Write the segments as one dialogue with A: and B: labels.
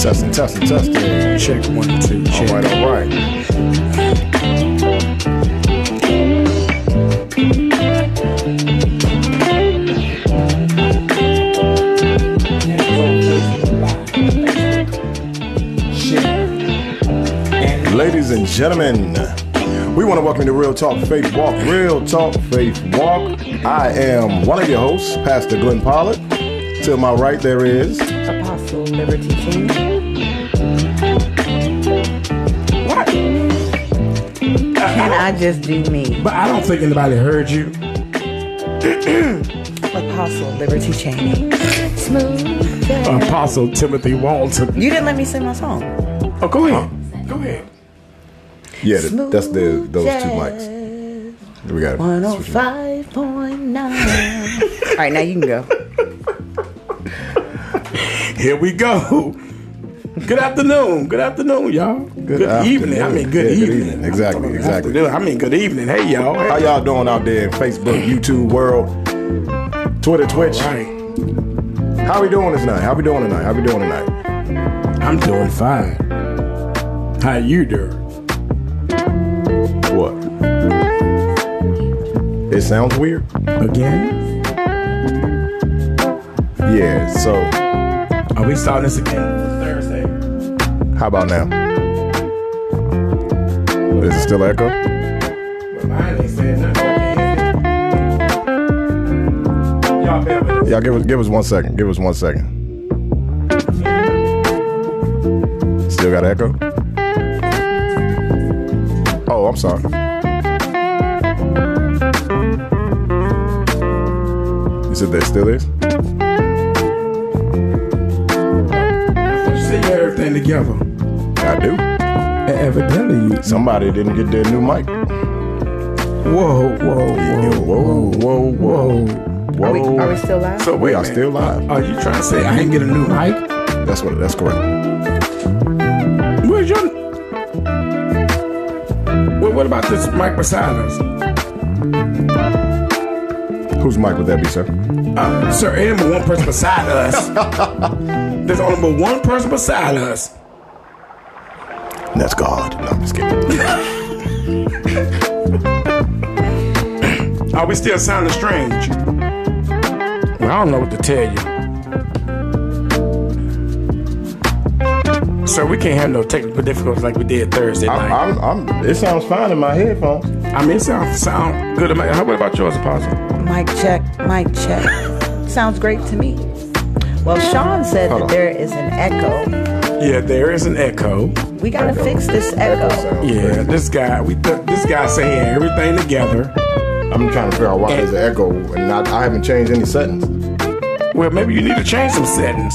A: Testing, testing, testing.
B: Check one, two,
A: All
B: check.
A: right, all right. Ladies and gentlemen, we want to welcome you to Real Talk Faith Walk. Real Talk Faith Walk. I am one of your hosts, Pastor Glenn Pollard. To my right, there is
C: Apostle Liberty King. Can I just do me?
B: But I don't think anybody heard you.
C: Apostle Liberty Cheney.
B: Apostle Timothy Walton.
C: You didn't let me sing my song.
B: Oh, go ahead. Go ahead.
A: yeah, th- that's the those two mics.
C: mics.
A: We got
B: oh
A: to switch it up.
C: 105.9. All right, now you can go.
B: Here we go. Good afternoon. Good afternoon, y'all. Good, evening. I mean, good,
A: Ah, Yeah, good
B: evening.
A: evening. Exactly,
B: Good
A: exactly.
B: afternoon. I mean, good evening. Hey, y'all.
A: How
B: Hey.
A: y'all doing out there in Facebook, YouTube world, Twitter, Twitch?
B: All right.
A: How we doing tonight? How we doing tonight? How we doing tonight?
B: I'm doing fine. How you doing?
A: What? It sounds weird.
B: Again?
A: Yeah. So
B: Are we starting this again? Thursday.
A: how about now? Is it still echo?
B: But mine ain't said nothing. Y'all bear with us.
A: Y'all give us give us one second. Give us one second. Still got echo? Oh, I'm sorry. You said there still is?
B: See everything together.
A: I do.
B: And evidently, you.
A: Somebody didn't get their new mic.
B: Whoa, whoa, whoa.
A: Whoa, whoa, whoa, whoa.
C: Are we, are we still live?
B: So
A: We
B: wait,
A: are still live.
B: Are you trying to say I ain't get a new mic?
A: That's what. That's correct.
B: Where's your? What, what about this mic beside us?
A: Whose mic would that be, sir?
B: Uh, sir, ain't but one person beside us. There's only but one person beside us.
A: That's God. No, I'm just kidding.
B: Are we still sounding strange? Well, I don't know what to tell you. Sir, we can't have no technical difficulties like we did Thursday night.
A: I'm, I'm, I'm. It sounds fine in my headphones.
B: I mean, it sounds sound good. to me. How what about yours, Apostle?
C: Mic check, mic check. Sounds great to me. Well, Sean said
A: Hold on.
C: that there is an echo.
B: Yeah, there is an echo.
C: We gotta fix this echo.
A: Sounds
B: Yeah,
A: great.
B: this guy, we th- this guy say he had everything together.
A: I'm trying to figure out why there's an echo, and not, I haven't changed any settings.
B: Well, maybe you need to change some settings.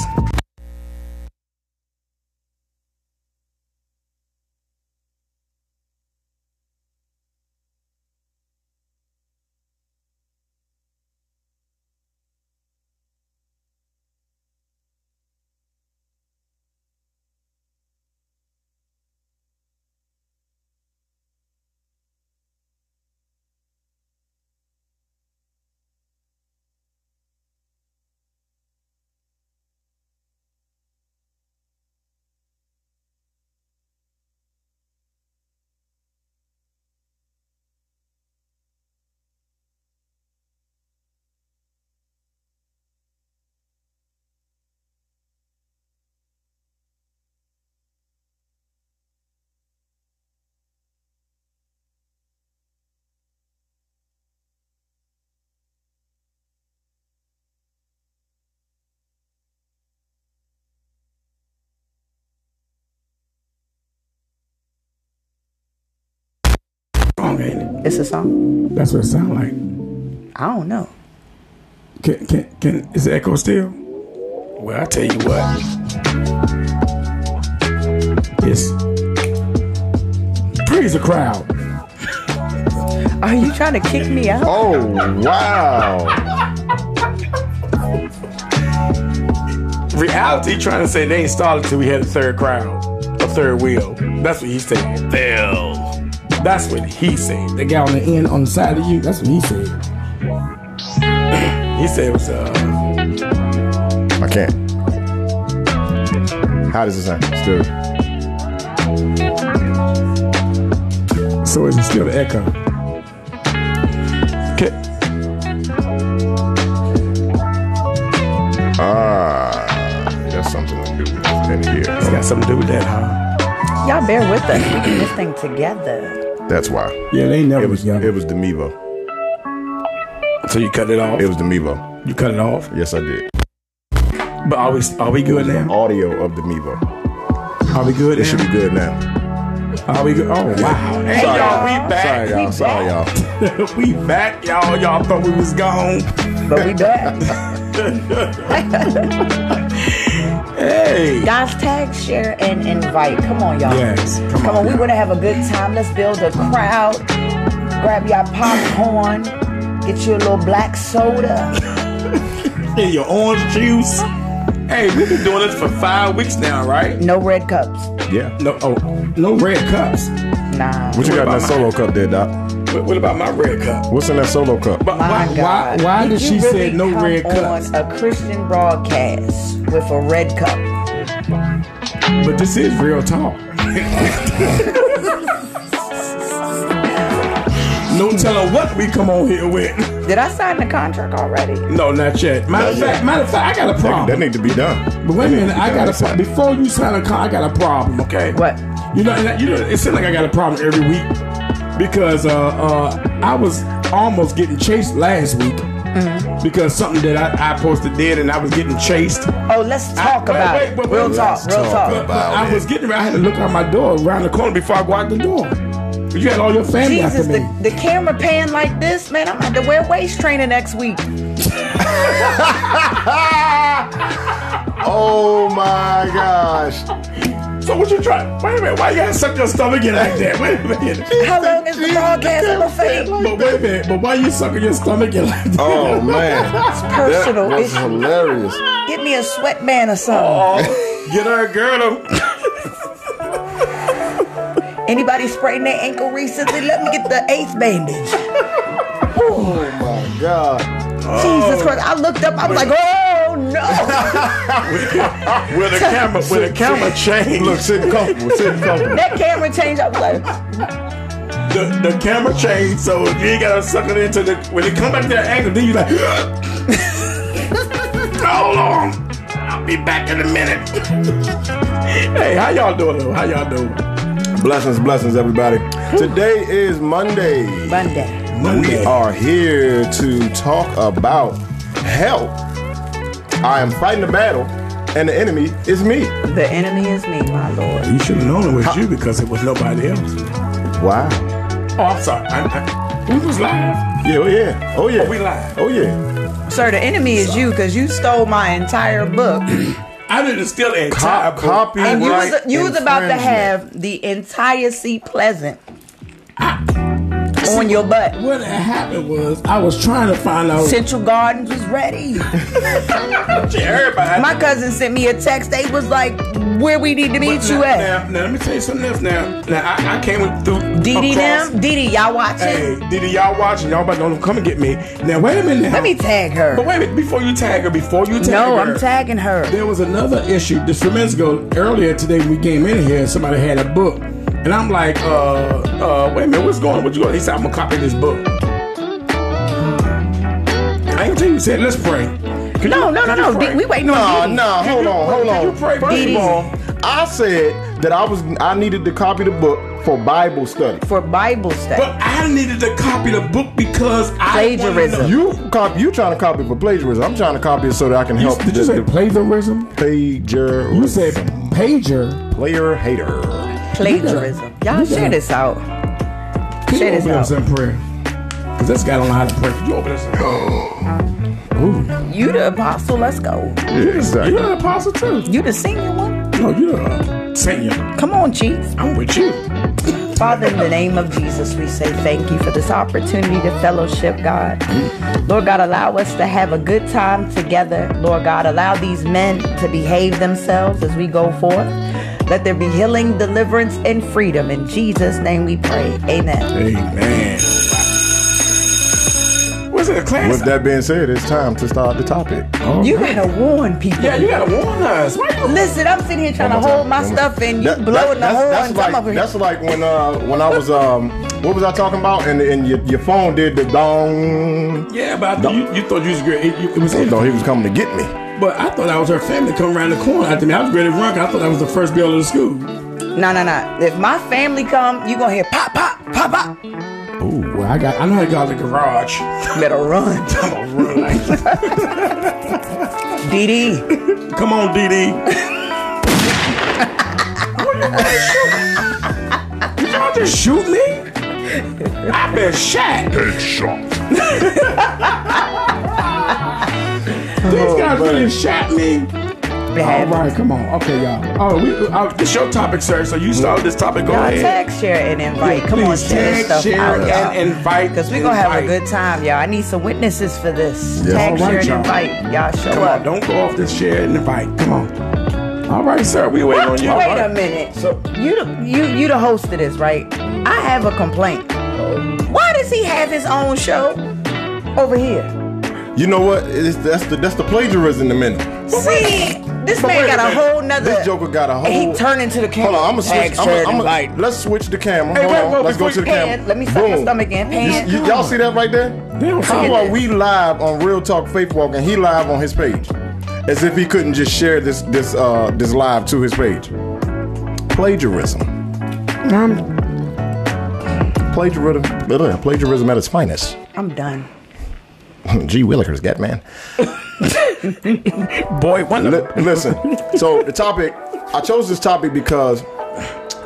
B: Wrong, ain't it?
C: It's a song?
B: That's what it sound like.
C: I don't know.
B: Can can can is the echo still? Well, I tell you what, it's praise the crowd.
C: Are you trying to kick me out?
A: Oh wow!
B: Reality trying to say they ain't started till we had a third crowd, a third wheel. That's what he said. Phil. That's what he said. The guy on the end on the side of you. That's what he said. he said it was uh.
A: I can't. How does it sound? Still.
B: So is it still the echo? Okay.
A: Ah, that's something to do with it in here.
B: It's got something to do with that, huh?
C: Y'all bear with us putting this thing together.
A: That's why.
B: Yeah, they never
A: It was
B: young.
A: it was the Mevo.
B: so you cut it off.
A: It was the Mevo.
B: you cut it off.
A: Yes, I did.
B: But are we are we good now?
A: Audio of the Mevo.
B: Are we good?
A: It should be
B: now?
A: good now.
B: Are we good? Oh wow! Hey
A: Sorry,
B: y'all,
A: y'all.
B: we
A: Sorry,
B: back.
A: y'all. Sorry, y'all.
B: we back, y'all. Y'all thought we was gone.
C: But we back.
B: Hey.
C: Guys, tag, share, and invite. Come on, y'all.
B: Yes, come
C: Come,
B: on,
C: on, we
B: y'all.
C: want to have a good time. Let's build a crowd. Grab your popcorn. Get you a little black soda.
B: in your orange juice. Hey, we've been doing this for five weeks now, right?
C: No red cups.
A: Yeah.
B: No, oh, no red cups.
C: Nah.
A: What you got in
B: about
A: that solo
B: mine?
A: cup there, Doc?
B: What, what about my red cup?
A: What's in that solo cup?
B: But
C: My
B: why,
C: God.
B: why, why did
C: you
B: she
C: really
B: say no
C: come
B: red cups?
C: On a Christian broadcast with a red cup.
B: But this is real talk. no telling what we come on here with.
C: Did I sign the contract already?
B: No, not yet. Matter of
A: Not yet.
B: fact, matter of fact, I got a problem.
A: That need to be done.
B: But wait a minute, I got a
A: Yeah,
B: pro- before you sign a con, I got a problem. Okay.
C: What?
B: You know, and I- you know, it seems like I got a problem every week because uh, uh, I was almost getting chased last week
C: Mm-hmm.
B: because something that I, I posted did, and I was getting chased.
C: Oh, let's talk
B: wait,
C: about
B: wait,
C: it.
B: wait,
C: real
B: wait,
C: talk,
A: let's
C: real
A: talk
C: talk.
B: But, but
A: Wow,
B: I
A: man.
B: was getting ready. I had to look out my door around the corner before I go out the door. You had all your family
C: Jesus,
B: after me.
C: the, the camera pan like this, man. I'm gonna have to wear waist trainer next week.
A: Oh my gosh.
B: so what you trying? Wait a minute. Why you gotta suck your stomach in like that? Wait a minute.
C: How long is the broadcast gonna fade?
B: But wait a minute. But why you sucking your stomach in like that?
A: Oh man.
C: Personal
A: That was
C: issue.
A: hilarious.
C: Get me a sweatband or something.
B: Get her a girdle.
A: Oh.
C: Anybody sprained their ankle recently? Let me get the eighth bandage.
A: Oh my god. Oh.
C: Jesus Christ! I looked up. I'm like, oh no!
B: With a camera, with a camera change.
A: Look, sitting comfortable, sitting comfortable.
C: that camera changed. I was like,
B: the, the camera change, so you ain't gotta suck it into the when it come back to that angle, then you like Hold on. I'll be back in a minute. hey, how y'all doing though? How y'all doing?
A: Blessings, blessings, everybody. Today is Monday.
C: Monday.
A: We are here to talk about health. I am fighting a battle, and the enemy is me.
C: The enemy is me, my lord.
B: You should have known it was you because it was nobody else.
A: Wow.
B: Oh, I'm sorry. I, I, we was live.
A: Yeah, oh yeah. Oh yeah.
B: Oh, we live.
A: Oh yeah.
C: Sir, the enemy is you because you stole my entire book.
B: I didn't steal that entire
A: Cop,
B: book.
A: copy.
C: And you was, you was about to have the entire C pleasant on your butt.
B: What had happened was I was trying to find out.
C: Central Gardens was ready.
B: Everybody.
C: My cousin sent me a text. They was like, where we need to meet
B: now,
C: you at.
B: Now, now, let me tell you something else. Now, now I, I came through.
C: Didi
B: across-
C: them? Didi, y'all watching?
B: Hey, Didi, y'all watching? Y'all about to know, come and get me. Now, wait a minute. Now.
C: Let me tag
B: But
C: her.
B: wait a minute. Before you tag her, before you tag her.
C: No, I'm tagging her.
B: There was another issue just a few minutes ago. Earlier today, we came in here and somebody had a book. And I'm like, uh, uh, wait a minute, what's going on? What you going He said, I'm going to copy this book. I ain't tell you, he said, let's pray. Can
C: No,
B: you-
C: no, no,
B: can you
C: no.
B: pray?
C: Dee- We waiting
A: Nah,
C: on Didi.
A: nah,
B: Can
A: hold
B: you-
A: on, hold
B: can
A: on.
B: you pray,
A: First
C: Didi?
A: of all, I said that I was I needed to copy the book for Bible study.
C: For Bible study.
B: But I needed to copy the book because I wanted to
C: Plagiarism.
A: You copy. You trying to copy it for plagiarism. I'm trying to copy it so that I can
B: You-
A: help.
B: did you
A: the-
B: say
A: the
B: plagiarism?
A: plagiarism?
B: You said pager.
A: player hater.
C: Plagiarism.
B: You
C: Y'all
B: gotta-
C: share this out.
B: Can
C: Share
B: you
C: this
B: open us
C: out.
B: in prayer? Cause this guy don't know how to pray. Can you open us in Ooh.
C: You the apostle. Let's go.
A: Yeah, exactly.
B: You're an apostle too.
C: You the senior one.
B: No, you're a senior.
C: Come on, Chief.
B: I'm with you.
C: Father, in the name of Jesus, we say thank you for this opportunity to fellowship, God. Lord God, allow us to have a good time together. Lord God, allow these men to behave themselves as we go forth. Let there be healing, deliverance, and freedom. In Jesus' name we pray. Amen.
B: Amen. What's That's a class.
A: With that being said, it's time to start the topic.
B: Oh,
C: You gotta warn people.
B: yeah, you gotta warn us. Why you
C: Listen, I'm sitting here trying to
A: One more
C: hold
A: time,
C: my
A: one more-
C: stuff and you
A: That-
C: blowing the
A: that-
C: horn.
A: that's, that's
C: I'm
A: like,
C: over here.
A: that's like when uh when I was um what was I talking about and and your, your phone did the dong.
B: Yeah, but I thought you, you thought you was great. It, you- it was him.
A: No, he was coming to get me.
B: But I thought I was her family coming around the corner after me. I was ready to run. 'cause I thought I was the first girl in the school.
C: No, no, no. If my family come, you gonna hear pop, pop, pop, pop.
B: Ooh, well, I got. I know how to go out the garage.
C: Better run,
B: I'm gonna run like.
C: DD.
B: Come on, DD. What you wanna shoot? Did y'all just shoot me? I've been shot.
A: Headshot.
B: These
C: Oh,
B: guys really shot me. All
C: Bad.
B: right, come on. Okay, y'all. All right, we, uh, this your topic, sir. So you started this topic. Go
C: Y'all
B: ahead.
C: tag, share, and invite.
B: Yeah,
C: Come on,
B: please
C: share this
B: tag,
C: stuff
B: share,
C: out, y'all.
B: and invite,
C: Cause we're gonna have a
B: invite.
C: good time, y'all. I need some witnesses for this.
A: Yeah.
B: All
C: Tag,
B: right,
C: share, and
B: y'all.
C: invite. Y'all show
B: Come
C: up.
B: on, don't go off this chair and invite. Come on. All right, sir. We waiting on you.
C: Wait
B: All right.
C: a minute.
A: So-
C: you the you you the host of this, right? I have a complaint. Why does he have his own show over here?
A: You know what? It's, that's the that's the plagiarism in the minute.
C: See, this
A: But
C: man
A: wait a
C: got a
A: minute.
C: whole nother.
A: This Joker got a whole.
C: And he turning to the camera.
A: Hold on, I'm gonna
C: Tag,
A: switch.
C: share,
A: I'm
C: and
A: gonna,
C: invite.
A: I'm let's switch the camera.
B: Hey,
A: Hold
B: wait,
A: on,
B: wait,
A: let's go
B: before
A: to the
B: you-
A: camera.
C: Pan, let me suck my
A: Boom.
C: stomach in.
A: You-
C: Pan.
A: you- y'all see that right there?
B: They don't see
A: How are
B: it.
A: we live on Real Talk Faith Walk and he live on his page, as if he couldn't just share this this uh this live to his page? Plagiarism.
B: Um,
A: Plagiarism. uh, Plagiarism at its finest.
C: I'm done.
A: Gee Willikers, get man.
B: boy, one
A: Li- listen. So the topic I chose this topic because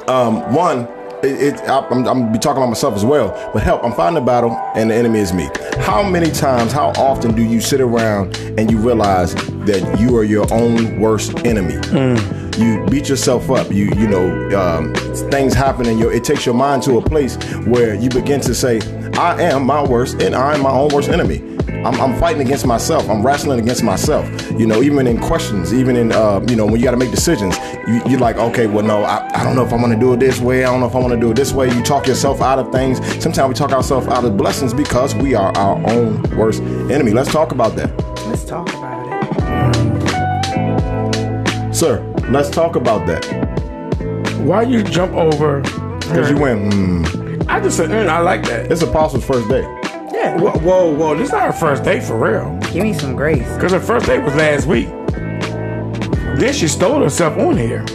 A: um, one, it, it, I, I'm, I'm gonna be talking about myself as well. But help, I'm fighting a battle, and the enemy is me. How many times, how often do you sit around and you realize that you are your own worst enemy? You beat yourself up. You you know um, things happen, and your, it takes your mind to a place where you begin to say, "I am my worst, and I am my own worst enemy." I'm, I'm fighting against myself. I'm wrestling against myself. You know, even in questions, even in uh, you know when you got to make decisions, you, you're like, okay, well, no, I, I don't know if I want to do it this way. I don't know if I want to do it this way. You talk yourself out of things. Sometimes we talk ourselves out of blessings because we are our own worst enemy. Let's talk about that,
C: Let's talk about it.
A: sir. Let's talk about that
B: Why you jump over?
A: because you went. Mm,
B: I just said, mm, I like that.
A: it's Apostle's first day.
C: Yeah.
B: Whoa, whoa, whoa. This is not our first date for real.
C: Give me some grace.
B: Because her first date was last week. Then she stole herself on here.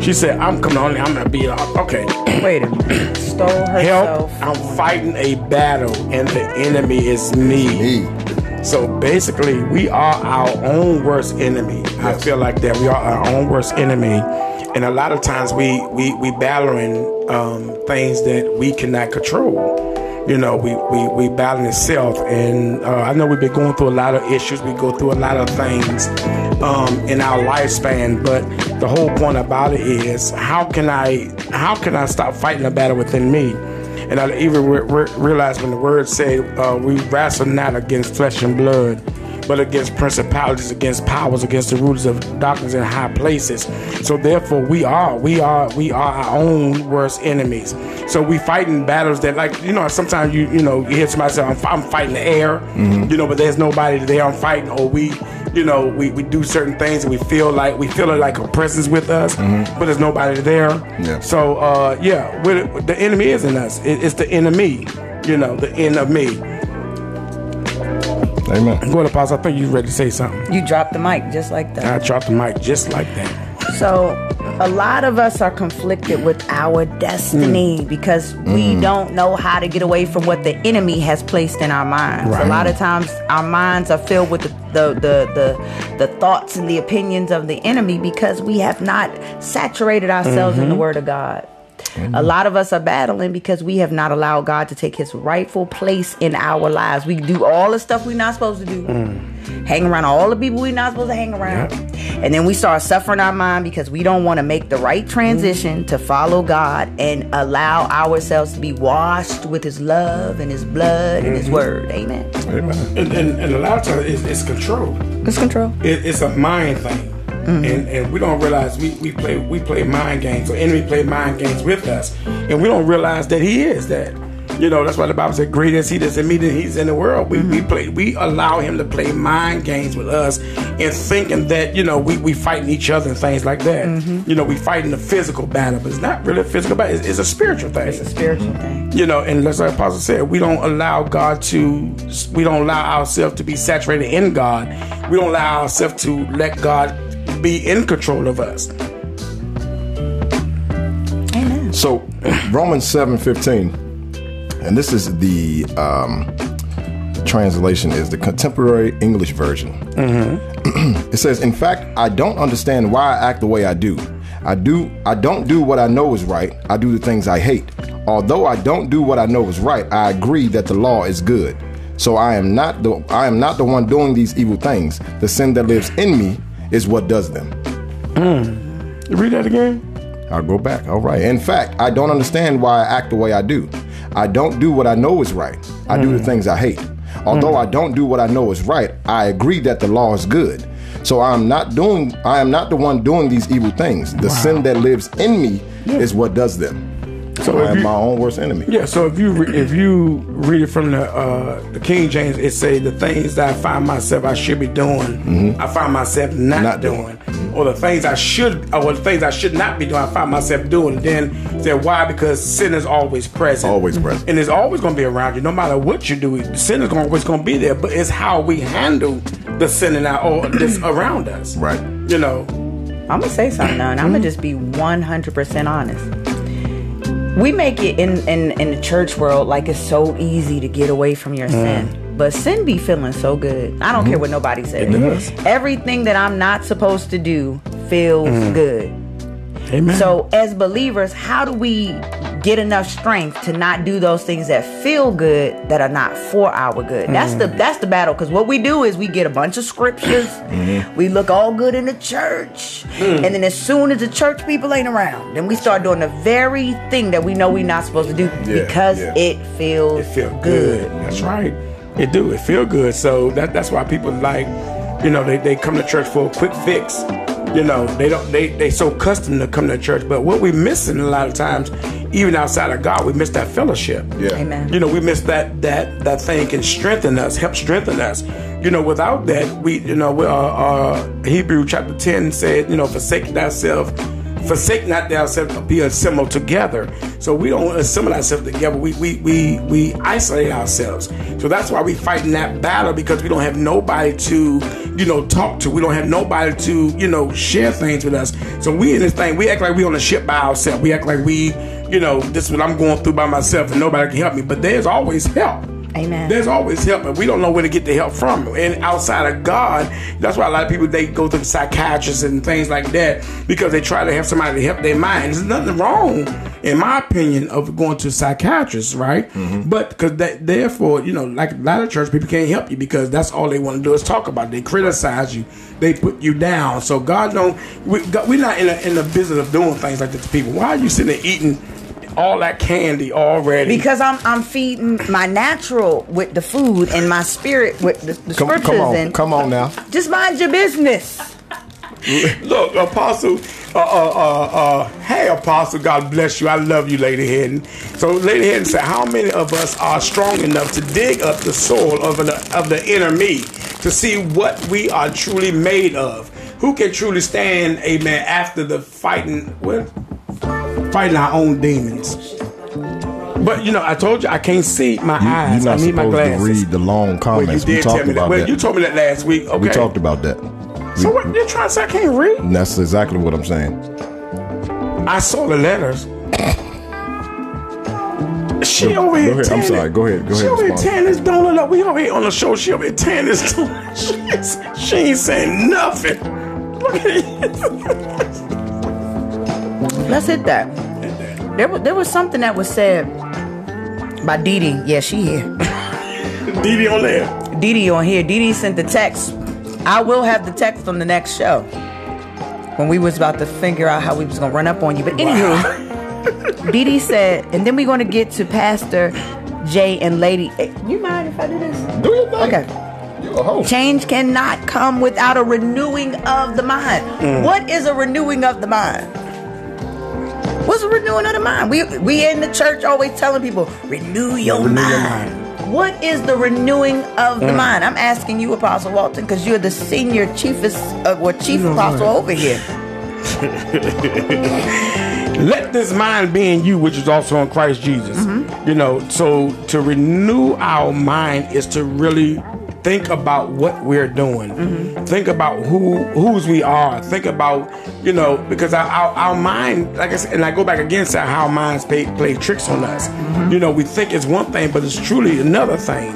B: She said, I'm coming on here. I'm going to be like, okay,
C: Wait a minute. Stole
B: help.
C: herself.
B: I'm fighting a battle, and the enemy is me.
A: E.
B: So basically, we are our own worst enemy. I feel like that we are our own worst enemy, and a lot of times we we we battling um, things that we cannot control. You know, we we we battling itself, and uh, I know we've been going through a lot of issues. We go through a lot of things um, in our lifespan, but the whole point about it is how can I how can I stop fighting a battle within me? And I even re- re- realized when the word said, uh, we wrestle not against flesh and blood, but against principalities, against powers, against the rulers of darkness in high places. So therefore, we are, we are, we are our own worst enemies. So we fighting battles that, like you know, sometimes you you know you hear somebody say, "I'm, fi- I'm fighting the air," you know, but there's nobody there. I'm fighting, or we. You know, we, we do certain things and we feel like we feel like a presence with us, but there's nobody there.
A: Yeah.
B: So so uh, yeah, we're, the enemy is in us. It, it's the enemy, you know, the end of me.
A: Amen.
B: Go ahead, pause. I think you ready to say something.
C: You dropped the mic just like that.
B: I dropped the mic just like that.
C: So, a lot of us are conflicted with our destiny because we don't know how to get away from what the enemy has placed in our minds.
B: Right.
C: A lot of times, our minds are filled with the, the, the, the, the thoughts and the opinions of the enemy because we have not saturated ourselves in the Word of God. A lot of us are battling because we have not allowed God to take his rightful place in our lives. We do all the stuff we're not supposed to do. Hang around all the people we're not supposed to hang around.
B: Yep.
C: And then we start suffering our mind because we don't want to make the right transition to follow God and allow ourselves to be washed with His love and His blood and His
B: Mm-hmm.
C: word. Amen.
A: Amen.
B: And, and, and a lot of times it's, it's control.
C: It's control.
B: It, it's a mind thing,
C: Mm-hmm.
B: and and we don't realize we, we play we play mind games. or enemy play mind games with us, and we don't realize that he is that. You know, that's why the Bible said, "Great is He that's in me than He's in the world." We,
C: Mm-hmm.
B: we play, we allow Him to play mind games with us, and thinking that you know we we fighting each other and things like that.
C: Mm-hmm.
B: You know, we fighting the physical battle, but it's not really a physical battle. It's, it's a spiritual thing.
C: It's a spiritual thing.
B: You know, and that's what Apostle said. We don't allow God to, we don't allow ourselves to be saturated in God. We don't allow ourselves to let God be in control of us.
C: Amen.
A: So Romans seven fifteen, and this is the um, translation is the contemporary English version. it says, "In fact, I don't understand why I act the way I do. I do I don't do what I know is right. I do the things I hate. Although I don't do what I know is right, I agree that the law is good. So I am not the I am not the one doing these evil things. The sin that lives in me is what does them."
B: Read that again.
A: I'll go back. All right. In fact, I don't understand why I act the way I do. I don't do what I know is right. I do
B: Hmm.
A: the things I hate. Although I don't do what I know is right, I agree that the law is good. So I am not doing I am not the one doing these evil things. The sin that lives in me is what does them. So
B: if
A: I am
B: you-
A: my own worst enemy.
B: Yeah, so if you re- if you read it from the uh, the King James, it say the things that I find myself I should be doing, I find myself not,
A: Mm-hmm. Not doing.
B: doing, or the things I should, or the things I should not be doing, I find myself doing. Then say why? Because sin is always present,
A: Always present.
B: and it's always going to be around you, no matter what you do. Sin is gonna- always going to be there, but it's how we handle the sin in our or this around us,
A: Right.
B: You know,
C: I'm gonna say something though, and I'm gonna just be 100% honest. We make it in, in in the church world like it's so easy to get away from your
B: Mm.
C: sin, but sin be feeling so good. I don't care what nobody says.
B: Mm-hmm. does.
C: Everything that I'm not supposed to do feels
B: Mm.
C: good.
B: amen.
C: So, as believers, how do we get enough strength to not do those things that feel good that are not for our good? That's
A: Mm.
C: the that's the battle. Because what we do is we get a bunch of scriptures,
A: Mm-hmm.
C: we look all good in the church,
A: Mm.
C: and then as soon as the church people ain't around, then we start doing the very thing that we know we're not supposed to do
A: Yeah,
C: because
A: yeah.
C: it feels
B: it feel good. That's right. It do. It feel good. So that that's why people like, you know, they, they come to church for a quick fix. You know, they don't they they so accustomed to come to church. But what we missing a lot of times, even outside of God, we miss that fellowship.
A: Yeah.
C: Amen.
B: You know, we miss that that that thing can strengthen us, help strengthen us. You know, without that, we you know, we, uh, uh, Hebrew chapter ten said, you know, forsake thyself, forsake not thyself, be assembled together. So we don't assemble ourselves together. We we we we isolate ourselves. So that's why we fighting that battle because we don't have nobody to you know talk to. We don't have nobody to you know share things with us. So we in this thing, we act like we on a ship by ourselves. We act like we you know, this is what I'm going through by myself and nobody can help me. But there's always help.
C: Amen.
B: There's always help, and we don't know where to get the help from. And outside of God, that's why a lot of people they go to psychiatrists and things like that because they try to have somebody to help their mind. There's nothing wrong, in my opinion, of going to a psychiatrist, right? But because that, therefore, you know, like a lot of church people can't help you because that's all they want to do is talk about. It. They criticize you, they put you down. So God don't. We, God, we're not in a, in the business of doing things like that to people. Why are you sitting there eating all that candy already?
C: Because I'm I'm feeding my natural with the food and my spirit with the, the
A: Come,
C: scriptures
A: come on.
C: and
A: Come on now.
C: just mind your business.
B: Look, Apostle, uh, uh, uh, uh, hey, Apostle, God bless you. I love you, Lady Hidden. So, Lady Hidden said, How many of us are strong enough to dig up the soil of the, of the inner me to see what we are truly made of? Who can truly stand, amen, after the fighting, well, fighting our own demons? But, you know, I told you, I can't see my eyes.
A: You're not
B: I need my
A: supposed to
B: glasses.
A: read the long
B: well, you
A: comments. we
B: did tell
A: talked
B: me that.
A: about
B: Well,
A: that.
B: you told me that last week. Okay.
A: we talked about that.
B: So, what you're trying to say, I can't read?
A: And that's exactly what I'm saying.
B: I saw the letters. She
A: Go-
B: over here.
A: go ahead. I'm
B: tearing
A: sorry.
B: it-
A: Go ahead. Go
B: she
A: ahead,
B: over here
A: respond.
B: tearing this donut up. We over here on the show. She over here tearing this donut. She, ain't- she ain't saying nothing. Look at it.
C: Let's hit that. There, wa- there was something that was said by Dee Dee. Yeah, she here.
B: Dee Dee on there.
C: Dee Dee on here. Dee Dee sent the text. I will have the text on the next show when we was about to figure out how we was gonna run up on you. But anywho, Dee Dee said, and then we're gonna get to Pastor Jay and Lady. eh, You mind if I do this?
A: Do your thing.
C: Okay.
A: You a host.
C: Change cannot come without Mm. a renewing of the mind. What is a renewing of the mind? What's the renewing of the mind? We we in the church always telling people renew your,
B: Renew
C: mind. Mm.
B: your
C: What is the renewing of the mind? I'm asking you, Apostle Walton, because you're the senior chief is- uh, well, chief
B: know
C: apostle
B: what?
C: over here.
B: Let this mind be in you, which is also in Christ Jesus. You know, so to renew our mind is to really think about what we're doing. Think about who whose we are. Think about you know because our, our, our mind, like I said, and I go back again to how minds play, play tricks on us. You know, we think it's one thing, but it's truly another thing,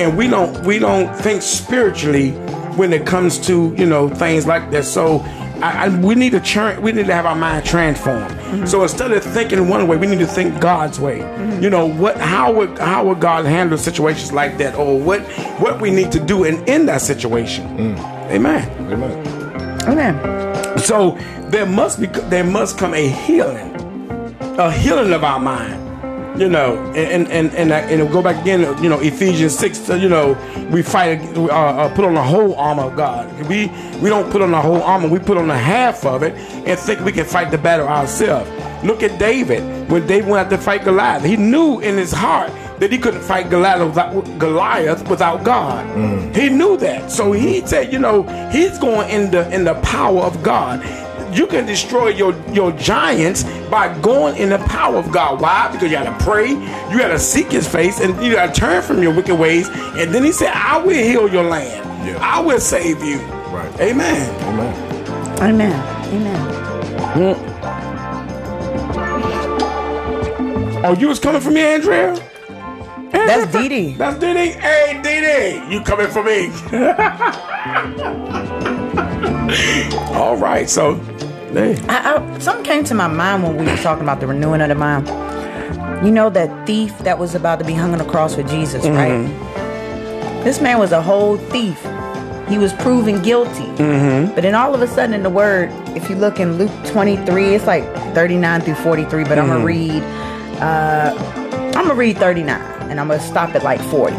B: and we don't we don't think spiritually when it comes to you know things like that. So I, I, we need to churn, we need to have our mind transformed. So instead of thinking one way, we need to think God's way. You know what? How would how would God handle situations like that, or what what we need to do in in that situation? Amen.
A: Amen.
C: Amen.
B: So there must be there must come a healing, a healing of our mind. You know, and and and and, I, and go back again. You know, Ephesians six. so, You know, we fight. Uh, uh, put on the whole armor of God. We we don't put on the whole armor. We put on a half of it and think we can fight the battle ourselves. Look at David when David went out to fight Goliath. He knew in his heart that he couldn't fight Goliath without, Goliath without God. He knew that, so he said, you know, he's going in the in the power of God you can destroy your your giants by going in the power of God. Why? Because you gotta pray, you gotta seek His face, and you gotta turn from your wicked ways. And then He said, "I will heal your land.
A: Yeah.
B: I will save you."
A: Right.
B: Amen.
A: Amen.
C: Amen. Amen.
B: Oh, you was coming for me, Andrea.
C: That's Dee Dee.
B: That's Dee Dee. Hey, Dee Dee, you coming for me? All right. So, hey.
C: I, I, something came to my mind when we were talking about the renewing of the mind. You know that thief that was about to be hung on the cross with Jesus, right? This man was a whole thief. He was proven guilty. But then all of a sudden in the word, if you look in Luke 23, it's like 39 through 43, but I'm going to read I'm gonna read 39 and I'm gonna stop at like 40.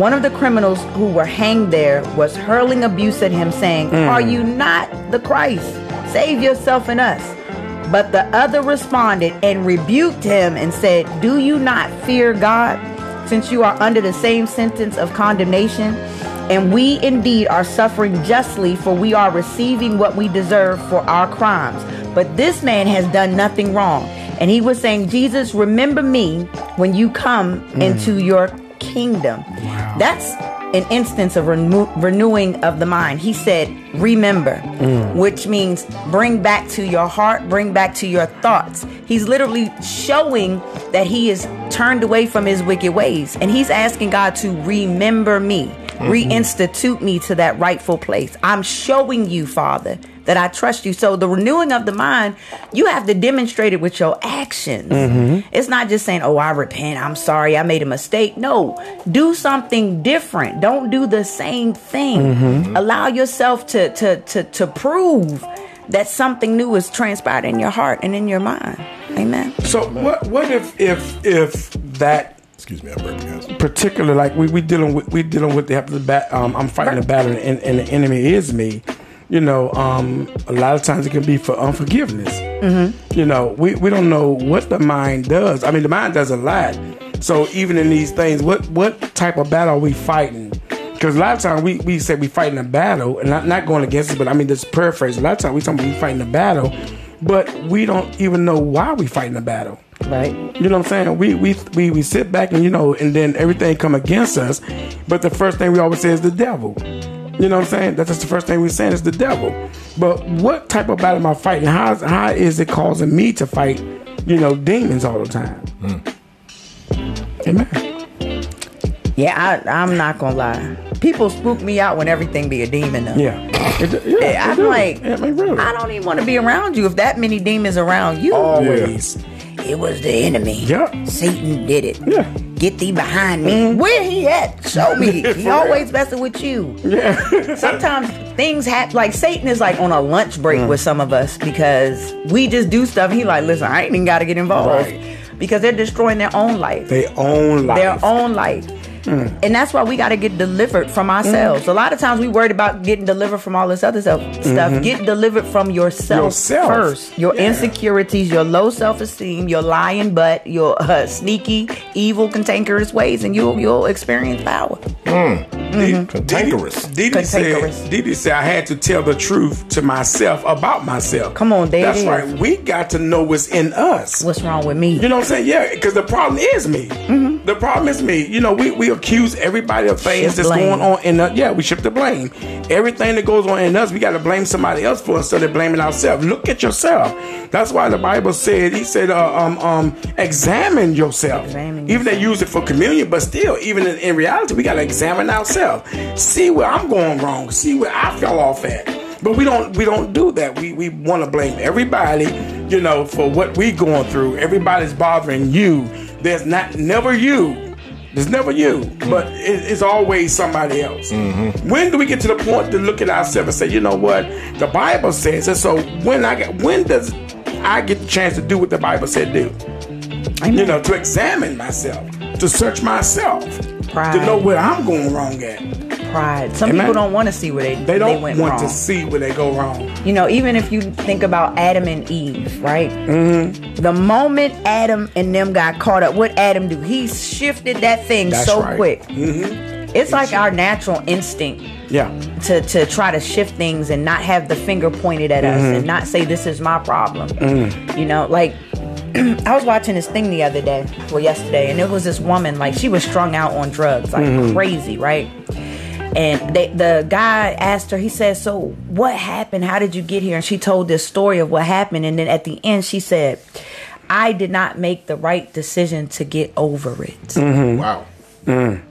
C: One of the criminals who were hanged there was hurling abuse at him, saying, Are you not the Christ? Save yourself and us. But the other responded and rebuked him and said, Do you not fear God, since you are under the same sentence of condemnation? And we indeed are suffering justly, for we are receiving what we deserve for our crimes. But this man has done nothing wrong. And he was saying, Jesus, remember me when you come into your kingdom. That's an instance of remo- renewing of the mind. He said, remember, which means bring back to your heart, bring back to your thoughts. He's literally showing that he is turned away from his wicked ways. And he's asking God to remember me, reinstitute me to that rightful place. I'm showing you, Father, that I trust you. So the renewing of the mind, you have to demonstrate it with your actions. It's not just saying, "Oh, I repent. I'm sorry. I made a mistake." No, do something different. Don't do the same thing. Allow yourself to to to to prove that something new is transpired in your heart and in your mind. Amen.
B: So, what what if if if that
A: Excuse me, I'm breaking hands.
B: particular like we we dealing with we dealing with the, the bat, um, I'm fighting a battle and, and the enemy is me. You know, um, a lot of times it can be for unforgiveness. You know, we, we don't know what the mind does. I mean, the mind does a lot. So even in these things, what what type of battle are we fighting? Because a lot of times we, we say we fighting a battle, and not, not going against it, but I mean, this paraphrase. A lot of times we talking about we fighting a battle, but we don't even know why we fighting a battle.
C: Right.
B: You know what I'm saying? We, we we we sit back and you know, and then everything come against us. But the first thing we always say is the devil. You know what I'm saying? That's just the first thing we're saying is the devil. But what type of battle am I fighting? How is, how is it causing me to fight? You know, demons all the time. Amen.
C: Yeah, I, I'm not gonna lie. People spook me out when everything be a demon. Though.
B: Yeah. It do- yeah,
C: Yeah,
B: it
C: I'm
B: do.
C: like,
B: Yeah, I mean, really.
C: I don't even want to be around you if that many demons around you.
B: always.
C: It was the enemy.
B: Yep.
C: Satan did it.
B: Yeah. Mm-hmm.
C: Get thee behind me. Where he at? Show me. he always messing with you.
B: Yeah.
C: Sometimes things happen. Like Satan is like on a lunch break
B: Mm.
C: with some of us because we just do stuff. And he like, listen, I ain't even got to get involved
B: Right.
C: because they're destroying their own life,
B: They own life.
C: their own life.
B: Mm.
C: And that's why we got to get delivered from ourselves. A lot of times we worried about getting delivered from all this other self, stuff. Get delivered from yourself,
B: Mm-hmm. Yourself.
C: first. Your insecurities, your low self esteem, your lying butt, your uh, sneaky, evil, cantankerous ways, and you'll you'll experience power. Mm-hmm.
A: Cantankerous.
B: Dee Dee
C: Cantankerous.
B: said, Dee Dee said, I had to tell the truth to myself about myself.
C: Come on, there it
B: That's
C: is.
B: right. We got to know what's in us.
C: What's wrong with me?
B: You know what I'm saying? Yeah, because the problem is me. The problem is me. You know, we, we accuse everybody of things
C: Mm-hmm. Shift
B: that's
C: blame.
B: going on in us. Yeah, we shift the blame. Everything that goes on in us, we got to blame somebody else for instead of blaming ourselves. Look at yourself. That's why the Bible said, He said, uh, um, um, examine yourself.
C: Examine
B: even they use it for communion, but still, even in, in reality, we got to examine ourselves. See where I'm going wrong. See where I fell off at. But we don't we don't do that. We we want to blame everybody, you know, for what we going through. Everybody's bothering you. There's not never you. There's never you, but it, it's always somebody else. When do we get to the point to look at ourselves and say, you know what, the Bible says, and so when I get, when does I get the chance to do what the Bible said do? You know, to examine myself, to search myself, to
C: Pride.
B: know where I'm going wrong at.
C: Pride. Some
B: Amen.
C: people don't want to see where they
B: They don't
C: went
B: want
C: wrong.
B: to see where they go wrong.
C: You know, even if you think about Adam and Eve, right? Mm-hmm. The moment Adam and them got caught up, what Adam do? He shifted that thing
B: That's
C: so
B: right.
C: quick. Mm-hmm. It's like our natural instinct
B: Yeah.
C: to to try to shift things and not have the finger pointed at us and not say this is my problem. You know, like I was watching this thing the other day, well yesterday, and it was this woman like she was strung out on drugs like crazy, right? And they, the guy asked her, he said, So what happened? How did you get here? And she told this story of what happened. And then at the end, she said, I did not make the right decision to get over it.
A: Wow.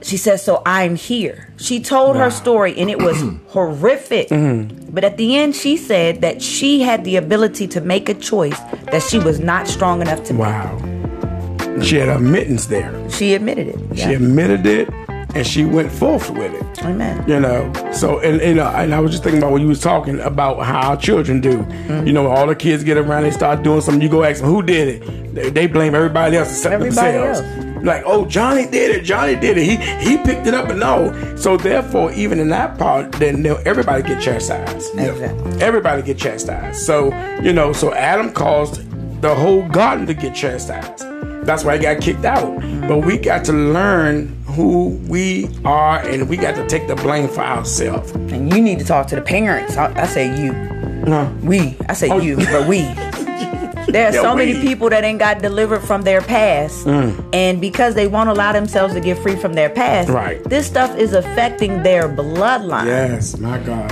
C: She says, So I'm here. She told her story and it was horrific.
B: Mm-hmm.
C: But at the end, she said that she had the ability to make a choice that she was not strong enough to make.
B: Wow. She had a mittens there.
C: She admitted it. Yeah.
B: She admitted it and she went forth with it.
C: Amen.
B: You know, so and and, uh, and I was just thinking about what you was talking about how our children do.
C: Mm-hmm.
B: You know, all the kids get around, they start doing something. You go ask them who did it. They, they blame everybody else except
C: Everybody
B: themselves.
C: else.
B: Like, oh, Johnny did it. Johnny did it. He he picked it up and no. So therefore, even in that part, then they'll- everybody get chastised.
C: Exactly.
B: Everybody get chastised. So you know, so Adam caused the whole garden to get chastised. That's why he got kicked out. But we got to learn who we are, and we got to take the blame for ourselves.
C: And you need to talk to the parents. I, I say you.
B: No. Oh.
C: We. I say you, but we. There are
B: Yeah,
C: so
B: we. Mm.
C: many people that ain't got delivered from their past. And because they won't allow themselves to get free from their past,
B: Right.
C: this stuff is affecting their bloodline.
B: Yes, my God.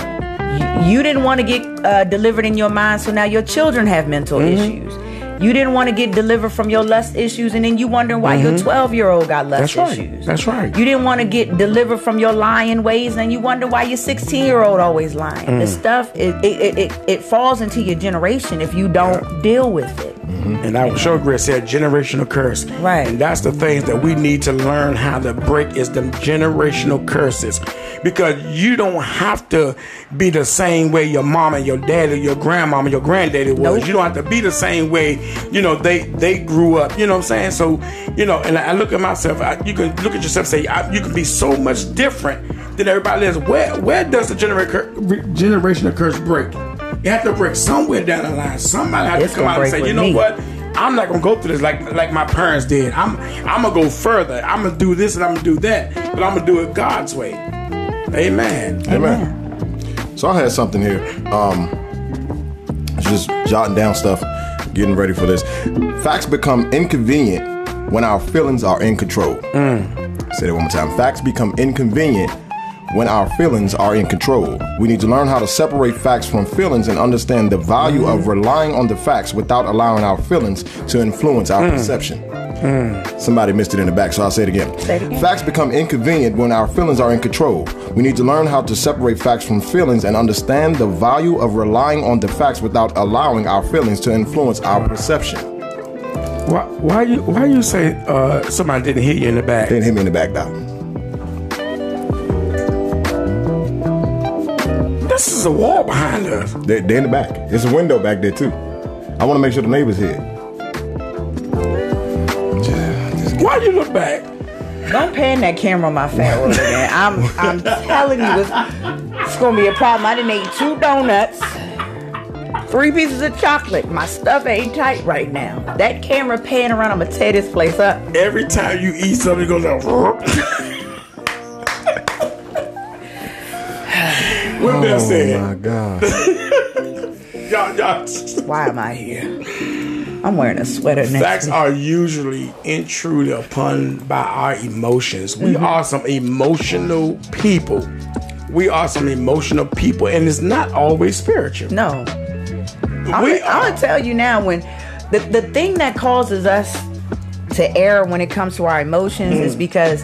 C: You didn't want to get uh, delivered in your mind, so now your children have mental
B: Mm-hmm.
C: issues. You didn't want to get delivered from your lust issues, and then you wondering why your 12 year old got lust
B: Mm-hmm. That's right.
C: issues.
B: That's right.
C: You didn't want to get delivered from your lying ways, and you wonder why your 16 year old always lying. The
B: Mm.
C: stuff, it, it, it, it, it falls into your generation if you don't deal with it.
B: And I was sure Greg said generational curse.
C: Right.
B: And that's the things that we need to learn how to break is them generational curses. Because you don't have to be the same way your mom and your dad or your grandmom and your granddaddy was.
C: Nope.
B: You don't have to be the same way, you know, they they grew up. You know what I'm saying? So, you know, and I I look at myself, I, you can look at yourself and say, I, you can be so much different than everybody else. Where where does the genera- cur- re- generational curse break? You have to break somewhere down the line. Somebody has
C: It's
B: to come
C: gonna
B: out and
C: break
B: say,
C: with
B: you know
C: me."
B: what? I'm not gonna go through this like like my parents did. I'm I'm gonna go further. I'm gonna do this and I'm gonna do that, but I'm gonna do it God's way. Amen.
A: Amen. So I had something here. Um, I was just jotting down stuff, getting ready for this. Facts become inconvenient when our feelings are in control. Say that one more time. Facts become inconvenient when our feelings are in control. We need to learn how to separate facts from feelings and understand the value of relying on the facts without allowing our feelings to influence our perception. Somebody missed it in the back, so I'll say it again.
C: Say it again.
A: Facts become inconvenient when our feelings are in control. We need to learn how to separate facts from feelings and understand the value of relying on the facts without allowing our feelings to influence our perception.
B: Why why you why you say uh, somebody didn't hit you in the back?
A: Didn't hit me in the back, though.
B: This is a wall behind us.
A: They're, they're in the back. There's a window back there, too. I want to make sure the neighbor's here.
B: Why you look back?
C: Don't pan that camera on my fat roll again. I'm I'm telling you, it's, it's gonna be a problem. I didn't eat two donuts, three pieces of chocolate. My stuff ain't tight right now. That camera pan around, I'ma tear this place up.
B: Every time you eat something, it goes like. what did I
A: Oh
B: say?
A: my God.
B: Y'all, y'all.
C: Why am I here? I'm wearing a sweater next.
B: Facts are usually intruded upon by our emotions.
C: Mm-hmm.
B: We are some emotional people. We are some emotional people, and it's not always spiritual.
C: No, I'm,
B: we
C: gonna- I'm
B: are.
C: gonna tell you now when the, the thing that causes us to err when it comes to our emotions is
B: Mm.
C: because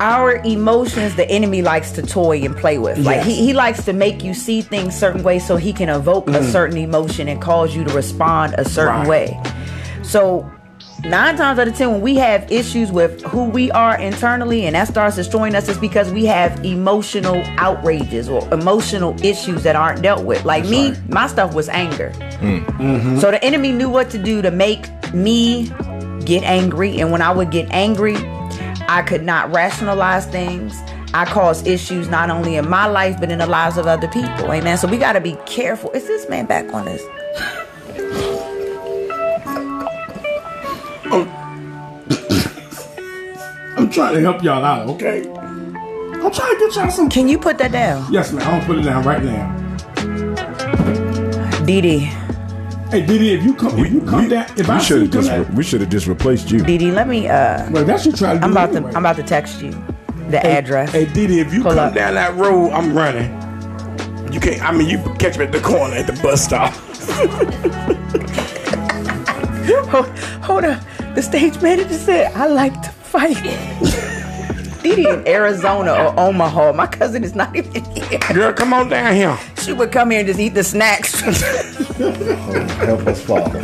C: our emotions the enemy likes to toy and play with like
B: Yes.
C: he, he likes to make you see things certain ways so he can evoke
B: Mm.
C: a certain emotion and cause you to respond a certain
B: Right.
C: way so nine times out of ten when we have issues with who we are internally and that starts destroying us is because we have emotional outrages or emotional issues that aren't dealt with like me my stuff was anger so the enemy knew what to do to make me get angry. And when I would get angry, I could not rationalize things. I caused issues not only in my life, but in the lives of other people. Amen. So we got to be careful. Is this man back on this?
B: I'm trying to help y'all out, okay? I'm trying to get y'all some.
C: Can you put that down?
B: Yes, man. I'm gonna put it down right now.
C: Dee Dee.
B: Hey, Diddy, if you come, if you come
A: we,
B: down, if I
A: we
B: see you
A: should
B: come
A: have
B: down,
A: just we should have just replaced you.
C: Dee Dee, let me, uh,
B: well, that's you trying to do.
C: I'm about to,
B: anyway.
C: I'm about to text you the address.
B: Hey, Diddy, if you
C: Pull
B: come
C: up.
B: down that road, I'm running. You can't. I mean, you catch me at the corner at the bus stop.
C: Hold, hold up. The stage manager said, I like to fight. Dee Dee in Arizona or Omaha. My cousin is not even here.
B: Girl, come on down here.
C: She would come here and just eat the snacks.
D: Help us, Father.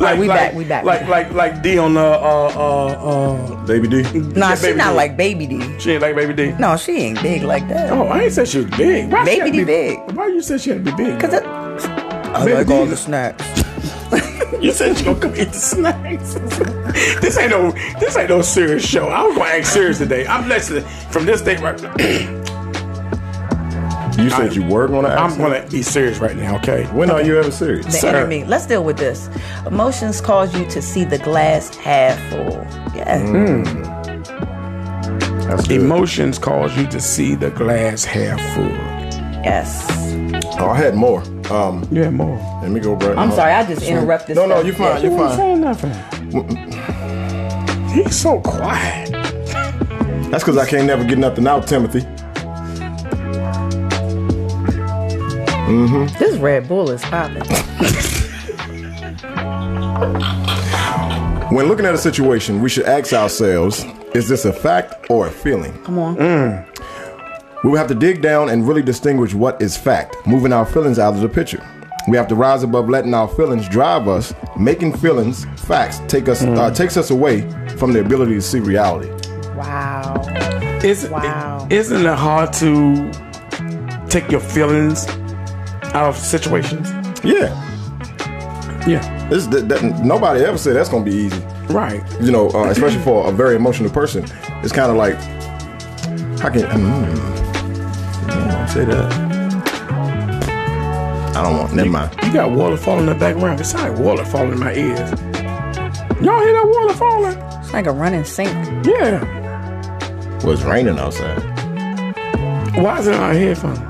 B: like
C: we
B: like,
C: back, we back, we
B: Like
C: back.
B: like like D on uh uh uh uh.
A: Baby D.
C: nah,
B: Yeah,
C: she
B: Baby
C: not
B: D.
C: like Baby D.
B: She ain't like Baby D.
C: No, she ain't big like that.
B: Oh, I ain't said she was big. Why she
C: Baby
B: had to
C: D
B: be-
C: big.
B: Why you said she had to be big?
C: Cause it, I
B: Baby like D. all the
C: snacks.
B: you said she gonna come eat the snacks. this ain't no this ain't no serious show. I'm gonna act serious today. I'm listening from this day right.
A: You said you were gonna ask.
B: I'm gonna be serious right now. Okay.
A: When are you ever serious?
C: The
B: Sir.
C: enemy. Let's deal with this. Emotions cause you to see the glass half full. Yeah.
A: That's good.
B: Emotions cause you to see the glass half full.
C: Yes.
A: Oh, I had more. Um,
B: Yeah, more.
A: let me go, bro.
C: I'm sorry, I just interrupted.
A: No, no,
C: stuff.
A: you're fine.
B: You
A: You're
B: ain't
A: fine.
B: saying nothing. He's so quiet.
A: That's because I can't never get nothing out, Timothy.
C: This Red Bull is popping.
A: When looking at a situation, we should ask ourselves: Is this a fact or a feeling? Mm.
C: Come on.
A: We will have to dig down and really distinguish what is fact, moving our feelings out of the picture. We have to rise above letting our feelings drive us, making feelings facts take us uh, takes us away from the ability to see reality.
C: Wow.
B: Is,
C: Wow.
B: Isn't it hard to take your feelings out of situations?
A: Yeah,
B: Yeah.
A: this, that, that, nobody ever said that's gonna be easy.
B: Right.
A: You know, uh, especially for a very emotional person, it's kind of like, how can mm, I don't wanna say that? I don't want. Never mind.
B: You got water falling in the background. It's like water falling in my ears. Y'all hear that water falling?
C: It's like a running sink.
B: Yeah.
A: Well, it's raining outside.
B: Why is it in our headphones?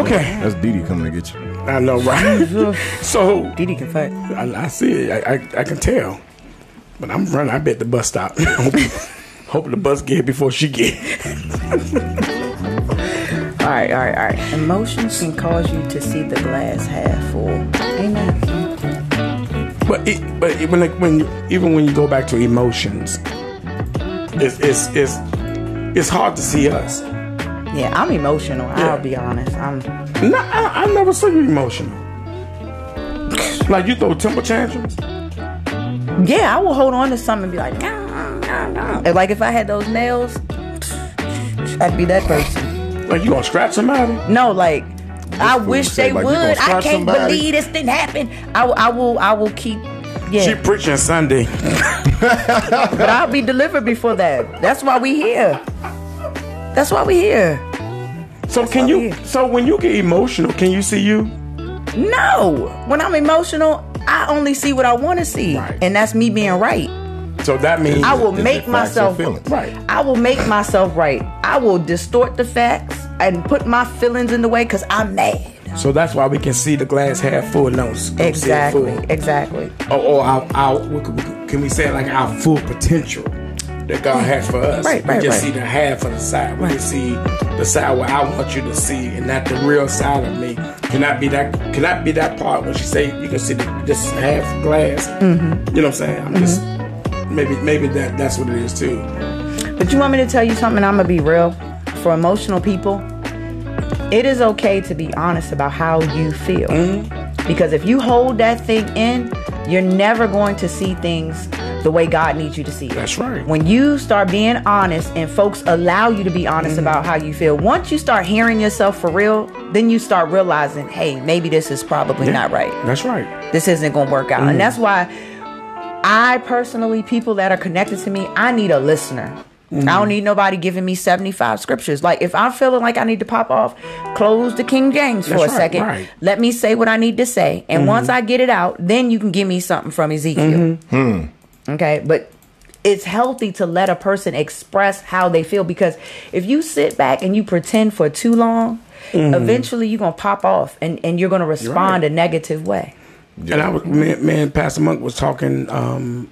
B: Okay.
A: That's Dee Dee coming to get you.
B: I know, right? so
C: Dee Dee can fight.
B: I, I see it. I, I, I can tell. But I'm running. I bet the bus stop. hope, hope the bus get before she get.
C: All right, all right, all right. Emotions can cause you to see the glass half full. Amen.
B: But it, but it, when it, when you- even when you go back to emotions, it's it's it's it's hard to see us.
C: Yeah, I'm emotional.
B: Yeah.
C: I'll be honest. I'm.
B: No, I, I never saw you emotional. Like you throw temper tantrums.
C: Yeah, I will hold on to something and be like, nah, nah, nah. And, like if I had those nails, I'd be that person.
B: Like you gonna scratch somebody.
C: No, like I wish
A: said,
C: they
A: like, you gonna
C: would. I
A: slap
C: can't
A: somebody?
C: believe this thing happened. I, will- I will. I will keep.
B: She
C: Yeah,
B: preaching Sunday.
C: but I'll be delivered before that. That's why we here. That's why we here.
B: So can
C: what
B: you?
C: we-
B: So when you get emotional, can you see you?
C: No, when I'm emotional, I only see what I want to see,
B: Right.
C: and that's me being right.
B: So that means
C: I will
A: It's just facts
C: make
A: and
C: myself
A: feelings.
B: Right.
C: I will make myself right. I will distort the facts and put my feelings in the way because I'm mad.
B: So that's why we can see the glass half full, no, s- don't
C: Exactly.
B: see it
C: Exactly.
B: full. Or, or Oh, our, our, we could- we could- can we say it like our full potential that God has for us?
C: Right, right,
B: We just
C: right.
B: see the half of the side. We can see the side where I want you to see, and not the real side of me. Can I be that? Can I be that part when she say you can see the, this half glass?
C: Mm-hmm.
B: You know what I'm saying? I'm just maybe maybe that that's what it is too.
C: But you want me to tell you something? I'm gonna be real. For emotional people, it is okay to be honest about how you feel.
B: Mm-hmm.
C: Because if you hold that thing in, you're never going to see things the way God needs you to see it.
B: That's right.
C: When you start being honest and folks allow you to be honest
B: Mm-hmm.
C: about how you feel, once you start hearing yourself for real, then you start realizing, hey, maybe this is probably not right
B: That's right.
C: this isn't gonna work out. And
B: Mm.
C: that's why I personally, people that are connected to me, I need a listener. I
B: Mm.
C: don't need nobody giving me 75 scriptures. Like if I'm feeling like I need to pop off, close the King James for
B: That's
C: a
B: right,
C: second.
B: right. Mm-hmm.
C: Let me say what I need to say. And once I get it out, then you can give me something from Ezekiel.
B: Mm-hmm.
C: Okay. But it's healthy to let a person express how they feel because if you sit back and you pretend for too long,
B: Mm.
C: eventually you're gonna pop off and, and you're gonna respond a negative way.
B: And I was man, man Pastor Monk was talking um,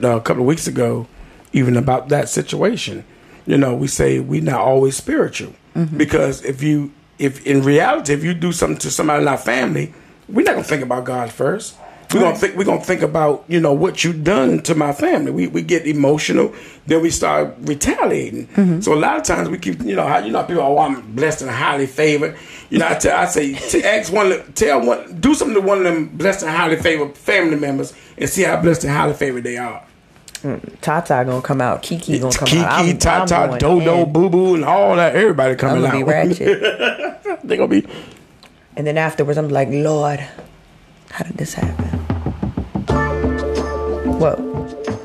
B: a couple of weeks ago, even about that situation. You know, we say we not always spiritual because if you if in reality if you do something to somebody in our family, we're not gonna think about God first. We're gonna think we're gonna think about you know what you done to my family. We we get emotional, then we start retaliating.
C: Mm-hmm.
B: So a lot of times we keep you know how you know people oh I'm blessed and highly favored. You know I tell I say to ask one of- tell one do something to one of them blessed and highly favored family members and see how blessed and highly favored they are.
C: Tata gonna come out. Kiki gonna come out.
B: Kiki,
C: I'm- I'm
B: Tata,
C: going
B: Dodo,
C: in.
B: Boo Boo, and all that everybody
C: I'm
B: coming
C: gonna be
B: out.
C: ratchet.
B: they gonna be
C: and then afterwards, I'm like, Lord, how did this happen? Whoa,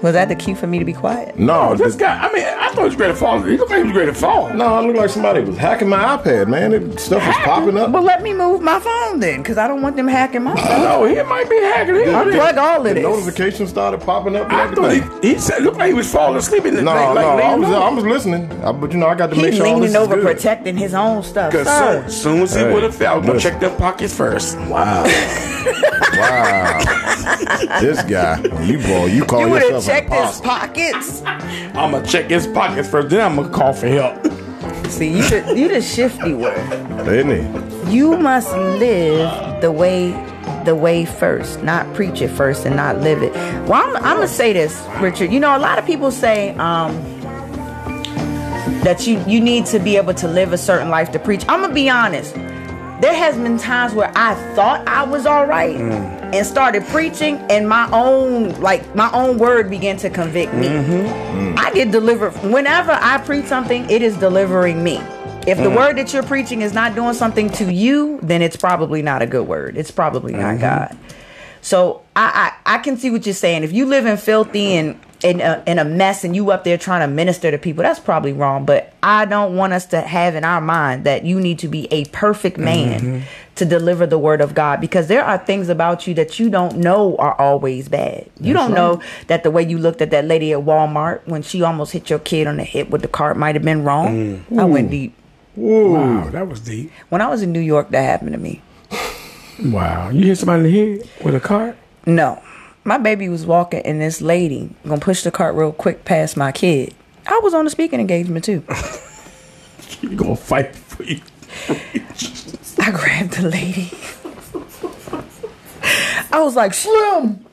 C: was that the cue for me to be quiet?
A: No,
B: this
A: the-
B: guy. I mean I thought he was great at fall. He looked like he was great at fall.
A: no, I look like somebody was hacking my iPad, man. It, stuff was popping up.
C: Well, let me move my phone then, because I don't want them hacking my phone.
B: No, he might be hacking. He, I mean,
C: Unplug all of
A: The
C: this.
A: notifications started popping up. and
B: I thought
A: everything.
B: he, he said looked like he was falling asleep in the
A: No,
B: like, like
A: no, I
B: laying
A: was,
B: low.
A: I was listening, I, but you know, I got to
C: He
A: make sure all this
C: leaning
A: is
C: over,
A: good.
C: protecting his own stuff.
B: Cause
C: Sir.
B: soon, soon as he
A: Hey,
B: would have fell, I'm gonna
A: listen.
B: check them pockets first.
A: Wow, wow, this guy, you boy, you call
C: You would have
A: yourself an
C: checked his
A: apostle.
C: pockets.
B: I'm gonna check his pockets first, then I'm gonna call for help.
C: See, you should, you the shifty one.
A: didn't he?
C: You must live the way the way first, not preach it first and not live it. Well, I'm, I'm gonna say this, Richard. You know, a lot of people say um, that you you need to be able to live a certain life to preach. I'm gonna be honest. There has been times where I thought I was all right and started preaching, and my own like my own word began to convict me. I get delivered. Whenever I preach something, it is delivering me. If the word that you're preaching is not doing something to you, then it's probably not a good word. It's probably not God. So I, I I can see what you're saying. If you live in filthy and in a, in a mess and you up there trying to minister to people, that's probably wrong. But I don't want us to have in our mind that you need to be a perfect man to deliver the word of God because there are things about you that you don't know are always bad. You don't know that the way you looked at that lady at Walmart when she almost hit your kid on the head with the cart might have been wrong. I went deep.
B: Wow, that was deep.
C: When I was in New York, that happened to me.
B: Wow, you hit somebody in the head with a cart?
C: No. My baby was walking, and this lady gonna push the cart real quick past my kid. I was on a speaking engagement too.
B: You gonna fight for you?
C: I grabbed the lady. I was like, Slim!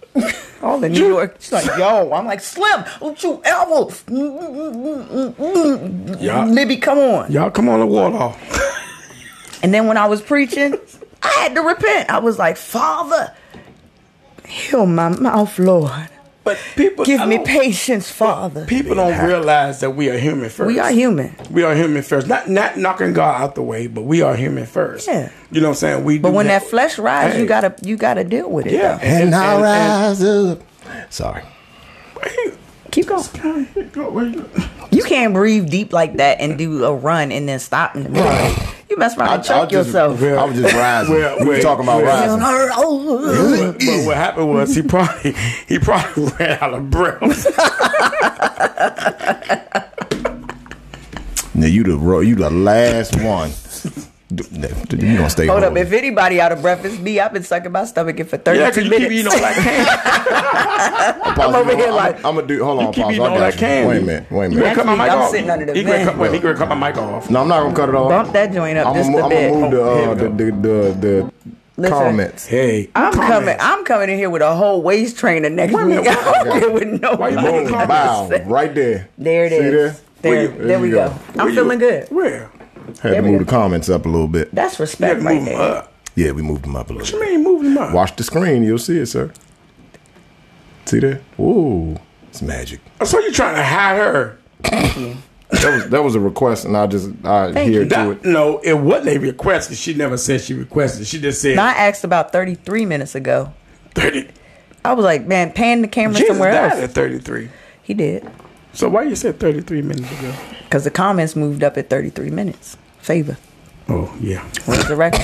C: All in New York. She's like, yo. I'm like, Slim, don't you ever.
B: Yeah.
C: Libby, come on.
B: Y'all come on the wall.
C: And then when I was preaching, I had to repent. I was like, Father, heal my mouth, Lord.
B: But people
C: Give
B: I
C: me
B: don't-
C: patience, Father.
B: People don't realize that we are human first.
C: We are human.
B: We are human first. Not not knocking God out the way, but we are human first.
C: Yeah.
B: You know what I'm saying? We
C: But when that flesh rises, you
B: Hey.
C: gotta you gotta deal with it.
B: Yeah.
A: And, I
B: and-
A: rise up. Sorry.
C: though. Keep going. You can't breathe deep like that and do a run and then stop in the middle. You must
A: I,
C: probably check
A: just,
C: yourself.
A: I was just rising.
B: Well,
A: we were
B: well,
A: talking about
B: well.
A: rising.
B: But what happened was he probably he probably ran out of breath.
A: Now you the ro- you the last one. D- nah, d- You gonna stay
C: Hold up,
A: home.
C: if anybody out of breath, it's me. I've been sucking my stomach in for
B: yeah,
C: 32
B: because you keep
C: minutes.
B: eating on like candy.
A: Pause,
C: I'm over
A: you know,
C: here
A: I'm,
C: like-
A: I'm gonna do. Hold on,
B: You keep
A: pause. I
B: eating all
A: got
B: that
A: you.
B: candy.
A: Wait a minute. Wait a
B: You better
A: minute.
B: cut my
C: Actually,
B: mic
C: I'm
B: off.
C: sitting under the
B: He gonna cut-
C: vent.
B: Wait, he gonna cut my mic off.
A: No, I'm not gonna cut it off.
C: Bump that joint up
A: I'm
C: just
A: gonna,
C: a
A: I'm
C: bit.
A: gonna move the, uh, the,
B: Here we
A: the the the
C: Listen.
A: comments.
B: Hey,
C: I'm coming.
B: comments.
C: I'm coming in here with a whole waist trainer next
B: Wait a
C: week.
B: minute, wait a
C: I'm
B: minute.
C: here with no.
B: Why you
C: money.
B: moving?
C: I'm
A: Wow,
C: just saying.
A: right there.
C: There it
A: See
C: is.
A: There,
C: There, there we go.
B: Where
C: I'm
B: you-
C: feeling good.
B: Where?
A: Had to
C: There we
A: move
C: go.
A: the comments up a little bit.
C: That's
B: You
C: respect
B: gotta
C: right
B: move
C: there.
B: him up.
A: Yeah, we moved them up a little.
B: You
A: bit.
B: ain't moving him up.
A: Watch the screen, you'll see it, sir. See that? Ooh, it's magic.
B: So you trying to hide her?
C: Thank you.
A: That was that was a request, and I just I
C: Thank
A: adhere
C: you.
A: to it.
B: That, no, it wasn't a request. 'cause She never said she requested. She just said
C: Now, I asked about 33 minutes ago.
B: thirty.
C: I was like, man, pan the camera
B: Jesus
C: somewhere
B: died
C: else.
B: at thirty-three.
C: He did.
B: So why you said thirty-three minutes ago?
C: Because the comments moved up at 33 minutes. Favor.
B: Oh yeah.
C: Where's the record?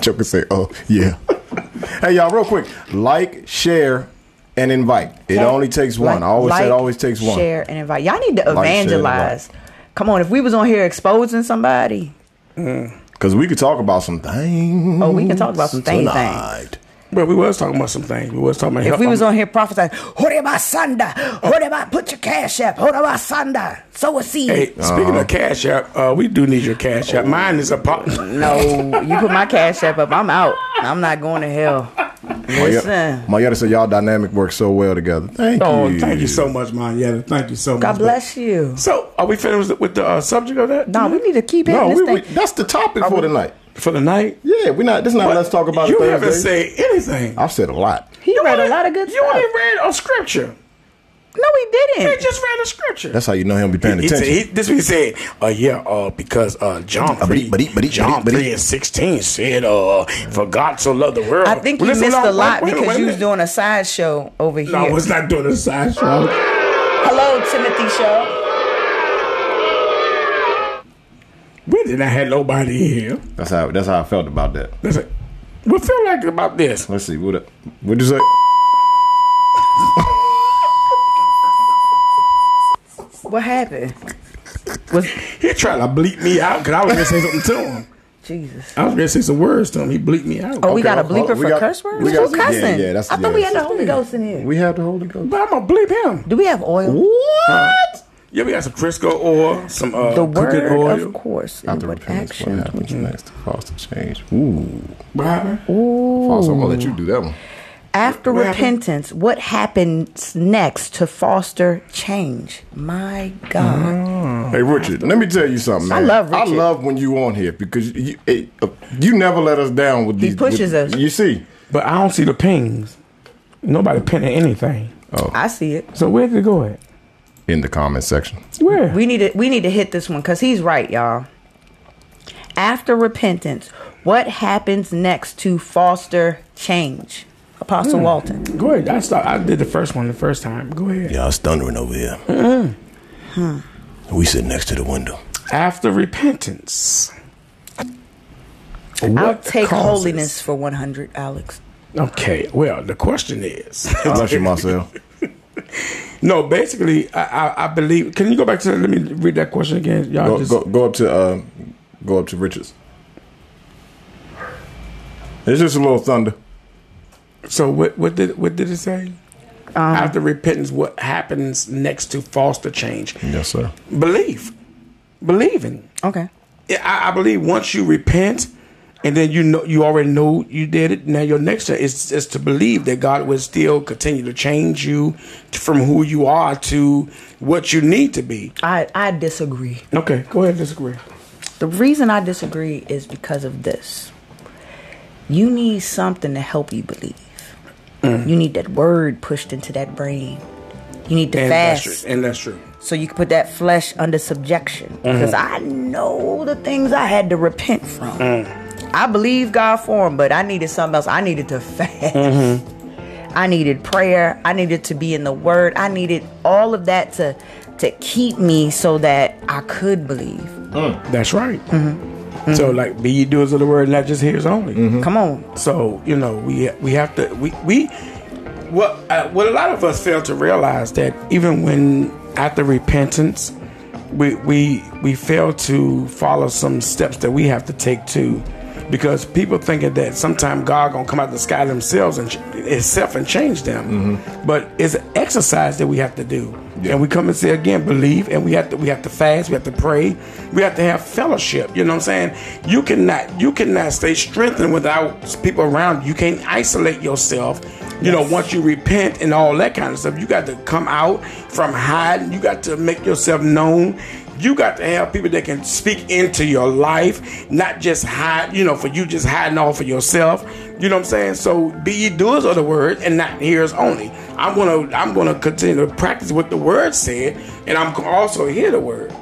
A: Joker say, "Oh yeah." hey y'all, real quick, like, share, and invite. It only takes one. I always say it
C: like,
A: always takes one.
C: Share and invite. Y'all need to
A: Like, share, and
C: evangelize. Come on, if we was on here exposing somebody,
A: Cause we could talk about some things.
C: oh, we can talk about some things. things.
A: tonight.
B: Well, we was talking about some things. We was talking about
C: If
B: help.
C: we was on here prophesying, what about Sunday? What about put your cash up? What about Sunday? Sow a seed.
B: Hey,
A: Uh-huh.
B: speaking of Cash App, uh, we do need your Cash App. Mine is a pop.
A: Oh,
C: No, you put my cash app up. I'm out. I'm not going to hell.
A: Oh,
C: Listen.
A: My yada said y'all dynamic works so well together. Thank
B: Oh,
A: you.
B: thank you so much, Mine. Yeah, thank you so much.
C: God bless you.
B: So, are we finished with the uh, subject of that?
C: No, we need to keep
A: No,
C: hitting
A: we,
C: this
A: we,
C: thing.
A: that's the topic for tonight.
B: for the night.
A: Yeah, we're not. This is not.
B: But
A: Let's talk about
B: You
A: it
B: haven't
A: Thursday.
B: said anything.
A: I've said a lot.
C: he read a
B: only-
C: lot of good
B: You
C: stuff.
B: only read a scripture.
C: no, he
B: They
C: didn't.
B: just read a scripture.
A: That's how you know him be paying
B: he
A: attention.
B: said, he, this what he said. Uh, yeah, uh, because uh, John
A: but he-
B: 3,
A: but he- but he-
B: John
A: but he-
B: 3 and 16 said, uh, for God so loved the world.
C: I think you
B: Well, listen,
C: missed
B: hold
C: a
B: on,
C: lot
B: wait, wait,
C: because
B: wait a
C: you was
B: minute.
C: doing a sideshow over here.
B: No, I was not doing a side show.
C: Hello, Timothy Show.
B: We did not have nobody here.
A: that's how. That's how I felt about that.
B: Listen, what feel like about this?
A: Let's see. What? What'd you say?
C: What happened? Was
B: He tried to bleep me out because I was going to say something to him.
C: Jesus.
B: I was going to say some words to him. He bleeped me out.
C: Oh, we
A: Okay,
C: got a
A: hold-
C: bleeper
A: we
C: for
A: got-
C: curse words?
A: we got-
C: Who cussing?
A: yeah, yeah, that's-
C: I thought
A: yeah,
C: we had the
A: that's-
C: Holy Ghost in here.
A: We have the Holy Ghost.
B: But I'm going to bleep him. Uh,
C: Do we have oil?
A: What?
B: Yeah, we got some Crisco oil, some uh,
C: The
B: cooking
C: word,
B: oil.
C: of course, and
A: After
C: what
A: repentance, what
C: action?
A: happens next? False to change. Ooh,
B: What happened?
A: false. I'm gonna let you do that one.
C: After
B: What happened?
C: repentance, what happens next to foster change? My God.
A: Hey Richard, let me tell you something.
C: I
A: Man.
C: love
A: I
C: Richard.
A: love when you on here because you it, uh, you never let us down with these.
C: pushes
A: with-
C: us.
A: You see.
B: But I don't see the pings. Nobody pinning anything.
C: I see it.
B: So where did it go at?
A: In the comment section.
B: Where?
C: We need to we need to hit this one because he's right, y'all. After repentance, what happens next to foster change? Apostle
B: Hmm.
C: Walton.
B: go ahead. I start, I did the first one the first time. Go ahead.
A: Y'all thundering over here.
C: Mm-hmm.
A: We sit next to the window.
B: After repentance.
C: I'll
B: what
C: take
B: causes-
C: holiness for one hundred, Alex.
B: Okay. Well, the question is.
A: Bless you, Marcel.
B: no, basically, I, I, I believe. Can you go back to? Let me read that question again. Y'all
A: Go,
B: just
A: go, go up to uh, go up to Richards. It's just a little thunder.
B: So what what did what did it say? After repentance, what happens next to foster change?
A: Yes, sir.
B: Believe, believing.
C: Okay.
B: Yeah, I, I believe once you repent, and then you know you already know you did it. Now your next step is is to believe that God will still continue to change you from who you are to what you need to be.
C: I, I disagree.
B: Okay, go ahead, disagree.
C: The reason I disagree is because of this. You need something to help you believe.
B: Mm.
C: You need that word pushed into that brain. You need to
B: And
C: fast
B: that's true. And that's true.
C: so you can put that flesh under
B: Mm-hmm.
C: subjection. Because I know the things I had to repent from.
B: Mm.
C: I believe God for him, but I needed something else. I needed to fast.
B: Mm-hmm.
C: I needed prayer. I needed to be in the Word. I needed all of that to to keep me so that I could believe.
B: That's right. So like, be ye doers of the word, not just hearers only.
C: Come on,
B: So you know, we we have to we we what uh, what a lot of us fail to realize that even when after repentance, we we we fail to follow some steps that we have to take too, because people thinking that sometime God gonna come out the sky themselves and ch- itself and change them, but it's an exercise that we have to do. And we come and say again, believe, and we have to we have to fast, we have to pray, we have to have fellowship. You know what I'm saying? You cannot you cannot stay strengthened without people around you. You can't isolate yourself. You know, once you repent and all that kind of stuff, you got to come out from hiding. You got to make yourself known. You got to have people that can speak into your life, not just hide, you know, for you just hiding all for yourself. You know what I'm saying? So be ye doers of the word and not hearers only. I'm gonna I'm gonna continue to practice what the word said, and I'm gonna also hear the word.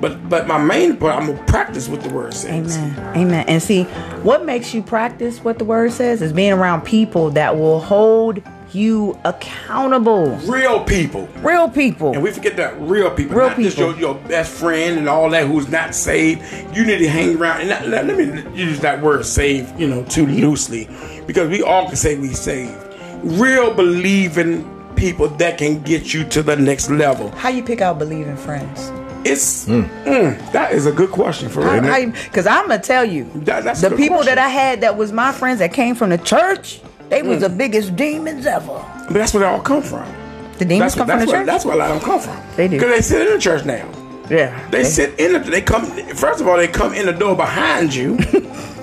B: But but my main part, I'm gonna practice what the word says.
C: Amen, Amen. And see, what makes you practice what the Word says is being around people that will hold you accountable.
B: Real people.
C: Real people.
B: And we forget that real people,
C: Real
B: not just
C: people.
B: your, your best friend and all that who's not saved. You need to hang around. And not, let, let me use that word "saved," you know, too loosely, because we all can say we saved. Real believing people that can get you to the next level.
C: How you pick out believing friends?
B: It's mm, that is a good question for real.
C: Because I'm gonna tell you,
B: That- that's
C: the
B: a good
C: people
B: question.
C: that I had that was my friends that came from the church, they was
B: Mm.
C: the biggest demons ever.
B: But that's where they all come from.
C: The
B: That's
C: demons come
B: where, that's,
C: from the
B: where,
C: church.
B: that's where a lot of them come from.
C: They do.
B: because they sit in the church now.
C: yeah,
B: They sit in the. They come. First of all, they come in the door behind you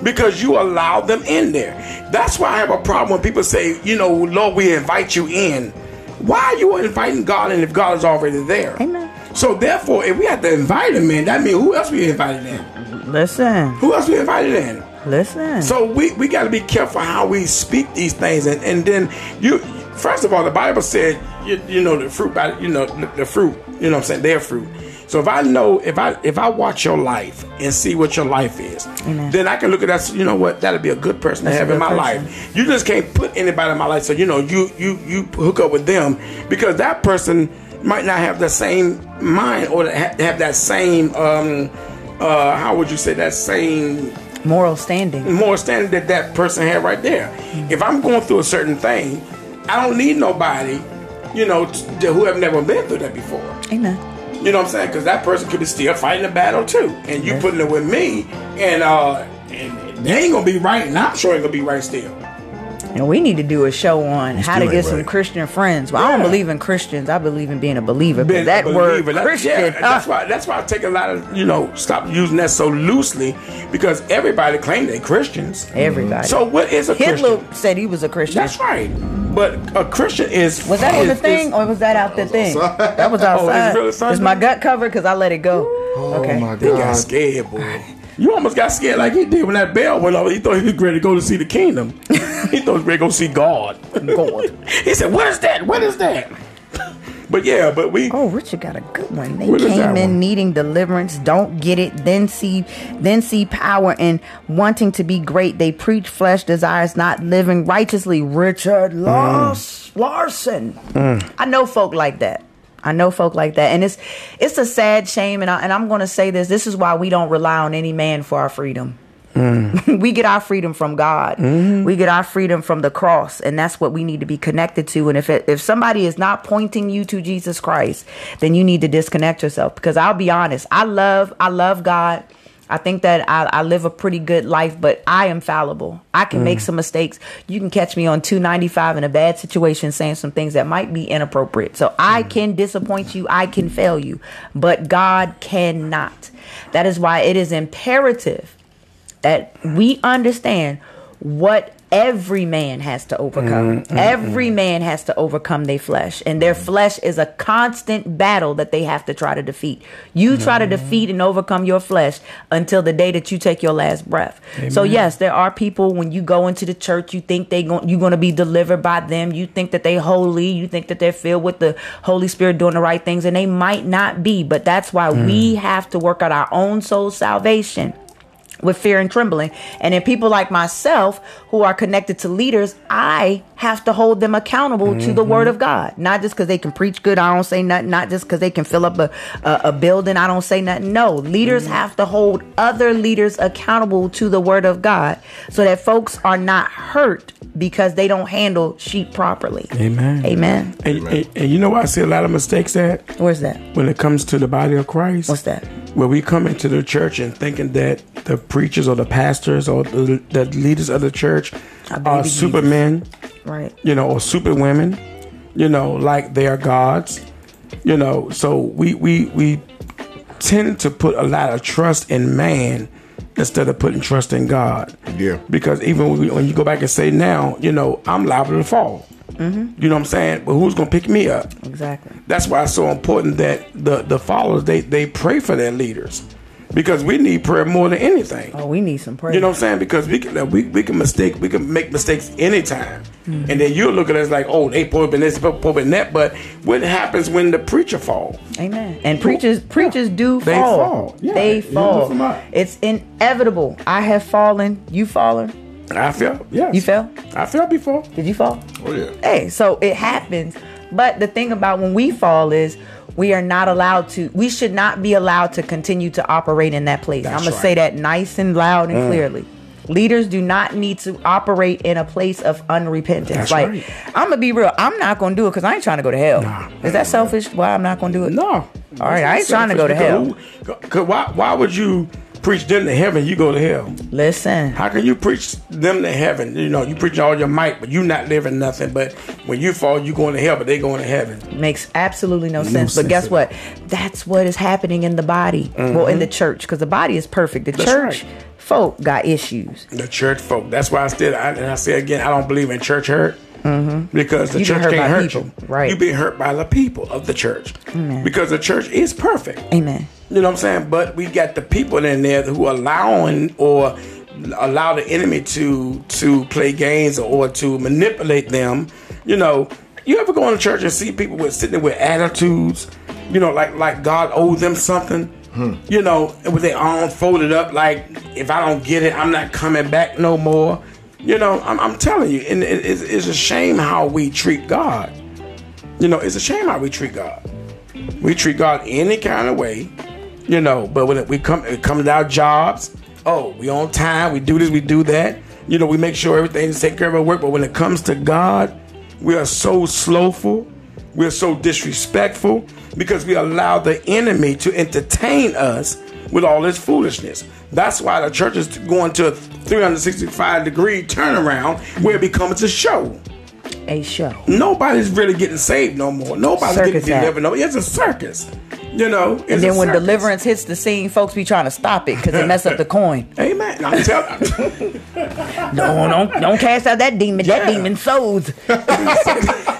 B: because you allow them in there. That's why I have a problem when people say, you know, Lord, we invite you in. Why are you inviting God in if God is already there?
C: Amen.
B: So therefore, if we have to invite him in, that means who else we invited in?
C: Listen,
B: Who else we invited in?
C: listen.
B: So we, we got to be careful how we speak these things, and, and then you first of all, the Bible said you, you know the fruit by you know the, the fruit you know what I'm saying their fruit. So if I know if I if I watch your life and see what your life is,
C: Amen.
B: then I can look at that. You know what? That'll be a good person
C: That's a
B: to have in
C: good
B: my
C: person.
B: life. You just can't put anybody in my life. So you know you you you hook up with them because that person might not have the same mind or ha- have that same um uh how would you say that same
C: Moral standing.
B: more standard that that person had right there.
C: Mm-hmm.
B: If I'm going through a certain thing, I don't need nobody, you know, t- to- who have never been through that before.
C: Amen.
B: You know what I'm saying? Because that person could be still fighting a battle too, and you putting it with me, and uh, and they ain't gonna be right, and I'm sure ain't gonna be right still.
C: And we need to do a show on how to
A: still
C: get
A: ain't
C: some
A: right.
C: Christian friends. Well, I don't
B: Yeah.
C: believe in Christians. I believe in being a believer. But
B: been
C: that
B: a
C: word
B: believer. That's-
C: Christian,
B: yeah,
C: uh,
B: that's why that's why I take a lot of you know stop using that so loosely because everybody claim they Christians.
C: everybody.
B: So what is a
C: Hitler
B: Christian?
C: said he was a Christian.
B: That's right. But a Christian is
C: Was that on the
B: is- is-
C: thing, or was that out the thing? That was outside.
B: Oh, really
C: Is
B: Sunday?
C: my gut covered because I let it go? okay.
D: my
B: He got
D: God.
B: scared, boy. You almost got scared like he did when that bell went off. He thought he was ready to go to see the kingdom. he thought he was ready to go see God.
C: God.
B: he said, "What is that? What is that?" but yeah, but we
C: Oh, Richard got a good one. They
B: What is
C: came
B: that
C: in
B: one?
C: needing deliverance, don't get it, then see, then see power and wanting to be great. They preach flesh desires, not living righteously. Richard
B: Mm.
C: Lars- Larson. I know folk like that. I know folk like that, and it's it's a sad shame. And I, and I'm going to say this: this is why we don't rely on any man for our freedom. we get our freedom from God. We get our freedom from the cross, and that's what we need to be connected to. And if it, if somebody is not pointing you to Jesus Christ, then you need to disconnect yourself. Because I'll be honest, I love I love God. I think that I, I live a pretty good life, but I am fallible. I can make some mistakes. You can catch me on 295 in a bad situation saying some things that might be inappropriate. So I can disappoint you. I can fail you, but God cannot. That is why it is imperative that we understand what every man has to overcome. Every man has to overcome their flesh. And their flesh is a constant battle that they have to try to defeat. You try to defeat and overcome your flesh until the day that you take your last breath. So yes, there are people when you go into the church, you think they going you're going to be delivered by them. You think that they holy, you think that they're filled with the Holy Spirit doing the right things and they might not be, but that's why we have to work out our own soul salvation with fear and trembling. And then people like myself who are connected to leaders, I have to hold them accountable to the word of God. Not just because they can preach good, I don't say nothing. Not just because they can fill up a, a, a building, I don't say nothing. No, leaders have to hold other leaders accountable to the word of God so that folks are not hurt because they don't handle sheep properly.
B: Amen.
C: Amen.
B: And, and, and you know where I see a lot of mistakes at?
C: Where's that?
B: when it comes to the body of Christ.
C: What's that?
B: Where we come into the church and thinking that the preachers or the pastors or the, the leaders of the church
C: baby
B: are
C: Jesus.
B: supermen,
C: Right.
B: you know, or superwomen, you know, like they are gods, you know. So we we we tend to put a lot of trust in man instead of putting trust in God.
A: Yeah.
B: Because even when, we, when you go back and say now, you know, I'm liable to fall. Mm-hmm. You know what I'm saying? But who's gonna pick me up?
C: Exactly.
B: That's why it's so important that the the followers they they pray for their leaders because we need prayer more than anything.
C: Oh, we need some prayer.
B: You know what I'm saying? Because we can we, we can mistake we can make mistakes anytime, and then you'll look at us like, oh, they probably this, probably that. But what happens when the preacher fall?
C: Amen. And preachers preachers do
B: They
C: fall.
B: fall. Yeah.
C: They
B: It
C: fall.
B: happens a lot.
C: It's inevitable. I have fallen. You fallen.
B: I fell. Yeah,
C: You fell?
B: I fell before.
C: Did you fall?
A: Oh yeah.
C: Hey, so it happens. But the thing about when we fall is we are not allowed to we should not be allowed to continue to operate in that place. I'm
B: That's
C: gonna
B: right. Mm.
C: say that nice and loud and clearly. Leaders do not need to operate in a place of unrepentance.
B: That's
C: like
B: right.
C: I'm gonna be real. I'm not gonna do it because I ain't trying to go to hell. Is that selfish? Why I'm not gonna do it?
B: No. All
C: right, I ain't trying to go to hell.
B: Cause why why would you preach them to heaven? You go to hell.
C: Listen.
B: How can you preach them to heaven? You know, you preach all your might, but you not living nothing. But when you fall, you going to hell, but they going to heaven.
C: makes absolutely no, sense.
B: sense
C: But guess
B: at
C: what? That's what is happening in the body. Well, in the church, because the body is perfect. The
B: Mm-hmm. That's
C: church
B: right.
C: folk got issues.
B: The church folk. That's why I said, I, and I say again, I don't believe in church hurt. Because the
C: Mm-hmm. You been
B: church
C: hurt
B: can't
C: by
B: hurt
C: people.
B: you.
C: Right.
B: You being hurt by the people of the church. Because the church is perfect.
C: Amen.
B: You know what I'm saying? But we got the people in there who allowing or allow the enemy to to play games or to manipulate them. You know, you ever go in church and see people with sitting there with attitudes, you know, like like God owed them something. You know, and with their arm folded up, like if I don't get it, I'm not coming back no more. You know, I'm, I'm telling you, and it, it's, it's a shame how we treat God. You know, it's a shame how we treat God. We treat God any kind of way, you know. But when it, we come, it comes to our jobs. Oh, we on time. We do this. We do that. You know, we make sure everything is taken care of at work. But when it comes to God, we are so slowful. We are so disrespectful because we allow the enemy to entertain us with all his foolishness. That's why the church is going to a 365 degree turnaround where it becomes a show.
C: A show.
B: Nobody's really getting saved no more. Nobody's
C: Circus
B: getting
C: act.
B: delivered no more. It's a circus. You know? It's
C: And
B: a
C: then when
B: circus.
C: deliverance hits the scene, folks be trying to stop it because it mess up the coin.
B: Amen. I'm telling
C: No, don't don't cast out that demon. That
B: Yeah.
C: demon souls.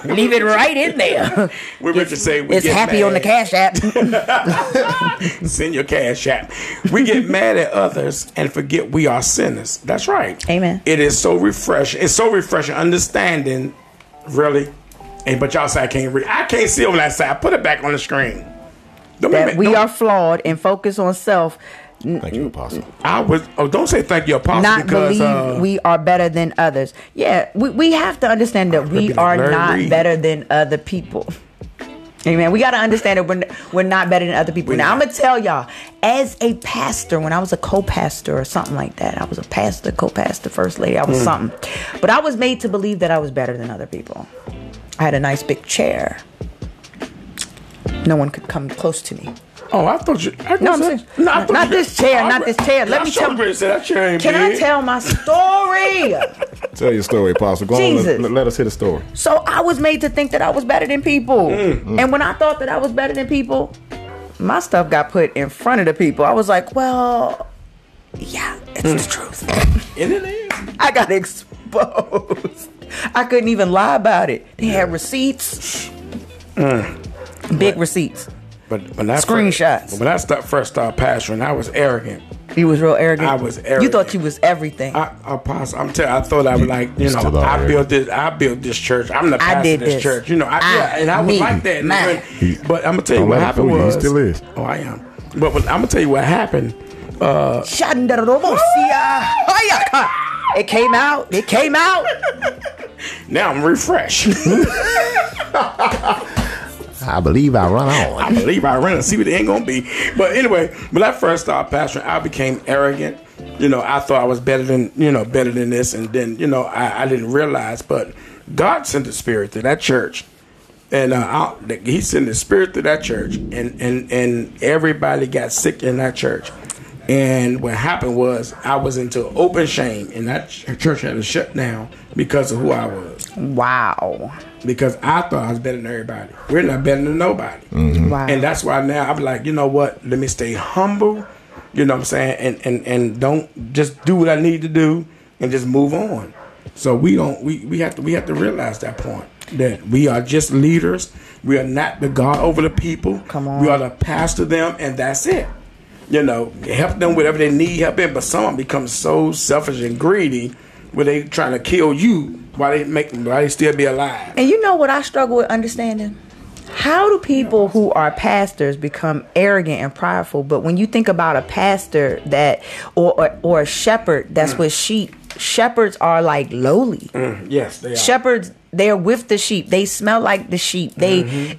C: Leave it right in there.
B: We're meant to say we
C: It's
B: get
C: happy on the
B: mad.
C: cash app.
B: Send your cash app. We get mad at others and forget we are sinners. That's right.
C: Amen.
B: It is so refreshing. It's so refreshing understanding, really. And but y'all say I can't read. I can't see over that side. Put it back on the screen. Don't make
C: that
B: me-
C: we
B: don't-
C: are flawed and focus on self.
A: Thank you, Apostle.
B: I was. Oh, don't say thank you, apostle.
C: not
B: because,
C: believe
B: uh,
C: we are better than others. Yeah, we, we have to understand that we
B: Repeat,
C: are
B: Larry
C: not
B: Reed.
C: better than other people. Amen. We got to understand that we're, we're not better than other people.
B: We're
C: now, I'm
B: not.
C: going to tell y'all, as a pastor, when I was a co pastor or something like that, I was a pastor, co pastor, first lady, I
B: Mm.
C: was something. But I was made to believe that I was better than other people. I had a nice big chair. No one could come close to me.
B: Oh, I thought you. I
C: No, I'm
B: said-
C: saying-
B: No, I thought
C: not
B: you-
C: this chair,
B: I
C: not
B: re-
C: this chair. Let
B: I
C: me
B: sure
C: tell-
B: really said that chair ain't
C: Can I
B: big.
C: tell my story?
A: Tell your story, Apostle. Go on.
C: Jesus.
A: Let, let us hear the story.
C: So I was made to think that I was better than people.
B: Mm.
C: And when I thought that I was better than people, my stuff got put in front of the people. I was
B: Mm.
C: like, well, yeah, it's the truth.
B: And it is.
C: I got exposed. exposed. I couldn't even lie about it. They had receipts.
B: Mm.
C: Big receipts.
B: But when I first-
C: Screenshots.
B: when I start, first started pastoring, I was arrogant.
C: You was real arrogant.
B: I was
C: You
B: arrogant.
C: thought you was everything.
B: I, I pos- I'm telling. I thought I was like, you know,
A: still are
B: I
A: arrogant.
B: built this. I built this church. I'm the
C: I
B: pastor
C: did
B: of this,
C: this.
B: church. You know, I,
C: I,
B: yeah, and I was
C: me,
B: like that.
C: mine.
A: He-
B: but I'm gonna tell you
A: Don't
B: what
A: let him
B: happened
A: fool you. He
B: was.
A: still is.
B: Oh, I am. But what, I'm gonna tell you what happened.
C: Shandarobosia. Hayaka. Oh, It came out. It came out.
B: Now I'm refreshed.
A: I believe I run on.
B: I believe I ran and see what it ain't gonna be. But anyway, when I first started pastoring, I became arrogant. You know, I thought I was better than you know, better than this, and then you know, I, I didn't realize. But God sent the Spirit to that church, and uh, I, that- He sent the Spirit to that church, and and and everybody got sick in that church. And what happened was I was into open shame, and that ch- church had to shut down because of who I was.
C: Wow.
B: Because I thought I was better than everybody. We're not better than nobody.
C: Wow.
B: And that's why now I'm like, you know what? Let me stay humble. You know what I'm saying? And and and don't just do what I need to do and just move on. So we don't we, we have to we have to realize that point that we are just leaders. We are not the God over the people.
C: Come on.
B: We are the pastor them and that's it. You know, help them whatever they need help in, but someone becomes so selfish and greedy where they trying to kill you while they make while they still be alive.
C: And you know what I struggle with understanding? How do people who are pastors become arrogant and prideful? But when you think about a pastor that or or, or a shepherd that's with sheep, shepherds are like lowly.
B: Yes, they are.
C: Shepherds they're with the sheep. They smell like the sheep. They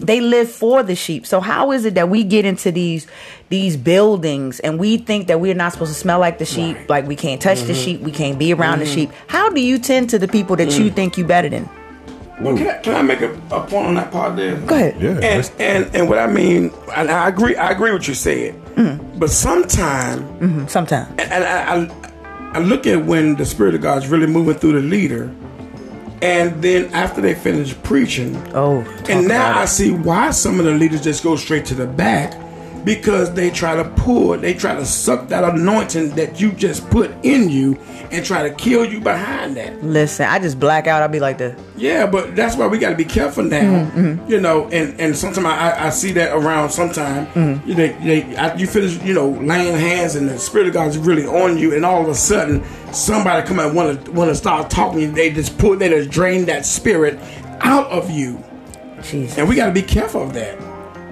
C: they live for the sheep. So how is it that we get into these these buildings and we think that we're not supposed to smell like the sheep, like we can't touch the sheep, we can't be around the sheep? How do you tend to the people that you think you better than?
B: Well, can, I, can I make a, a point on that part there?
C: Go ahead.
A: Yeah,
B: and,
A: that's-
B: and and what I mean, and I agree. I agree with you said.
C: Mm.
B: But sometimes,
C: Sometimes.
B: and I, I, I look at when the spirit of God is really moving through the leader, and then after they finish preaching,
C: Oh,
B: and
C: talk about
B: now
C: it.
B: I see why some of the leaders just go straight to the back because they try to pull, they try to suck that anointing that you just put in you and try to kill you behind that.
C: Listen, I just black out. I'll be like the
B: Yeah, but that's why we got to be careful now.
C: Mm,
B: You know, and and sometimes I, I see that around. Sometimes
C: Mm.
B: you they, they I, you finish you know laying hands and the spirit of God is really on you, and all of a sudden somebody come and want to want to start talking. They just pull, they just drain that spirit out of you,
C: Jesus.
B: and we got to be careful of that.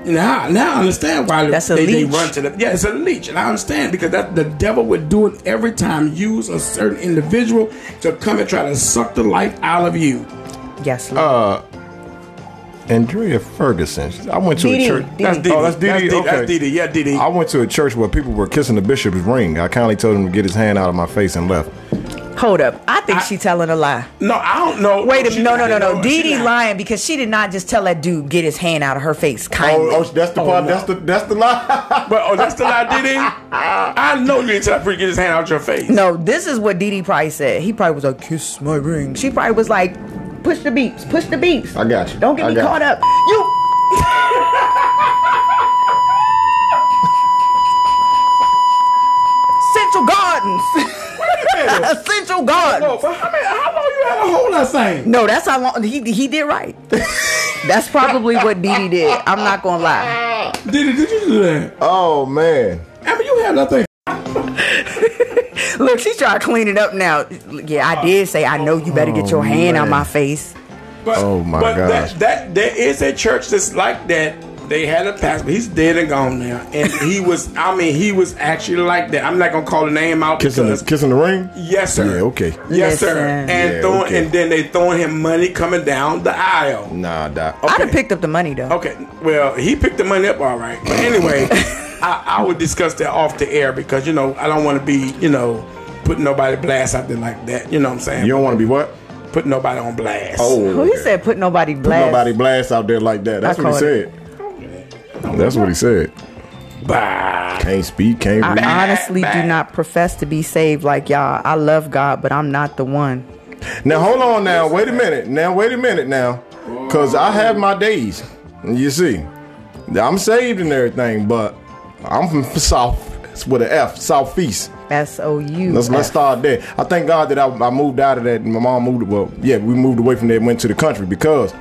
B: Now, now I understand why
C: That's a
B: they, they
C: leech.
B: run to the yeah, it's a leech, and I understand because that the devil would do it every time. Use a certain individual to come and try to suck the life out of you.
C: Yes, Lord.
A: Andrea Ferguson. I went to
C: DD.
A: a church.
C: That's DD.
A: Oh, that's DD.
B: That's DD.
A: Okay.
B: That's DD. Yeah, DD.
A: I went to a church where people were kissing the bishop's ring. I kindly told him to get his hand out of my face and left. uh,
C: Hold up. I think
B: I-
C: she telling a lie.
B: No, I don't know.
C: Wait a
B: She
C: minute. No, no,
B: not-
C: no, no.
B: she
C: Dee Dee
B: not.
C: lying because she did not just tell that dude get his hand out of her face kindly.
A: Oh, oh, that's the part. That's the that's the lie.
B: But oh, that's the lie, DD. I know you didn't tell that freak to get his hand out your face.
C: No, this is what Dee Dee probably said. He probably was like, kiss my ring. She probably was like, push the beeps, push the beeps.
A: I got you.
C: Don't get
A: I
C: me
A: got
C: caught
A: you.
C: up. You. Central Gardens. Central
B: No,
C: Gardens.
B: Oh, but how, many, how long you had to hold that thing?
C: No, that's how long he he did right. that's probably what Dee Dee did. I'm not gonna lie.
B: Diddy, did you do that?
A: Oh man.
B: I mean, you had that thing.
C: Look, she tried to clean it up now. Yeah, I did say I know you better get your hand
A: Oh,
C: out
A: man.
C: my face.
B: But,
A: Oh, my
B: but
A: gosh.
B: That, that there is a church that's like that. They had a pastor. He's dead and gone now, and he was. I mean, he was actually like that. I'm not gonna call the name out
A: Kissing the,
B: because
A: kissing the ring.
B: Yes, sir.
A: Yeah, okay.
B: Yes, sir. And
C: Listen.
A: Yeah,
B: throwing,
A: okay.
B: and then they throwing him money coming down the aisle.
A: Nah, doc.
C: I'd have picked up the money though.
B: Okay, well, he picked the money up all right. But anyway, I, I would discuss that off the air because, you know, I don't want to be, you know, putting nobody blast out there like that. You know what I'm saying?
A: You Oh. don't want to be what?
B: Putting nobody on blast.
C: Who he said put nobody blast?
A: Nobody blast out there like that. That's
C: I
A: what he
C: caught
A: said. That's what he said.
B: Bah.
A: Can't speak, can't read.
C: I honestly do not profess to be saved like y'all. I love God, but I'm not the one.
A: Now hold on now. Wait a minute. Now wait a minute now. Cause I have my days. You see. I'm saved and everything, but I'm from the South. That's with an F, Southeast.
C: S O U.
A: Let's let's
C: F.
A: start there. I thank God that I, I moved out of that. My mom moved. Well, yeah, we moved away from there and went to the country because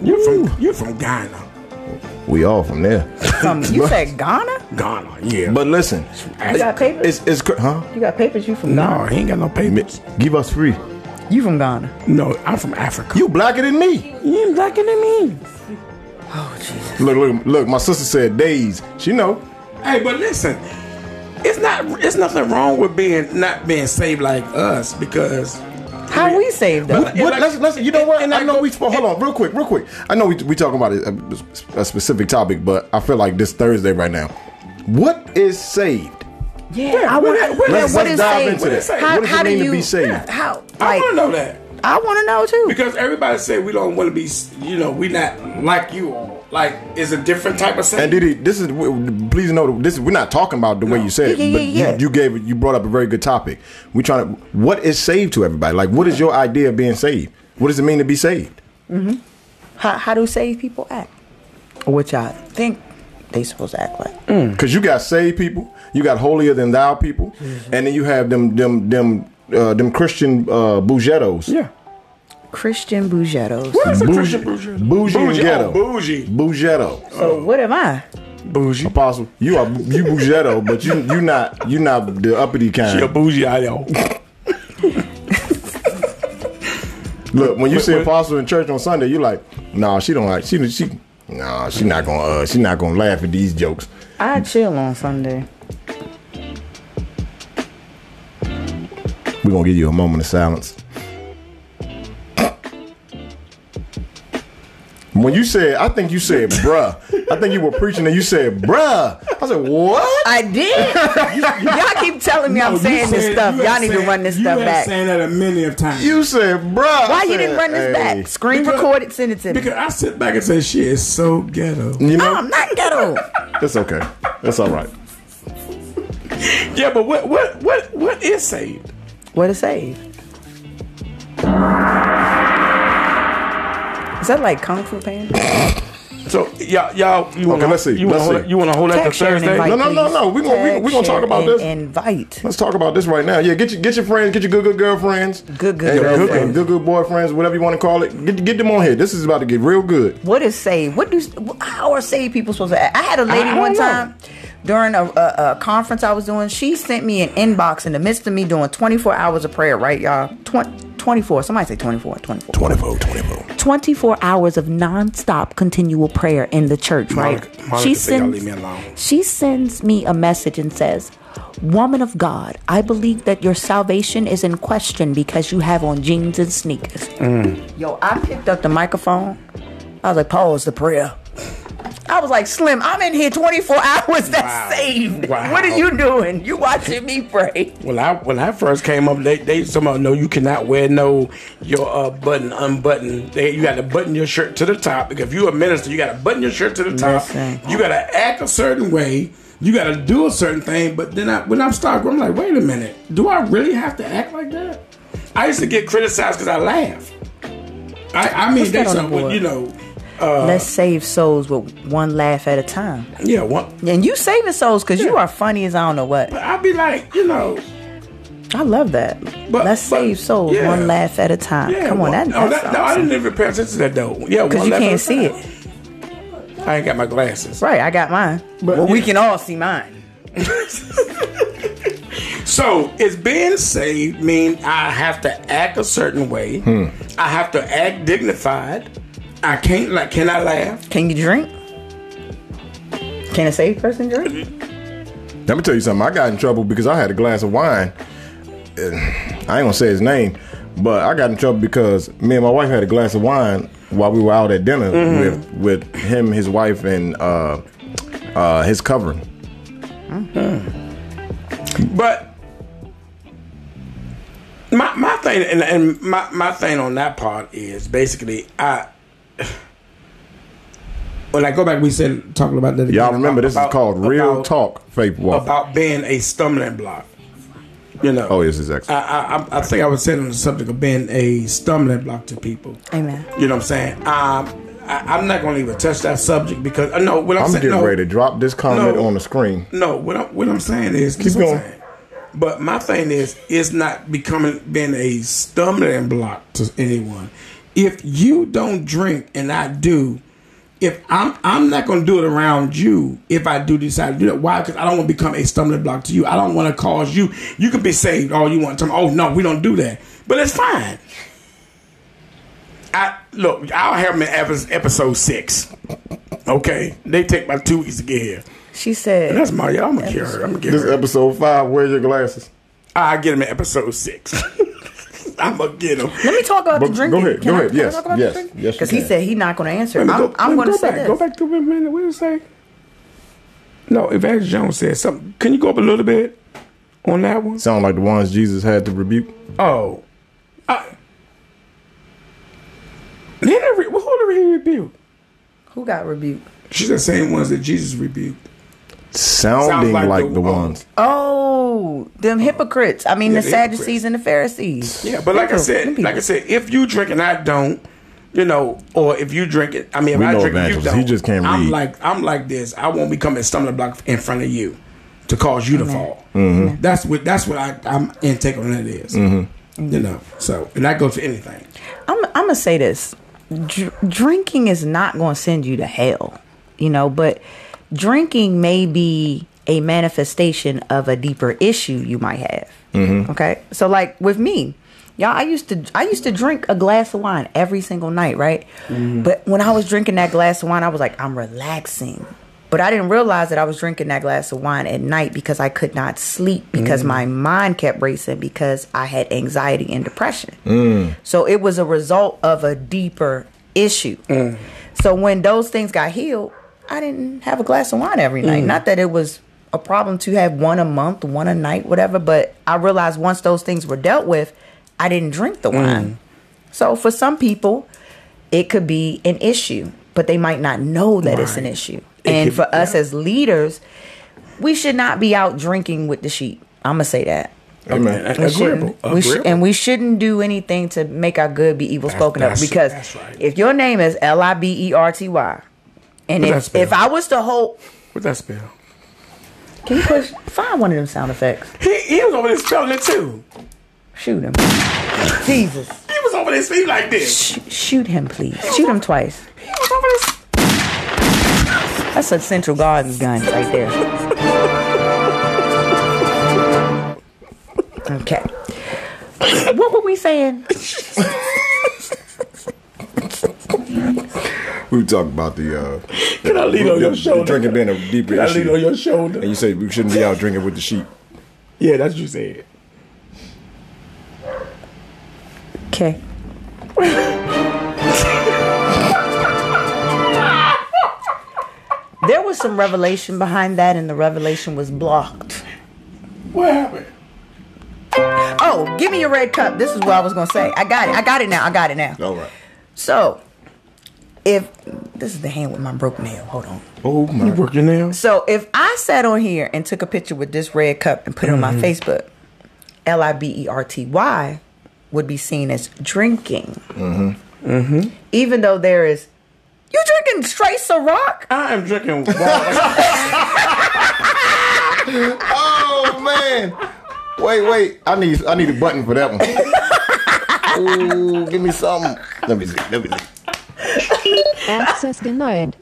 B: You're from, you're from Ghana.
A: we all from there.
C: Um, you said Ghana?
B: Ghana, yeah.
A: But listen,
C: You got papers?
A: it's it's cr- huh?
C: You got papers? You from
B: no, he ain't got no papers.
A: Give us free.
C: You from Ghana?
B: No, I'm from Africa.
A: You blacker than me.
B: you ain't blacker than me.
C: Oh Jesus.
A: Look, look, look. My sister said days. She know.
B: Hey, but listen, it's not. It's nothing wrong with being not being saved like us because
C: How we saved
B: But-
C: them?
A: What,
B: And like-
A: let's, let's, you know what?
B: and
A: I
B: like-
A: know we. Well, hold on, real quick, real quick. I know we we talking about a, a specific topic, but I feel like this Thursday right now. What is saved?
C: Yeah, I
B: what
C: want.
B: that- what
C: yeah,
B: that-
C: what
A: let's
C: is
A: dive
C: saved?
A: into that.
C: How,
A: What does it
C: how do
A: mean to
C: you,
A: be saved?
C: yeah, How? Like,
B: I want to know that
C: I want to know too.
B: because everybody say we don't want to be. You know, we not like you all. Like, it's a different type of
A: And
B: saved.
A: Didi, this is w- please know this. We're not talking about the way you said it,
C: Yeah, yeah,
A: but
C: yeah, yeah.
A: You, you gave you brought up a very good topic. We trying to what is saved to everybody? Like, what is your idea of being saved? What does it mean to be saved?
C: How, how do saved people act? Or what y'all think they supposed to act like?
A: Because you got saved people, you got holier than thou people,
B: Mm-hmm.
A: and then you have them them them uh, them Christian uh, bugettos.
B: yeah.
C: Christian Bugettos.
B: What is a
A: Bougie-
B: Christian bougie?
A: bougie and ghetto.
B: oh, bougie.
A: Bugetto.
C: So what am I?
B: Bougie.
A: Apostle, you are you bugetto, but you you not you not the uppity kind.
B: She a bougie I know.
A: Look, when you see
B: wait.
A: Apostle in church on Sunday, you like, nah, she don't like she she nah, she not gonna uh, she not gonna laugh at these jokes.
C: I chill on Sunday.
A: We're gonna give you a moment of silence. When you said, I think you said bruh. I think you were preaching and you said bruh. I said, What?
C: I did. Y'all keep telling me
B: Oh,
C: I'm
B: You
C: saying this
B: said-
C: stuff.
B: you
C: Y'all
B: have
C: need to
B: said-
C: run this
B: you
C: stuff
B: have
C: back.
B: saying that a million of times.
A: You said bruh.
C: Why you didn't run this back? Screen
B: Because-
C: record it, send it to me.
B: Because I sit back and say, shit, it's so ghetto.
A: You know,
C: no, Oh, I'm not ghetto.
A: it's okay. That's all right.
B: Yeah, but what what what what is saved?
C: what is saved? Is that like Kung Fu Panda?
B: So y'all y'all you
A: Okay, let's see,
B: You wanna
A: let's
B: hold
A: see.
B: it- you wanna hold that to
C: Text share and
B: Thursday?
C: invite,
A: No, no, no,
C: please.
A: no. We gonna- we- we gonna
C: Text,
A: talk
C: share,
A: about
C: and
A: this.
C: Invite.
A: Let's talk about this right now. Yeah, get your get your friends, get your good good girlfriends,
C: Good good
A: and
C: girlfriends.
A: good good, good boyfriends, whatever you want to call it. Get get them on here. This is about to get real good.
C: What is saved? What do how are saved people supposed to? Act? I had a lady
B: I don't
C: one
B: know.
C: time during a, a, a conference I was doing. She sent me an inbox in the midst of me doing 24 hours of prayer. Right, y'all. 20, 24. Somebody say 24. 24.
A: 24, 24.
C: 24 hours of nonstop continual prayer in the church, right?
B: Monica- Monica
E: she
B: said y'all
E: sends,
B: leave me alone.
E: she sends me a message and says, Woman of God, I believe that your salvation is in question because you have on jeans and sneakers.
B: Mm.
C: Yo, I picked up the microphone. I was like, pause the prayer. I was like, Slim, I'm in here 24 hours. That's
B: Wow.
C: saved.
B: Wow.
C: What are you doing? You watching me pray?
B: When I when I first came up, they they somehow no, you cannot wear no your uh, button unbutton. They, you got to button your shirt to the top because if you a minister, you got to button your shirt to the top.
C: Listen.
B: You got to act a certain way. You got to do a certain thing. But then I, when I'm starting, I'm like, wait a minute, do I really have to act like that? I used to get criticized because I laugh. I, I mean,
C: What's
B: they
C: that on
B: said,
C: the
B: well,
C: board?
B: you know, Uh.
C: Let's save souls with one laugh at a time.
B: yeah. One,
C: And you saving souls because you
B: Yeah.
C: are funny as I don't know what.
B: I'd be like, you know,
C: I love that.
B: But-
C: Let's
B: but-
C: save souls
B: yeah.
C: one laugh at a time.
B: yeah.
C: Come
B: one-
C: on, that,
B: no,
C: that's
B: that- no, I
C: awesome.
B: didn't even pay attention to that though. Yeah,
C: Because
B: one
C: you
B: left
C: can't
B: at a
C: see
B: time. I ain't got my glasses.
C: Right, I got mine.
B: But-
C: well, we
B: yeah.
C: can all see mine.
B: So is being saved mean I have to act a certain way?
A: Hmm.
B: I have to act dignified. I can't like can I laugh?
C: Can you drink? Can a saved person drink?
A: Let me tell you something. I got in trouble because I had a glass of wine. Uh, I ain't gonna say his name, but I got in trouble because me and my wife had a glass of wine while we were out at dinner
B: Mm-hmm.
A: with with him, his wife, and uh, uh, his covering.
B: But my my thing and, and my, my thing on that part is basically I when I go back we said talking about that
A: Y'all
B: again,
A: remember this
B: about-
A: is called Real
B: about-
A: Talk Faith Walk.
B: about being a stumbling block. You know.
A: oh, yes, exactly.
B: I, I, I- I think I was sitting on the subject of being a stumbling block to people.
C: Amen.
B: You know what I'm saying? Um, I, I'm not going to even touch that subject because uh, no. What I'm,
A: I'm
B: saying,
A: getting
B: no,
A: ready to drop this comment
B: No.
A: on the screen.
B: No, what I'm, what I'm saying is keep
A: going.
B: But my thing is, it's not becoming been a stumbling block to anyone. If you don't drink and I do, if I'm I'm not going to do it around you. If I do decide to do that, why? Because I don't want to become a stumbling block to you. I don't want to cause you. You can be saved all you want. Tell me, oh no, we don't do that. But it's fine. I look. I'll have them in epi- episode six. Okay, they take my two weeks to get here.
C: She said,
B: That's my. I'm gonna kill her. I'm gonna get
A: This is
B: her.
A: episode five. Where's your glasses?
B: I get him in episode six. I'm gonna get him.
C: Let me talk about
A: But
C: the
A: go
C: drinking.
A: ahead,
C: Can
A: go
C: I-
A: ahead.
C: can I
A: Yes,
C: talk about the
A: yes,
C: drinking?
A: yes, you
C: he
A: can.
C: said he's not going to answer.
B: Let
C: I'm,
B: me go- let me
C: I'm going to
B: go
C: say
B: back.
C: this.
B: Go back to a minute. What did it say? No, Evangelist Jones said something. Can you go up a little bit on that one?
A: Sound like the ones Jesus had to rebuke.
B: Oh, I, Then I re- who did he rebuke?
C: Who got rebuked?
B: She's the same ones that Jesus rebuked.
A: Sounding
B: like
A: like,
B: the-
A: the, ones.
C: Oh, them hypocrites. I mean,
B: Uh, Yeah,
C: the
B: the
C: Sadducees
B: hypocrites.
C: and the Pharisees.
B: Yeah, but like I
C: Them
B: said,
C: people.
B: like I said, if you drink and I don't, you know, or if you drink it, I mean, if
A: We
B: I
A: know
B: drink and you
A: evangelists.
B: don't,
A: He just can't
B: I'm
A: read.
B: like, I'm like this. I won't be coming stumbling block in front of you to cause you to fall.
A: Mm-hmm.
B: That's what that's what I, I'm intake on that is.
A: Mm-hmm.
B: You know, so and that goes for anything.
C: I'm, I'm gonna say this: Dr- drinking is not gonna send you to hell, you know. But drinking may be a manifestation of a deeper issue you might have. Okay, so like with me, y'all, I used to I used to drink a glass of wine every single night, right? But when I was drinking that glass of wine, I was like, I'm relaxing. But I didn't realize that I was drinking that glass of wine at night because I could not sleep because my mind kept racing because I had anxiety and depression. So it was a result of a deeper issue. So when those things got healed, I didn't have a glass of wine every night. Not that it was a problem to have one a month, one a night, whatever, but I realized once those things were dealt with, I didn't drink the wine. So for some people, it could be an issue, but they might not know that it's an
B: Right.
C: issue.
B: It
C: and
B: could-
C: for us
B: yeah.
C: as leaders, we should not be out drinking with the sheep. I'm gonna say that.
A: Amen.
B: And
C: We
B: agreeable,
C: shouldn't, we sh-
B: agreeable.
C: and we shouldn't do anything to make our good be evil
B: That's-
C: spoken of
B: that's-
C: because
B: that's right.
C: if your name is L I B E R T Y, and
B: But that's
C: if,
B: fair.
C: if I was to hold,
B: What that spell?
C: can you push find one of them sound effects?
B: He, he was over there spelling it too.
C: Shoot him, Jesus!
B: He was over there speaking like this.
C: Sh- shoot him, please. Shoot him twice.
B: He was over there. s-
C: That's a Central Garden gun right there. Okay. What were we saying?
A: We talked about the. Uh,
B: Can I lean
A: the-
B: on your
A: the
B: shoulder?
A: Drinking being a deeper
B: Can I lean on
A: issue.
B: your shoulder?
A: And you say we shouldn't be out drinking with the sheep.
B: yeah, that's what you said.
C: Okay. there was some revelation behind that, and the revelation was blocked.
B: What happened?
C: Oh, give me your red cup. This is what I was gonna say. I got it. I got it now. I got it now.
A: All right.
C: So, if this is the hand with my broke nail, hold on.
A: Oh my.
B: Work your nails.
C: So if I sat on here and took a picture with this red cup and put it on my Facebook, L I B E R T Y would be seen as drinking. Mm-hmm. Mm-hmm. Even though there is, you drinking straight Ciroc?
B: I am drinking water.
A: Oh man. Wait, wait. I need I need a button for that one. Ooh, give me something. Let me see. Let me see.
F: Access denied.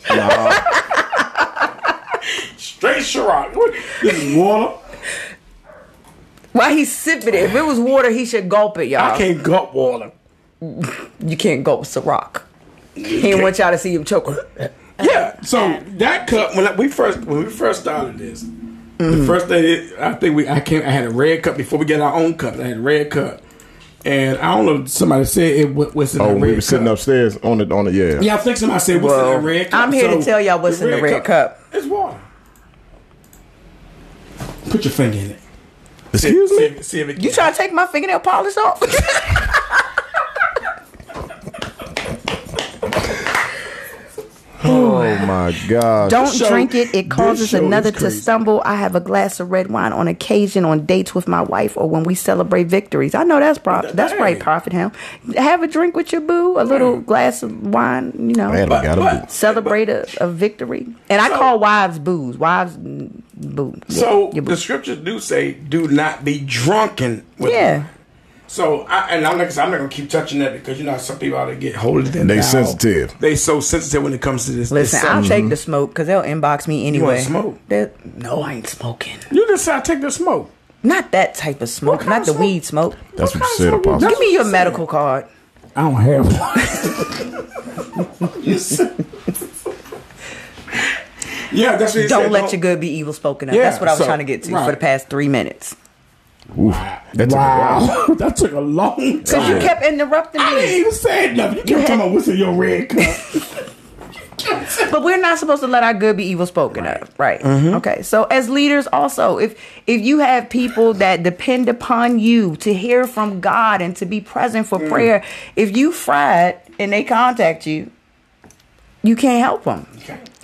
B: Straight Ciroc. What- This is water.
C: Why he sipping it? If it was water, he should gulp it, y'all.
B: I can't gut water.
C: You can't gulp Ciroc. He didn't want y'all to see him choking.
B: Yeah. So that cup when I- we first when we first started this,
A: Mm-hmm.
B: the first thing it- I think we I came I had a red cup before we got our own cup. I had a red cup, and I don't know. Somebody said it wa- was in
A: Oh,
B: the red
A: we were sitting
B: cup.
A: upstairs on it on it. Yeah.
B: Yeah, I think somebody said what's
C: Well,
B: in the red cup.
C: I'm here to tell y'all what's in the red cup.
B: It's water. Put your finger in it.
A: Excuse
B: See
A: me.
B: if, see if it
C: You
B: can-
C: trying to take my fingernail polish off?
A: Oh my God.
C: Don't
B: show-
C: drink it. It
B: this
C: causes
B: show is
C: another to
B: crazy.
C: stumble. I have a glass of red wine on occasion on dates with my wife or when we celebrate victories. I know that's prof- that's right,
B: Hey.
C: Prophet Him. Have a drink with your boo, a little glass of wine, you know.
A: Man, I
B: But-
A: gotta
B: but-
A: be.
C: Celebrate a, a victory. And I call wives boos. Wives mm, boo. Yeah,
B: So
C: your boo.
B: the scriptures do say, "Do not be drunken." With
C: Yeah.
B: wine." So I, and I'm like, I said, I'm not gonna keep touching that because you know how some people out there get hold of them.
A: They
B: now.
A: sensitive.
B: They so sensitive when it comes to this.
C: Listen,
B: this
C: I'll
B: subject.
C: take the smoke because they'll inbox me
B: wanna
C: anyway.
B: smoke?
C: That- no, I ain't smoking.
B: You just said I take the smoke.
C: Not that type of smoke.
B: kind
C: Not
B: of
C: the
B: smoke?
C: weed smoke.
A: That's what
B: kind
A: you
B: of
A: said,
B: smoke you
A: Apostle.
B: got?
C: Give me your
B: That's what I'm
C: medical card.
B: I don't have one. yeah, that's what he
C: Don't
B: said,
C: let your good be evil spoken of.
B: Yeah,
C: That's what I was
B: so-
C: trying to get to
B: right.
C: for the past three minutes.
A: Oof, that took a while.
B: Wow, that took a long
C: Because
B: time.
C: you kept interrupting
B: I didn't
C: me.
B: even say nothing. You kept talking about what's in your red cup.
C: But we're not supposed to let our good be evil spoken of. Right.
B: Mm-hmm.
C: Okay. So as leaders also, if if you have people that depend upon you to hear from God and to be present
B: Mm.
C: for prayer, if you fried and they contact you, you can't help them.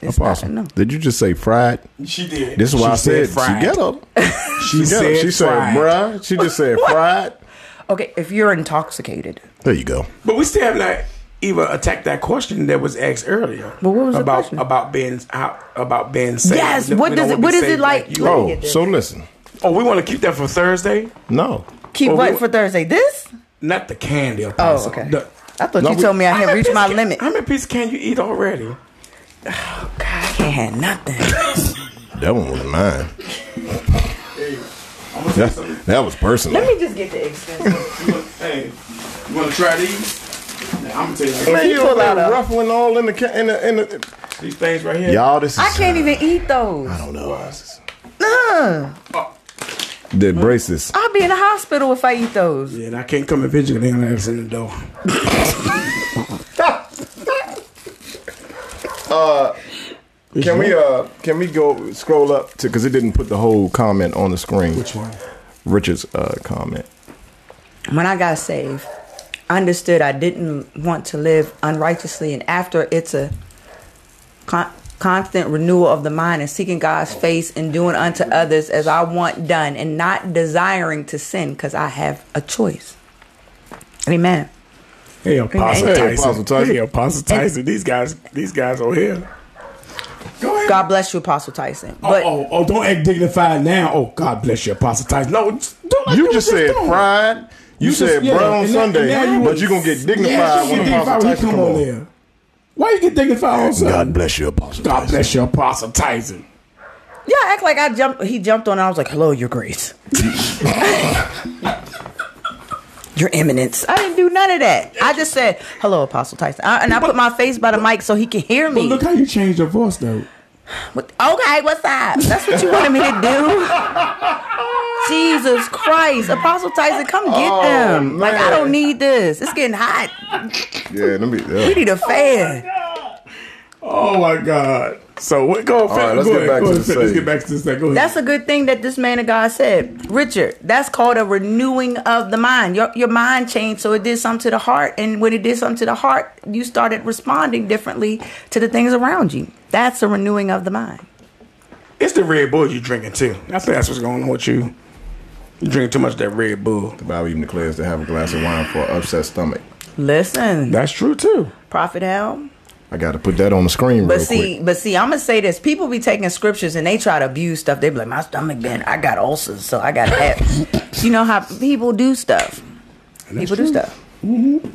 C: It's not
A: Apostle,
C: enough.
A: did you just say fried?
B: She did.
A: This is why
B: She
A: I said,
B: fried.
A: she get up.
B: She
A: She,
B: said,
A: she said,
B: fried.
A: bruh. She just said fried.
C: Okay, if you're intoxicated.
A: There you go.
B: But we still have not even attacked that question that was asked earlier.
C: Well, what was the
B: about
C: question?
B: about being out about being saved?
C: Yes,
B: We
C: what
B: don't
C: does it-
B: wanna be
C: what is it
B: saved
C: like-
B: you.
C: Let
B: Oh,
C: me
A: Oh,
C: get this.
A: so listen.
B: oh, we want to keep that for Thursday.
A: No.
C: Keep
B: Well, we
C: what
B: were-
C: for Thursday? This?
B: Not the candy.
C: Oh,
B: Apostle.
C: okay.
B: The-
C: I thought
A: No,
C: you
A: we-
C: told me I
B: How
C: had
B: many
C: reached
B: piece
C: my
B: can-
C: limit.
B: How many pieces can you eat already?
C: I can't have nothing.
A: That one was mine. That, that was personal.
C: Let me just get the expensive.
B: Hey, you want to try these? I'm gonna tell you,
A: Man,
C: He
A: you
C: pulled
A: over there
C: out a-
A: ruffling all in the, ca- in the in the.
B: these things right here.
A: Y'all, this is.
C: I can't even eat those.
A: I don't know.
C: Ugh.
A: The braces.
C: I'll be in the hospital if I eat those.
B: Yeah, and I can't come and visit you. They're gonna ask in the door.
A: Can we uh can we go scroll up to because it didn't put the whole comment on the screen. Which
B: one?
A: Richard's uh comment.
C: When I got saved, I understood I didn't want to live unrighteously, and after it's a con- constant renewal of the mind and seeking God's face and doing unto others as I want done, and not desiring to sin because I have a choice. Amen.
B: Hey, Apostle
A: Hey,
B: Tyson.
A: Apostle Tyson.
B: Hey, Apostle Tyson. These guys, these guys over here. Go ahead.
C: God bless you, Apostle Tyson. But
B: oh, oh, oh, don't act dignified now. Oh, God bless you, Apostle Tyson. No, don't like
A: You
B: was
A: just said
B: doing.
A: fried. You,
B: You just-
A: said
B: yeah,
A: brown on
B: and now-
A: Sunday,
B: and now you
A: but
B: was-
A: you're gonna get dignified
B: Yeah, you
A: when
B: get dignified
A: Apostle
B: when you
A: Tyson
B: come on there. Why you get dignified on Sunday?
A: God bless you, Apostle.
B: God bless you, Apostle Tyson.
C: yeah, act like I jumped. He jumped on. And I was like, "Hello, Your Grace, Your Eminence." I didn't do none of that. I just said, "Hello, Apostle Tyson," I, and I put my face by the mic so he can hear
B: But
C: me.
B: look how you changed your voice, though.
C: What- okay, what's up? That's what you wanted me to do. Jesus Christ, Apostle Tyson, come get
A: Oh,
C: them. Like I
A: man.
C: don't need this. It's getting hot.
A: Yeah, let me.
C: We
A: Yeah.
C: need a fan.
B: Oh my God! So what? Go ahead.
A: right, let's
B: go
A: get
B: ahead,
A: back to
B: go ahead,
A: the
B: Let's
A: stage.
B: get back to this thing. Go ahead.
C: That's a good thing that this man of God said. Richard, that's called a renewing of the mind. Your, your mind changed, so it did something to the heart. And when it did something to the heart, you started responding differently to the things around you. That's a renewing of the mind.
B: It's the Red Bull you drinking too. I think that's what's going on with you. You drinking too much of that Red Bull.
A: The Bible even declares to have a glass of wine for an upset stomach.
C: Listen,
B: That's true too.
C: Prophet Helm.
A: I got to put that on the screen
C: But
A: real
C: see,
A: quick.
C: but see, I'm gonna say this: people be taking scriptures and they try to abuse stuff. They be like, "My stomach been, I got ulcers, so I got that." you know how people do stuff. people do stuff.
B: Mm-hmm.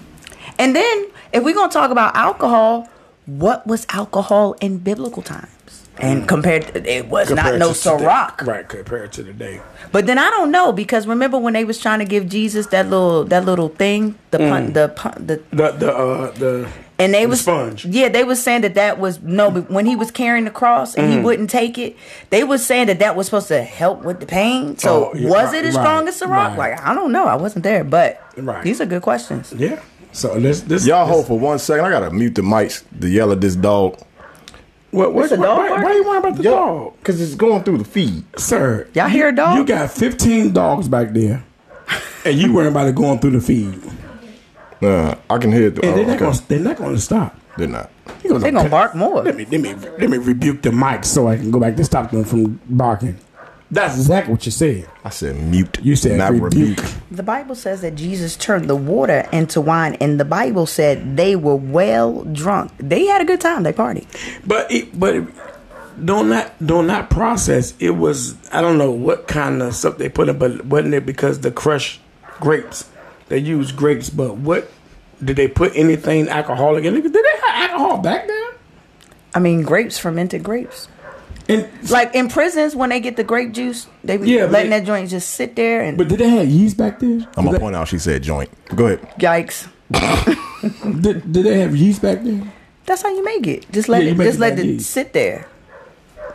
C: And then, if we're gonna talk about alcohol, what was alcohol in biblical times? And compared, to, it was
B: Mm. Compared
C: not no
B: to today.
C: Ciroc.
B: Right, compared to today.
C: But then I don't know because remember when they was trying to give Jesus that little that little thing, the pun,
B: Mm.
C: the pun, the
B: The the uh the
C: and they
B: the
C: was
B: sponge.
C: Yeah, they was saying that that was no. But when he was carrying the cross and he
B: Mm-hmm.
C: wouldn't take it, they was saying that that was supposed to help with the pain. So
B: Oh, yeah,
C: was
B: right,
C: it as
B: right,
C: strong as Ciroc?
B: right.
C: Like I don't know. I wasn't there, but
B: Right.
C: these are good questions.
B: Yeah. So let's this
A: Y'all
B: this-
A: hold for one second. I gotta mute the mics to yell at this dog.
B: What, what,
C: It's a dog
B: why,
C: park?
B: why you worrying about the dog,
A: because it's going through the feed.
B: sir?
C: Y'all hear a dog?
B: You got fifteen dogs back there, and you worrying about it going through the feed.
A: Uh, I can hear it.
B: And
A: oh,
B: they're, not
A: okay.
B: gonna, they're not going to stop.
A: They're not.
B: You're Hold
C: They
B: on.
C: gonna bark more.
B: Let me, let me let me rebuke the mic so I can go back to stop them from barking. That's exactly what you said.
A: I said mute.
B: You said
A: not
B: rebuke.
A: rebuke.
C: The Bible says that Jesus turned the water into wine, and the Bible said they were well drunk. They had a good time. They party.
B: But it, but it- don't not don't not process. It was I don't know what kind of stuff they put in, but wasn't it because the crushed grapes? They used grapes, but what did they put anything alcoholic in? it? Did they have alcohol back then?
C: I mean, grapes, fermented grapes.
B: And
C: Like in prisons, when they get the grape juice, they be
B: Yeah, but
C: letting
B: they-
C: that joint just sit there and
B: but did they have yeast back then?
A: I'm gonna
B: Did-
A: point out she said joint. Go ahead.
C: yikes.
A: Um,
B: Did, did they have yeast back then?
C: That's how you make it. Just let
B: Yeah, you
C: it.
B: make
C: Just
B: it
C: let
B: like
C: it
B: these.
C: sit there.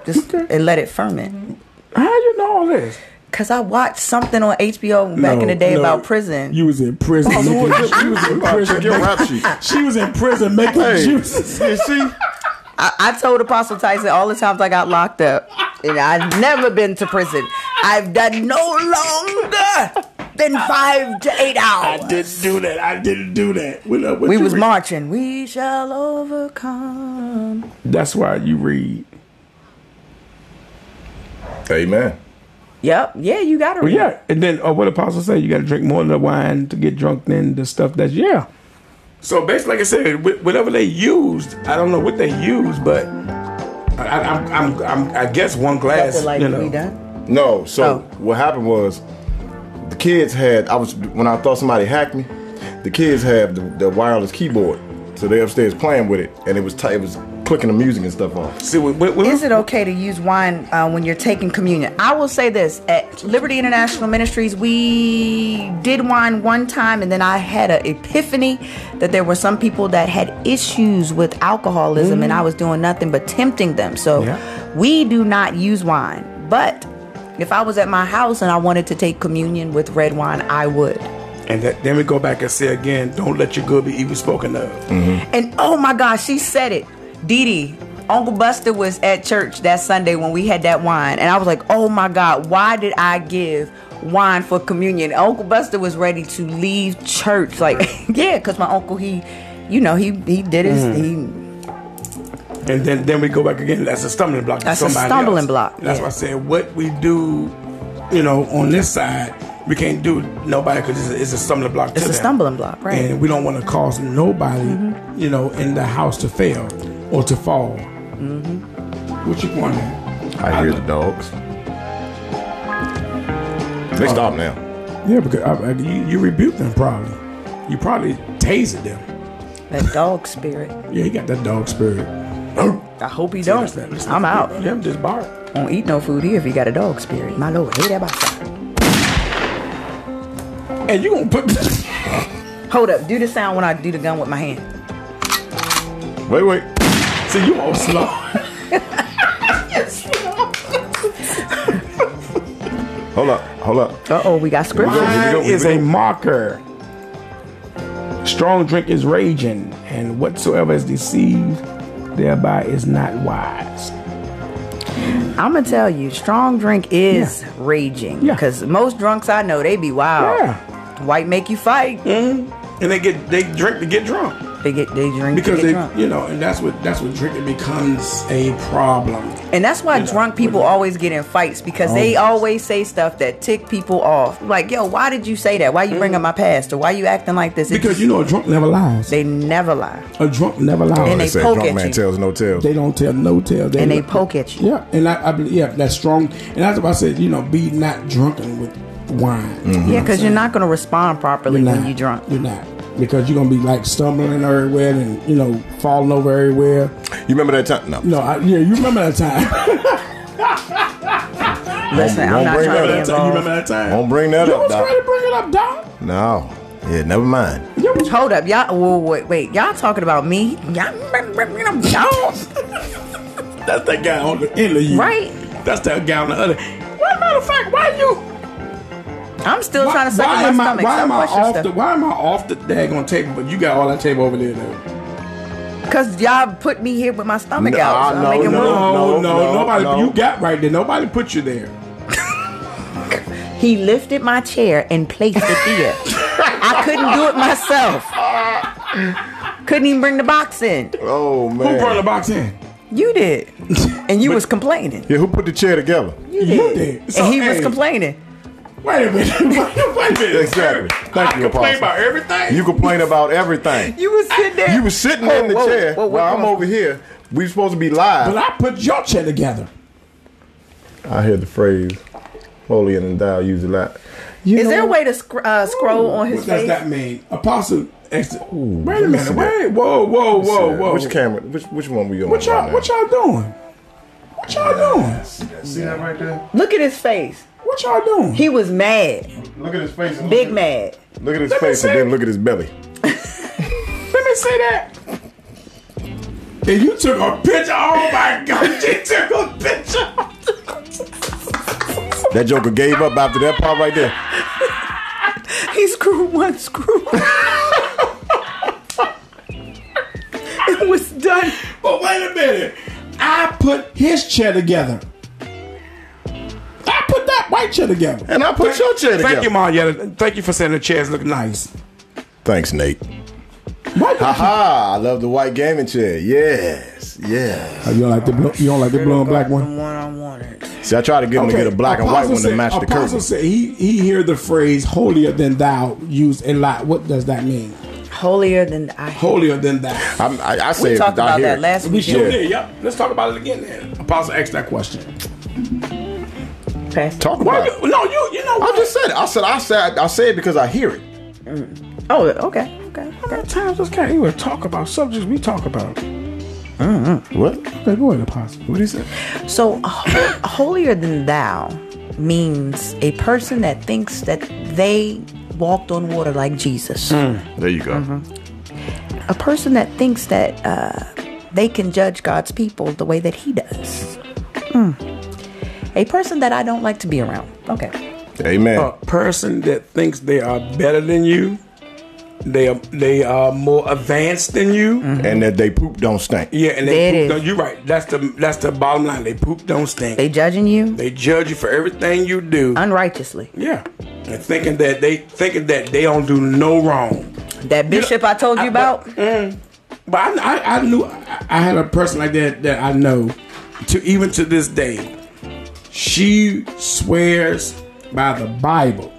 C: Just and let it
B: Mm-hmm.
C: ferment.
B: How you know all this?
C: Cause I watched something on HBO back
B: No,
C: in the day
B: no.
C: about prison.
B: You was in prison.
A: Oh,
B: making-
A: Lord,
B: she was in
A: about to
B: prison.
A: check your
B: making-
A: rap sheet.
B: She was in prison making juices.
A: you see?
C: I, I told Apostle Tyson all the times I got locked up, and I've never been to prison. I've done no longer than five to eight hours.
B: didn't do that. I didn't do that. What, uh, what
C: We
B: you
C: was
B: read?
C: marching. We shall overcome.
B: That's why you read.
A: Amen.
C: Yep. Yeah, you got it.
B: Well, yeah, and then uh, what Apostle said, you got to drink more of the wine to get drunk than the stuff that's yeah. So basically, like I said, wh- whatever they used, I don't know what they used, but I, I, I'm, I'm, I'm, I guess one glass.
C: Nothing like
B: you know.
C: we done.
A: No, so
C: Oh.
A: what happened was the kids had I was when I thought somebody hacked me, the kids had the, the wireless keyboard. So they upstairs playing with it and it was t- it was clicking the music and stuff on.
B: See, when, when, when,
C: Is it okay to use wine uh, when you're taking communion? I will say this at Liberty International Ministries, we did wine one time, and then I had an epiphany that there were some people that had issues with alcoholism, and I was doing nothing but tempting them. So
B: Yeah.
C: we do not use wine, but if I was at my house and I wanted to take communion with red wine, I would.
B: And that, then we go back and say again, don't let your good be evil spoken of.
C: And oh my gosh, she said it. Dee Dee, Uncle Buster was at church that Sunday when we had that wine. And I was like, oh my God, why did I give wine for communion? Uncle Buster was ready to leave church. Like, yeah, because my uncle, he, you know, he he did his, he,
B: And then, then we go back again. That's a stumbling block. to
C: That's a
B: somebody
C: stumbling
B: else.
C: block,
B: That's
C: yeah.
B: why I said what we do, you know, on this side, we can't do nobody because it's, a- it's a stumbling block.
C: it's
B: to
C: a
B: them.
C: stumbling block, right? Mm-hmm.
B: and we don't want to cause nobody, you know, in the house to fail or to fall.
C: Mm-hmm.
B: What you want?
A: I hear the dogs. They stop now.
B: Yeah, because I, I, you, you rebuked them probably. You probably tasered them.
C: that dog spirit.
B: Yeah, you got that dog spirit.
C: I hope he don't. I'm out.
B: Yeah, just bark.
C: Won't eat no food here if you got a dog spirit. My Lord, hey, that about
B: And you gonna put?
C: Hold up, do the sound when I do the gun with my hand.
A: Wait, wait.
B: See, you all slow.
A: Hold up. Hold up.
C: Uh oh, we got scripture.
A: we go,
B: Wine
A: here we
B: is
A: go.
B: a mocker. Strong drink is raging, and whatsoever is deceived thereby is not wise.
C: I'm gonna tell you, strong drink is
B: Yeah.
C: raging
B: Yeah.
C: because most drunks I know they be wild. White make you fight.
B: And they get they drink to get drunk
C: They get they drink
B: because
C: to get
B: they
C: drunk,
B: you know, and that's what that's what drinking becomes a problem.
C: and that's why drunk people always get in fights because they always say stuff that tick people off. Like, yo, why did you say that? Why you bring up my past or why you acting like this? It
B: Mm-hmm. Because
C: just-
B: you know a drunk never lies.
C: they never lie
B: A drunk never lies.
C: And
A: They
C: they
A: said
C: poke
A: drunk
C: at
A: man
C: you.
A: tells no tales.
B: They don't tell no tale.
C: and they poke at you.
B: Yeah, and I, I believe yeah that's strong. And that's why I said you know be not drunken with wine.
C: Yeah, because you're not gonna respond properly
B: You're
C: when
B: not.
C: you're drunk.
B: You're not. Because you're gonna be like stumbling everywhere and you know falling over everywhere.
A: You remember that time? No.
B: No, I, yeah, you remember that time.
C: Listen, I'm
A: won't
C: not
A: bring
C: trying
A: that
C: to
A: up.
C: be
A: You
C: involved.
B: that time?
A: Won't bring that
B: you
A: up,
B: was
A: Doc.
B: ready to bring it up, Doc.
A: No. Yeah, never mind.
B: You was-
C: Hold up, y'all. Whoa, wait, wait, y'all talking about me? Y'all,
B: That's that guy on the end of you.
C: Right.
B: That's that guy on the other. Well, matter of fact, why you?
C: I'm still
B: Why,
C: trying to suck
B: why
C: in
B: am
C: my
B: I?
C: stomach.
B: Why
C: Stop
B: am I
C: questioning
B: off
C: stuff.
B: the? Why am I off the daggone table? But you got all that table over there. Though.
C: Cause y'all put me here with my stomach
A: Nah,
C: out. So
A: no,
C: I'm making
A: no.
C: room.
B: no,
A: no,
B: nobody.
A: no.
B: You got right there. Nobody put you there.
C: He lifted my chair and placed it here. I couldn't do it myself. Couldn't even bring the box in.
A: Oh man.
B: Who brought the box in?
C: You did, and you was complaining.
A: Yeah, who put the chair together?
B: You did. So,
C: and he was
B: hey,
C: complaining.
B: Wait a minute. Wait a minute.
A: Exactly. Thank
B: I
A: you, Apostle.
B: complain about everything.
A: You complain about everything.
C: You was sitting there.
A: You was sitting
C: Oh,
A: in the
C: whoa,
A: chair
C: whoa, whoa,
A: while
C: whoa.
A: I'm over here. We supposed to be live.
B: but I put your chair together.
A: I hear the phrase "holy and thou" used a lot.
B: You
C: Is
B: know
C: there a
B: what?
C: way to sc- uh, scroll on his
B: What does
C: face?
B: that mean? Apostle. Ex- wait a
A: let me see
B: minute.
A: that.
B: Wait. Whoa. Whoa. Whoa. Whoa.
A: Which camera? Which which one we on?
B: What
A: right
B: y'all?
A: now?
B: What y'all doing? What y'all doing?
D: See that right there?
C: Look at his face.
B: What y'all doing?
C: He was mad,
D: Look at his face.
C: big mad.
A: Look at his
B: Let me
A: face and
B: see.
A: then look at his belly.
B: Let me see that. And you took a picture. Oh my God! She took a picture.
A: That Joker gave up after that part right there.
C: He screwed one screw. it was done.
B: but wait a minute. I put his chair together. I put that white chair together.
A: And I put your chair together.
B: Thank you, Marietta. Thank you for saying the chairs look nice.
A: Thanks, Nate.
B: What?
A: Aha! I love the white gaming chair. Yes, yes.
B: You don't like the blue, you don't like the blue and black one.
C: one I wanted.
A: See, I tried to get him to get a black and white
B: Apostle
A: one to
B: said-
A: match the
B: Apostle
A: curtain.
B: said he he hear the phrase "holier than thou" used a lot. What does that mean?
C: Holier than I.
B: Holier than thou.
A: I'm, I, I say
C: We
A: it,
C: talked
A: I
C: about
A: hear
C: that
A: it.
C: last
B: We
C: week.
B: sure
A: Yeah.
B: did. Yep. Let's talk about it again. Then Apostle asked that question.
C: Okay.
A: Talk
B: Why?
A: about it.
B: you- No, you you know
A: I
B: what?
A: just said it. I said I said I say it because I hear it.
C: Oh, okay. Okay.
B: How
C: Okay.
B: many times this guy even talk about subjects we talk about? Okay,
A: What?
B: go ahead, Apostle. What is it?
C: So, ho- holier than thou means a person that thinks that they walked on water like Jesus.
A: There you go.
C: A person that thinks that uh, they can judge God's people the way that He does. Mm. A person that I don't like to be around. Okay.
A: Amen.
C: Oh,
B: A person that thinks they are better than you, they are they are more advanced than you.
C: mm-hmm.
A: and that they poop don't stink.
B: Yeah, and
C: There
B: they
C: it
B: poop
C: is.
B: don't, you're right. That's the that's the bottom line. They poop don't stink.
C: They Uh. judging you
B: They judge you for everything you do.
C: unrighteously.
B: yeah. And thinking that they thinking that they don't do no wrong.
C: That bishop I told you about.
B: But I, I, I knew I, I had a person like that that I know to even to this day. She swears by the Bible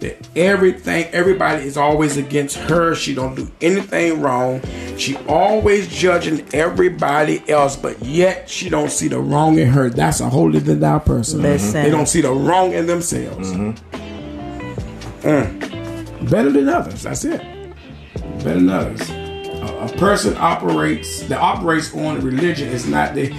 B: that everything everybody is always against her. She don't do anything wrong. She always judging everybody else, but yet she don't see the wrong in her. That's a holy than thou person.
C: Listen.
B: They don't see the wrong in themselves. Mm. Better than others. That's it better than others. A, a person operates that operates on religion is not the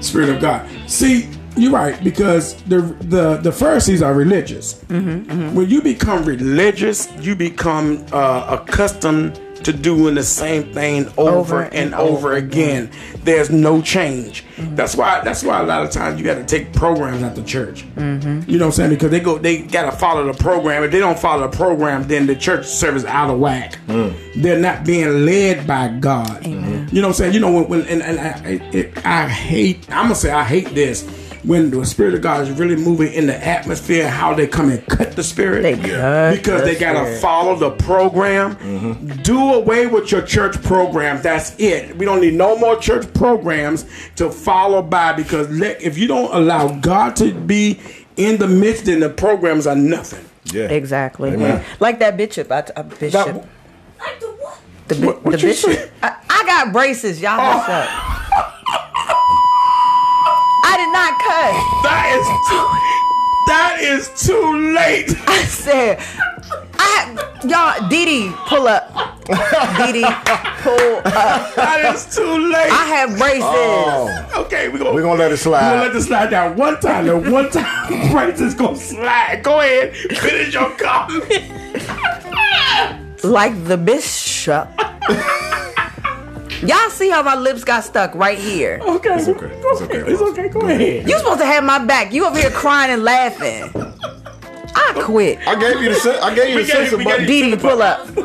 B: spirit of God. See, you're right because the the the Pharisees are religious. When you become religious, you become uh, accustomed to doing the same thing over,
C: Over
B: and,
C: and
B: over, again. There's no change. That's why that's why a lot of times you got to take programs at the church.
C: Mm-hmm.
B: You know what I'm saying? Because they go they got to follow the program. If they don't follow the program, then the church service out of whack. They're not being led by God. Mm-hmm. You know what I'm saying? You know when, when and, and I, it, I hate I'm gonna say I hate this. When the spirit of God is really moving in the atmosphere, how they come and cut the spirit,
C: They cut
B: because
C: the
B: they gotta
C: spirit.
B: follow the program. Do away with your church programs. That's it. We don't need no more church programs to follow by because let, if you don't allow God to be in the midst, then the programs are nothing.
A: Yeah.
C: Exactly.
A: Amen.
C: Like that bishop. I t- a bishop.
B: That-
C: the bi-
B: what- what
C: the
B: you Oh. say?
C: bishop. I, I got braces. Y'all what's up? I did not cut.
B: that is too, that is too late.
C: I said, I y'all. Dee Dee, pull up. Dee Dee, pull up.
B: That is too late.
C: I have braces.
A: Oh,
B: okay, we're gonna
A: We're gonna let it slide.
B: We're gonna let it slide down one time. And one time, Bryce is gonna slide. Go ahead, finish your comment.
C: Like the bishop. y'all see how my lips got stuck right here.
B: Okay,
A: It's okay.
B: Go
A: It's okay,
B: ahead. It's
A: Ross.
B: okay. Go
A: Go
B: ahead.
C: You supposed to have my back. You over here crying and laughing. I quit.
A: I gave you the sen- I gave you
B: We
A: the
B: gave you-
A: sensor
B: we
A: button.
B: gave
C: Dee Dee, pull up.
A: I gave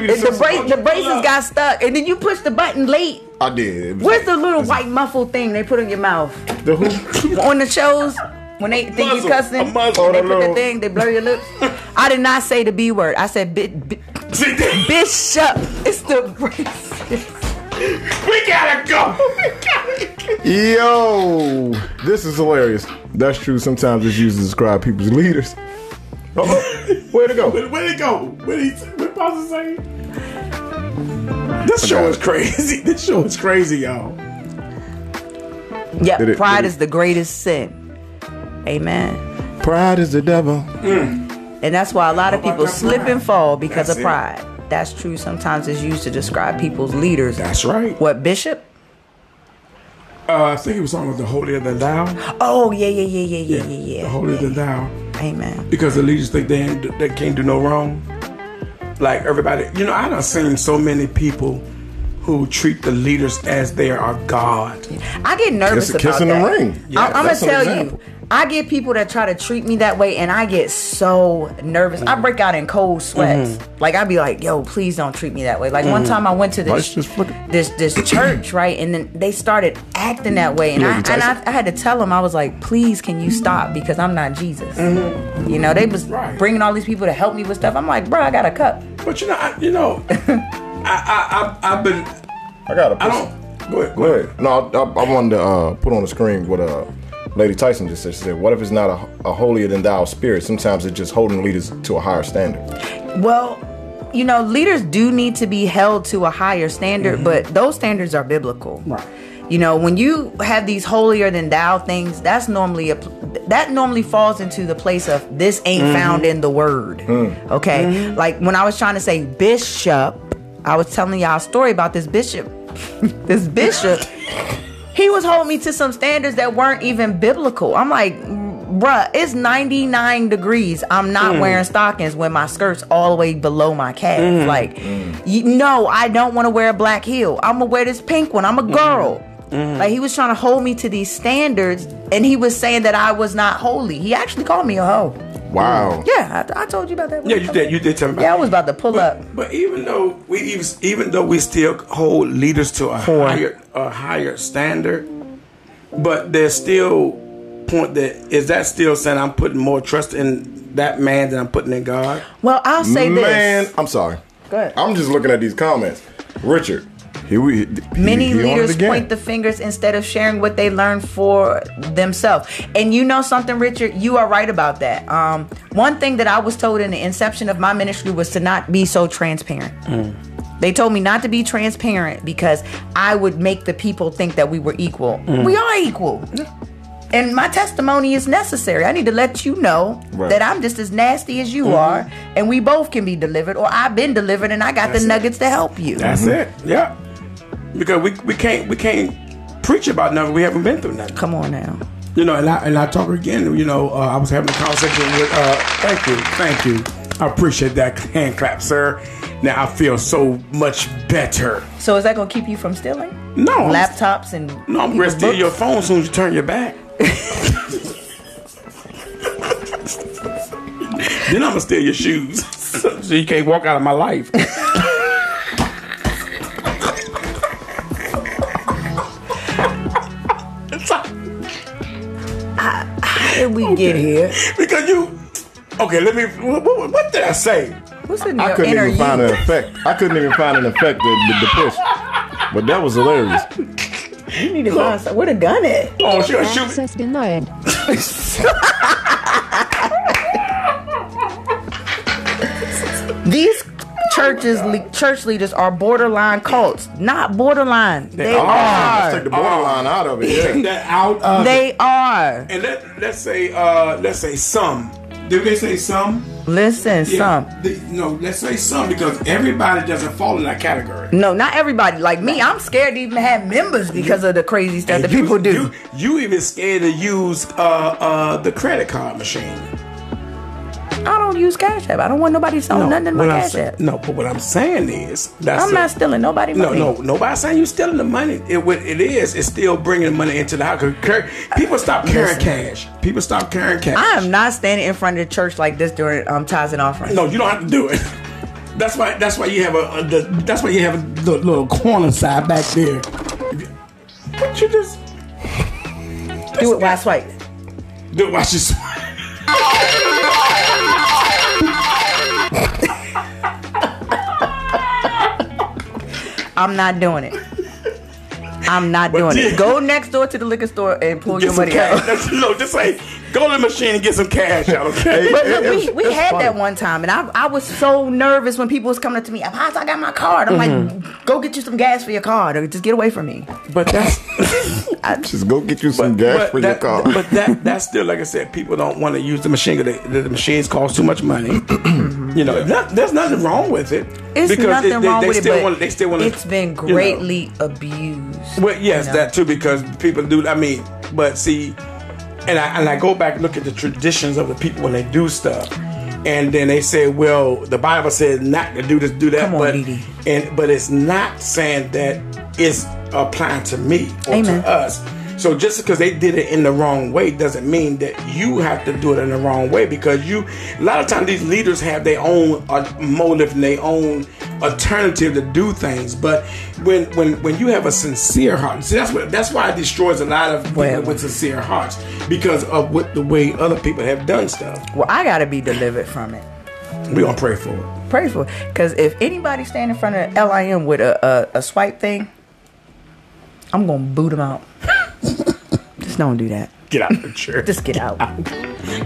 A: you the
C: The,
A: sensor
C: bra-
A: button.
C: the braces got stuck, and then you push the button late.
A: I did. It was
C: Where's
A: like-
C: the little white muffle thing they put on your mouth
A: the who?
C: on the shows when they think you
B: Muzzle.
C: cussing?
B: A muzzle.
C: They
A: Oh, the
C: put the
A: little-
C: thing, they blur your lips. I did not say the b word. I said bit. bit
B: See,
C: Bishop. It's the bracelet.
B: we gotta go. We gotta go.
A: Yo, this is hilarious. That's true. Sometimes it's used to describe people's leaders. Uh-oh. Where'd it go?
B: Where- Where'd it go? What did he what Pastor say? This show is crazy. This show is crazy, y'all.
C: Yeah,
A: Did it-
C: pride
A: did it-
C: is the greatest sin. Amen.
A: Pride is the devil.
C: And that's why a lot of
B: How about
C: people
B: that
C: slip
B: pride?
C: and fall because
B: That's
C: of
B: it.
C: pride. That's true. Sometimes it's used to describe people's leaders.
B: That's right.
C: What, Bishop?
B: Uh, I think he was on with the holier than thou.
C: Oh, yeah, yeah, yeah, yeah, yeah, yeah, yeah.
B: The holier than thou.
C: Amen.
B: Because the leaders think they, ain't, they can't do no wrong. Like everybody, you know, I done seen so many people who treat the leaders as they are God.
C: I get
A: It's
C: nervous
A: a
C: about
A: kiss in the
C: that.
A: ring.
B: Yeah,
C: I'm,
A: that's an
C: gonna tell
A: example.
C: you, I get people that try to treat me that way, and I get so nervous. I break out in cold sweats.
A: Mm-hmm.
C: Like I'd be like, "Yo, please don't treat me that way." Like one time I went to
A: Lights
C: this
A: Mm-hmm. just flicker.
C: this this church, right, and then they started acting that way, and
A: Yeah,
C: I
A: you
C: and
A: Tyson.
C: I, I had to tell them I was like, "Please, can you stop? Because I'm not Jesus."
A: Mm-hmm.
C: You know, they was
B: Right.
C: bringing all these people to help me with stuff. I'm like, "Bro, I got a cup."
B: But you know, I, you know, I, I, I, I've been,
A: I got a
B: I don't, go ahead, go
A: Go
B: ahead.
A: ahead. No, I, I, I wanted to uh, put on the screen what uh, Lady Tyson just said. She said, "What if it's not a, a holier than thou spirit? Sometimes it's just holding leaders to a higher standard."
C: Well, you know, leaders do need to be held to a higher standard, but those standards are biblical. Right. You know, when you have these holier than thou things, that's normally a that normally falls into the place of this ain't found in the word. Okay? Like when I was trying to say bishop, I was telling y'all a story about this bishop. this bishop he was holding me to some standards that weren't even biblical. I'm like, bruh, it's 99 degrees. I'm
B: Hmm.
C: not wearing stockings when my skirt's all the way below my calf.
B: Hmm.
C: Like, you, no, I don't want to wear a black heel. I'm gonna wear this pink one. I'm
B: Hmm.
C: a girl. Like he was trying to hold me to these standards, and he was saying that I was not holy. He actually called me a hoe.
A: Wow.
C: Yeah, I, I told you about that.
B: Yeah, you did, you did tell me about
C: Yeah, I was about to pull up.
B: But, but even though we even, even though we still hold leaders to a
C: Whore.
B: higher a higher standard, but there's still point that is that still saying I'm putting more trust in that man than I'm putting in God.
C: Well, I'll say
A: Man,
C: this.
A: I'm sorry.
C: Go ahead.
A: I'm just looking at these comments. Richard, here we. he-
C: Many
A: he on it
C: leaders
A: again.
C: point the fingers instead of sharing what they learned for themselves. And you know something, Richard, you are right about that. Um, one thing that I was told in the inception of my ministry was to not be so transparent.
A: Mm.
C: They told me not to be transparent because I would make the people think that we were equal.
A: Mm.
C: We are equal. And my testimony is necessary. I need to let you know
A: Right. Mm-hmm.
C: that I'm just as nasty as you are, and we both can be delivered, or I've been delivered and I got the nuggets to help you.
B: That's it. Yeah, because we we can't we can't preach about nothing we haven't been through nothing.
C: Come on now.
B: You know, and I and I talk again. You know, uh, I was having a conversation with. Uh, thank you, thank you. I appreciate that hand clap, sir. Now I feel so much better.
C: So is that gonna keep you from stealing?
B: No, I'm-
C: Laptops and
B: No, I'm gonna
C: people's
B: steal
C: books?
B: your phone as soon as you turn your back. then I'm gonna steal your shoes, so you can't walk out of my life.
C: How did we get here?
B: because you, okay, let me. What, what- what did I say?
C: What's in
A: I
C: your
A: couldn't
C: inner
A: even find
C: you?
A: an effect. I couldn't even find an effect to, to, to push. But that was hilarious.
C: You need to find some. Where the gun at?
B: Oh, she gonna shoot me.
F: Access denied.
C: These churches, le- church leaders are borderline cults, not borderline. They,
A: Let's take
C: are.
A: the borderline out of it.
B: Take
A: Yeah.
B: that out. of it.
C: They are.
B: and let let's say uh let's say some. Did they say some?
C: Listen,
B: Yeah.
C: some.
B: The- no, let's say some because everybody doesn't fall in that category.
C: No, not everybody. Like me, I'm scared to even have members because of the crazy stuff that
B: You-
C: people do.
B: You, you even scared to use uh uh the credit card machine.
C: I don't use Cash App. I don't want nobody selling Oh, nothing in my
B: what I'm
C: Cash
B: saying-
C: App.
B: No, but what I'm saying is that's
C: I'm
B: a-
C: not stealing nobody
B: No,
C: money.
B: no, nobody's saying you stealing the money. It what it is is still bringing the money into the house. 'Cause car- People stop carrying cash. People stop carrying cash.
C: I am not standing in front of the church like this during um, tithes and offerings.
B: No, you don't have to do it. That's why. That's why you have a. a the, that's why you have a the little corner side back there. What you just
C: do it while I swipe.
B: do? Watch this.
C: Oh, I'm not doing it. I'm not doing it. Go next door to the liquor store and pull your
B: Get some
C: money out.
B: cash. no, just say go to the machine and get some cash out. Okay.
C: But look,
A: It-
C: we,
A: it's-
C: we
A: it's
C: had
A: funny.
C: that one time, and I, I was so nervous when people was coming up to me. How's I got my card? I'm
B: Mm-hmm.
C: like, go get you some gas for your card, or just get away from me.
B: but that's
A: Just go get you some gas for your
B: that,
A: car.
B: But that that's still like I said, people don't want to use the machine because the machines cost too much money. you know, not- there's nothing wrong with it.
C: It's nothing
B: they, they,
C: wrong
B: they
C: with
B: still
C: it. But
B: Wanna, they still want.
C: it's been greatly abused.
B: Well, yes,
C: you know?
B: that too, because people do. I mean, but see, and I and I go back and look at the traditions of the people when they do stuff, and then they say, "Well, the Bible says not to do this, do that."
C: Come on,
B: but
C: Dee Dee.
B: and but it's not saying that it's applying to me or
C: Amen.
B: to us. So just because they did it in the wrong way doesn't mean that you have to do it in the wrong way because you a lot of times these leaders have their own uh, motive and their own alternative to do things. But when when when you have a sincere heart, see that's what that's why it destroys a lot of people
C: Well.
B: with sincere hearts because of what the way other people have done stuff.
C: Well, I gotta be delivered from it.
B: We gonna pray for it.
C: Pray for, because if anybody stand in front of LIM with a, a a swipe thing, I'm gonna boot them out. just don't do that.
B: Get out of the church.
C: Just get out.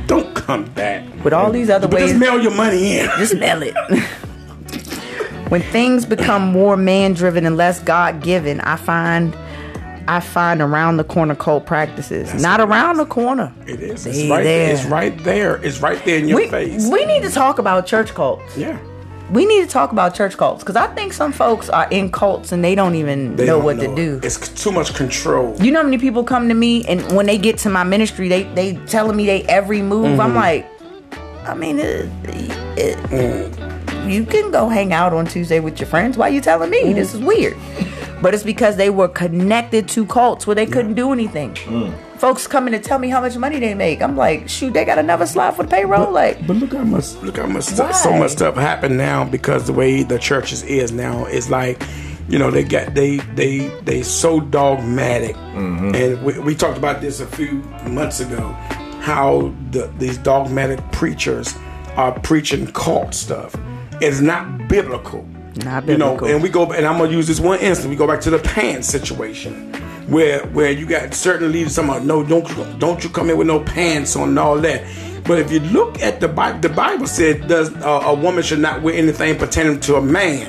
B: Don't come back.
C: With all these other
B: But
C: ways,
B: just mail your money in.
C: Just mail it. when things become more man driven and less God given, I find I find around the corner cult practices. Not around the corner.
B: It is. It's
C: They
B: right there.
C: there.
B: It's right there. It's right there in your
C: We,
B: face.
C: we need to talk about church cults.
B: yeah.
C: We need to talk about church cults because I think some folks are in cults and they don't even
B: They
C: know
B: don't
C: what
B: it.
C: to do.
B: It's c- too much control.
C: You know how many people come to me and when they get to my ministry, they they telling me they every move. I'm
B: Mm-hmm.
C: like, I mean, it, it,
B: Mm.
C: you can go hang out on Tuesday with your friends. Why you telling me this is weird? But it's because they were connected to cults where they couldn't do anything.
B: Mm.
C: Folks coming to tell me how much money they make. I'm like, shoot, they got another slide for the payroll. like,
B: But Mm. look how much look how much stuff, so
C: Why?
B: much stuff happened now because the way the churches is now is like, you know, they got they they they so dogmatic, and we, we talked about this a few months ago, how the, these dogmatic preachers are preaching cult stuff. It's not biblical.
C: Not
B: You
C: biblical.
B: know, and we go and I'm gonna use this one instance. We go back to the pants situation. Where where you got certain leaders talking about no don't you- don't you come in with no pants on and all that. But if you look at the Bible, the Bible said does uh, a woman should not wear anything pertaining to a man.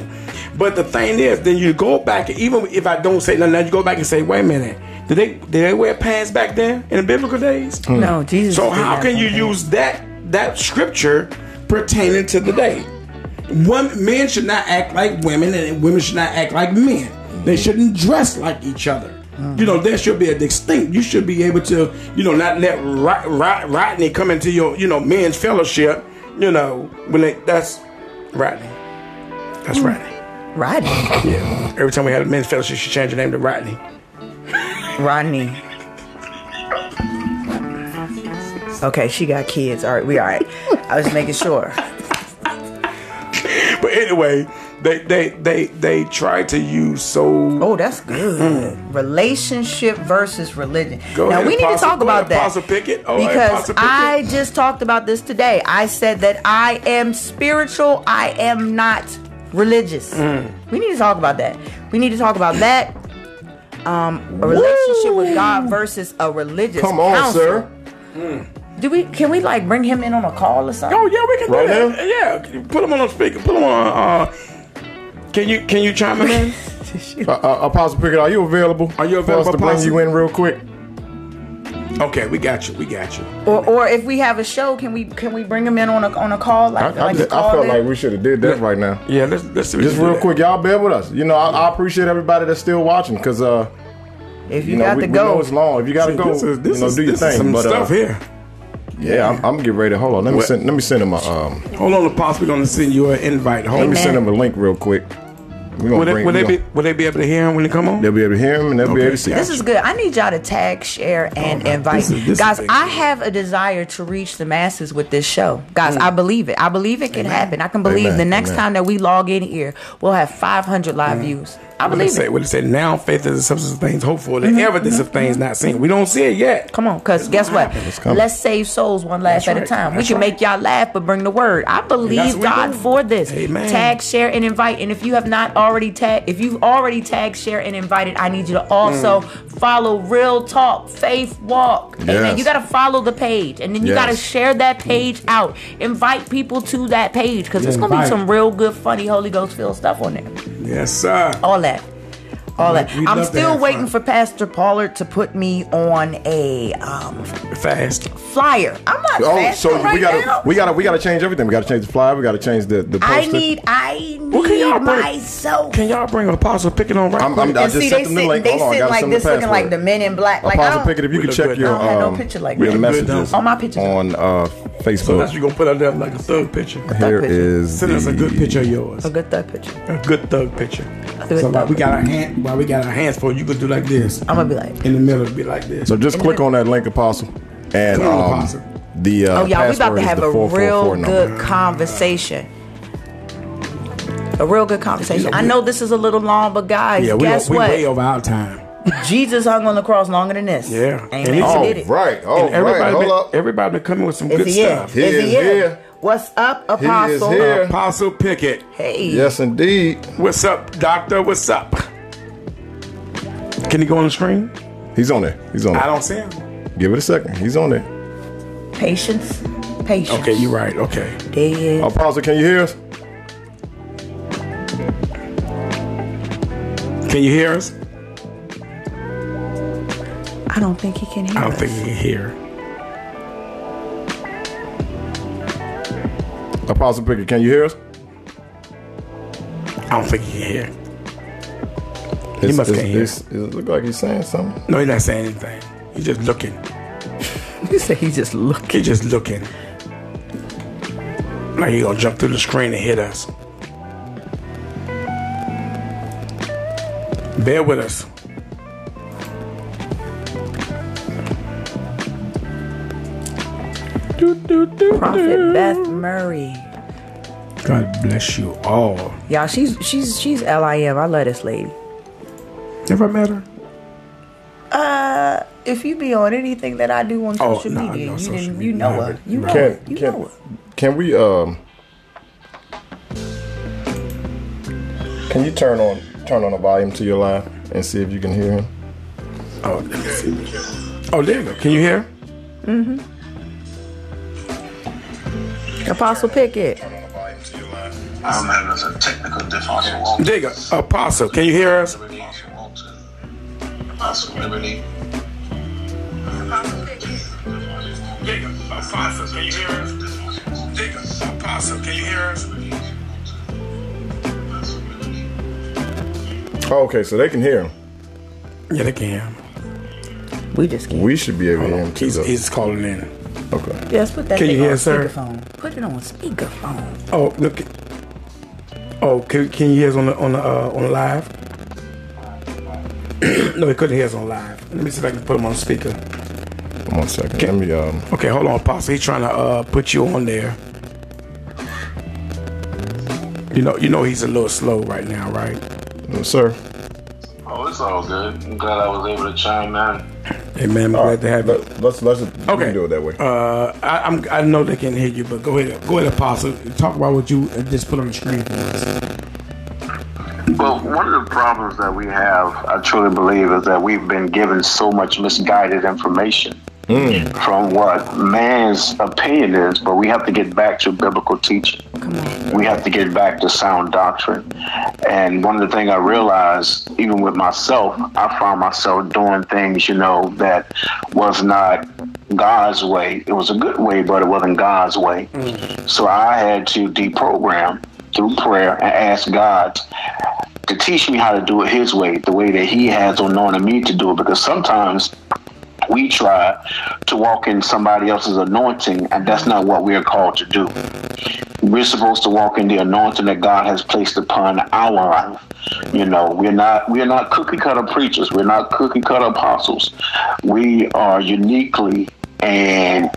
B: But the thing is, then you go back and even if I don't say nothing, now you go back and say, wait a minute, did they did they wear pants back then in the biblical days?
C: no, Jesus.
B: So
C: did
B: how
C: that
B: can you
C: something.
B: use that that scripture pertaining to the day? One men should not act like women, and women should not act like men. They shouldn't dress like each other. You know, there should be a distinct. You should be able to, you know, not let Ro- Ro- Rodney come into your, you know, men's fellowship. You know, when they, that's Rodney. That's Rodney.
C: Rodney?
B: Yeah. Every time we had a men's fellowship, she changed her name to Rodney.
C: Rodney. Okay, she got kids. All right, we all right. I was making sure.
B: But anyway, they they they they tried to use so
C: Oh, that's good. Relationship versus religion.
B: Hmm. Go
C: now
B: ahead,
C: we need
B: Apostle-
C: to talk
B: go
C: about
B: ahead,
C: that
B: Apostle Pickett. All right,
C: because
B: Apostle Pickett.
C: I just talked about this today. I said that I am spiritual. I am not religious.
B: Hmm.
C: We need to talk about that. We need to talk about that. Um, a relationship with God versus a religious.
A: Come on,
C: counsel.
A: sir.
C: Do we? Can we like bring him in on a call or something?
B: Oh yeah, we can
A: Right
B: do
A: now?
B: that. Yeah, put them on a speaker. Put them on. Uh, can you can you chime in?
A: Uh, uh, Apostle Pickett, are you available?
B: Are you
A: For
B: available,
A: us to bring
B: Apostle?
A: you in real quick.
B: okay, we got you. We got you.
C: Or, or if we have a show, can we can we bring him in on a on a call
A: I,
C: like,
A: I,
C: like a
A: just- I
C: call
A: felt
C: in?
A: like we should have did that right now.
B: Yeah, let's let's see. if we
A: Just
B: can do
A: real
B: that.
A: quick, y'all bear with us. You know, I, I appreciate everybody that's still watching because uh,
C: if you,
A: you know
C: got
A: we,
C: to
A: we
C: go,
A: know it's long. If you got to go,
B: This is this
A: you know,
B: is,
A: do your
B: this
A: thing.
B: is some
A: but uh,
B: stuff here.
A: yeah, I'm, I'm getting ready. Hold on, let me send let me send him a um,
B: Hold on, Apostle. We're gonna send you an invite.
A: let
B: Hold
A: me
B: on.
A: send him a link real quick. We gonna
B: Will they,
A: bring.
B: will
A: we
B: they be
A: gonna-
B: will they be able to hear him when they come on?
A: they'll be able to hear him and they'll be
B: Okay.
A: able to see. him.
C: This is good. I need y'all to tag, share,
A: Oh,
C: and invite.
B: This is- this is
C: Guys,
B: big.
C: I have a desire to reach the masses with this show. Guys, I believe it. I believe it can happen. I can believe
A: Mm. Amen. Mm.
C: the next
A: Amen.
C: time that we log in here, we'll have 500 live views. I
B: What it
C: believe
B: say?
C: it. Mm-hmm.
B: What it say? Now faith is the substance of things hoped for, the evidence of things not seen. We don't see it yet.
C: Come on, because guess what?
A: coming.
C: Let's save souls one laugh
B: That's
C: at a
B: right.
C: time.
B: That's
C: we can
B: right.
C: make y'all laugh, but bring the word. I
B: that's
C: believe
B: what we
C: God
B: doing.
C: for this.
B: Amen.
C: Tag, share, and invite. And if you have not already tagged, if you've already tagged, share, and invited, I need you to also
B: Mm.
C: follow Real Talk Faith Walk. Amen.
A: Yes.
C: You got to follow the page, and then you
A: Yes.
C: got to share that page out. Invite people to that page because it's gonna be
B: Invite.
C: some real good, funny Holy Ghost filled stuff on there
B: Yes, sir.
C: all that. All that.
B: We
C: I'm
B: love to
C: still
B: have
C: waiting
B: fun.
C: for Pastor Pollard to put me on a um,
B: Fast.
C: flyer. I'm not
A: Oh,
C: fasting
A: so
C: right
A: we gotta
C: now.
A: we gotta we gotta change everything. We gotta change the flyer. We gotta change the the poster.
C: I need I need
B: Well, can y'all bring-
C: myself.
B: Can y'all bring Apostle Pickett on right
A: I'm-
B: quick?
A: I'm- I
C: and
A: just
C: see,
A: sent
C: they
A: them the
C: sitting,
A: link.
C: they
A: Hold on, I
C: sitting
A: gotta
C: like
A: send the
C: this, looking like
A: password.
C: the men in black. Like I
A: Apostle
C: don't,
A: Pickett, if you
B: We
A: could
B: look
A: check
B: good.
A: your
B: I
C: don't have no
A: um,
C: picture like
A: your
B: that.
A: messages
C: Oh, my picture's up.
A: on uh, Facebook.
B: So that's you gonna put up there like a thug picture.
A: Here
C: picture.
A: is
B: Send us a good
A: the-
B: picture of yours.
C: a good thug picture.
B: A good thug picture.
C: good
B: so like
C: thug
B: we got our hand while we got our hands full, you could do like this.
C: I'm gonna be like,
B: in the middle it'd be like this.
A: So just click on that link, Apostle, and
B: Click on
A: um,
B: Apostle.
A: the uh,
C: oh y'all, we about
A: password
C: to
A: is
C: have
A: the
C: a
A: 444
C: real
A: number.
C: good conversation. A real good conversation.
B: Yeah,
C: I
B: we-
C: know this is a little long, but guys,
B: yeah, we,
C: guess
B: we
C: what?
B: way over our time.
C: Jesus hung on the cross longer than this.
B: Yeah. And
C: Amen.
B: it's-
C: he
A: Oh,
C: did it.
A: right. Oh,
B: And everybody,
A: right.
B: been,
A: Hold up.
B: everybody been coming with some
C: Is
B: good
C: he
B: stuff.
C: here? Is he
A: is
C: here?
A: here.
C: What's up,
A: He is
C: Apostle?
A: here.
B: Apostle Pickett.
C: Hey.
A: Yes, indeed.
B: What's up, Doctor? What's up? Can he go on the screen?
A: He's on there. He's on there.
B: I don't see him.
A: Give it a second. He's on there.
C: Patience. Patience.
B: Okay, you're right. Okay.
C: Dead.
A: Apostle, can you hear us?
B: Can you hear us? Oh.
C: I don't think he can hear
B: I don't
C: us.
B: think he can hear.
A: Apostle Pickett, can you hear us?
B: I don't think he can hear.
A: It's-
B: must
A: it's-
B: can't hear.
A: it's- It look like he's saying something.
B: No, he's not saying anything. He's just looking.
C: You said he just looked.
B: He's just looking. Like he gonna jump through the screen and hit us. Bear with us.
C: Prophet Beth Murray.
B: God bless you all.
C: Y'all, she's she's she's LIM. I love this lady.
B: Never met her.
C: Uh, if you be on anything that I do on
B: Oh,
C: social
B: nah,
C: media,
B: no
C: you
B: social
C: didn't,
B: media.
C: you know
B: Nah,
C: her.
B: but-
C: You know
B: nah.
C: her.
A: Can
C: You know
A: can
C: her.
A: can we um? Can you turn on turn on the volume to your line and see if you can hear him?
B: Oh, let me see. Oh, there you go. Can you hear?
C: Apostle Pickett.
G: I'm having some technical difficulties.
B: There you go. Apostle, can you hear us?
G: Apostle Liberty.
B: Apostle, can you hear us? Apostle, can you hear us?
A: Oh, okay, so they can hear him.
B: Yeah, they can.
C: We just can't.
A: We should be able to hear him too.
B: He's,
A: though.
B: he's calling in.
A: Okay.
C: Yes, put that
B: Can you
C: thing
B: hear
C: on
B: us, sir?
C: speakerphone. Put it on speakerphone.
B: Oh, look. Oh, can, can you hear us on the on the uh, on live? no, he couldn't hear us on live. Let me see if I can put him on speaker.
A: One second. Let me um.
B: Okay, hold on, Apostle. He's trying to uh, put you on there. You know, you know he's a little slow right now, right?
A: um, Sir.
G: Oh, it's all good. I'm glad I was able to chime in.
B: Hey man, I'm glad to have you.
A: Let, let's let's we can
B: Okay.
A: do it that way.
B: Uh, I, I'm, I know they can hear you, but go ahead, go ahead, Apostle. Talk about what you uh, just put on the screen for us.
G: Well, one of the problems that we have, I truly believe, is that we've been given so much misguided information from what man's opinion is, but we have to get back to biblical teaching. We have to get back to sound doctrine. And one of the things I realized, even with myself, I found myself doing things, you know, that was not God's way. It was a good way, but it wasn't God's way. So I had to deprogram through prayer and ask God to teach me how to do it His way, the way that He has anointed me to do it. Because sometimes we try to walk in somebody else's anointing, and that's not what we are called to do. We're supposed to walk in the anointing that God has placed upon our life. You know, we're not we're not cookie cutter preachers. We're not cookie cutter apostles. We are uniquely and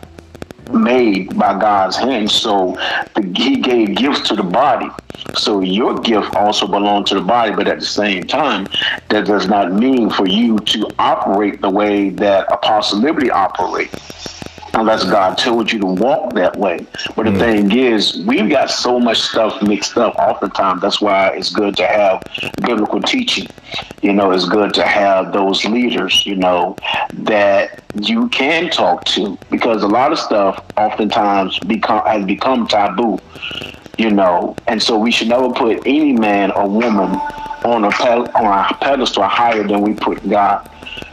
G: made by God's hand. So the, He gave gifts to the body. So your gift also belongs to the body, but at the same time, that does not mean for you to operate the way that Apostle Liberty operates unless God told you to walk that way. But the thing is, we've got so much stuff mixed up oftentimes. That's why it's good to have biblical teaching. You know, it's good to have those leaders, you know, that you can talk to because a lot of stuff oftentimes become has become taboo. You know, and so we should never put any man or woman on a ped- on a pedestal higher than we put God.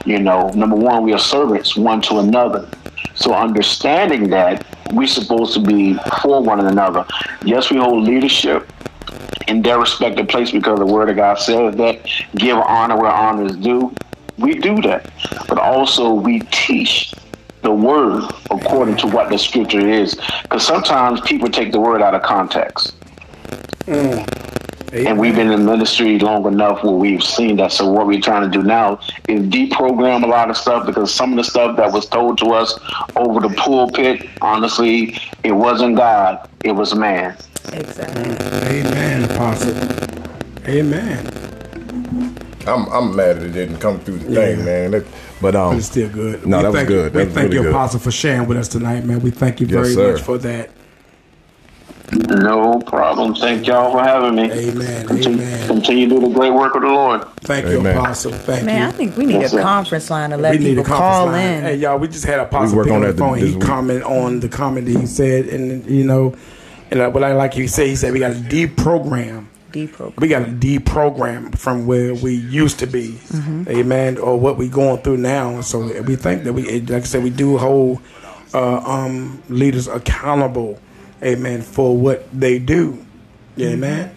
G: You know, number one, we are servants one to another. So understanding that we're supposed to be for one another. Yes, we hold leadership in their respective place because the word of God says that give honor where honor is due. We do that. But also we teach the word according to what the scripture is. Because sometimes people take the word out of context. And we've been in ministry long enough where we've seen that. So what we're trying to do now is deprogram a lot of stuff because some of the stuff that was told to us over the pulpit, honestly, it wasn't God, it was man.
B: Mm.
C: Exactly.
B: Amen, Apostle. Amen.
A: I'm I'm mad that it didn't come through the thing,
B: Yeah.
A: man. That- but um,
B: It's still good.
A: No,
B: We
A: that was
B: thank-
A: good. That
B: we
A: was
B: thank
A: really
B: you,
A: good.
B: Apostle, for sharing with us tonight, man. We thank you
A: Yes,
B: very
A: sir.
B: much for that.
G: No problem. Thank y'all for having me.
B: Amen,
G: Continue,
B: amen.
G: continue to do the great work of the Lord.
B: Thank you,
A: Amen.
B: Apostle. Thank you.
C: Man, I think we need a
G: Yes, sir.
C: conference line to let
B: we need a
C: people
B: conference
C: call
B: line.
C: in.
B: Hey, y'all, we just had a possible
A: work
B: pick
A: on
B: on the
A: that
B: phone.
A: this
B: He
A: week.
B: commented on the comment that he said, and you know, and uh, what I like you say, he said we got to deprogram.
C: Deprogram.
B: We got to deprogram from where we used to be, amen, or what we going through now. So we think that we, like I said, we do hold uh, um, leaders accountable, amen, for what they do, amen.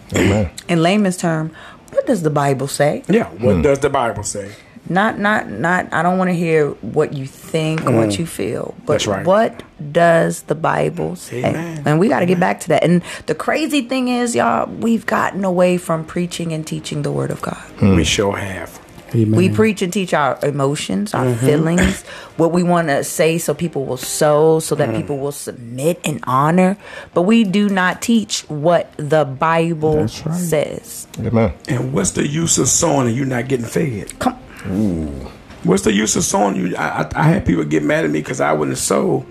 C: In layman's term, what does the Bible say?
B: Yeah, what does the Bible say?
C: Not, not, not. I don't want to hear what you think or what you feel, but
B: Mm. That's right.
C: what does the Bible say?
B: Amen.
C: And we got to get back to that. And the crazy thing is, y'all, we've gotten away from preaching and teaching the Word of God.
B: We sure have.
C: We preach and teach our emotions, our
B: Mm-hmm.
C: feelings, what we want to say so people will sow, so
B: Mm.
C: that people will submit and honor. But we do not teach what the Bible
B: That's right.
C: says.
A: Amen.
B: And what's the use of sowing and you not getting fed?
C: Come,
B: What's the use of sowing? You, I, I, I had people get mad at me because I wouldn't sow.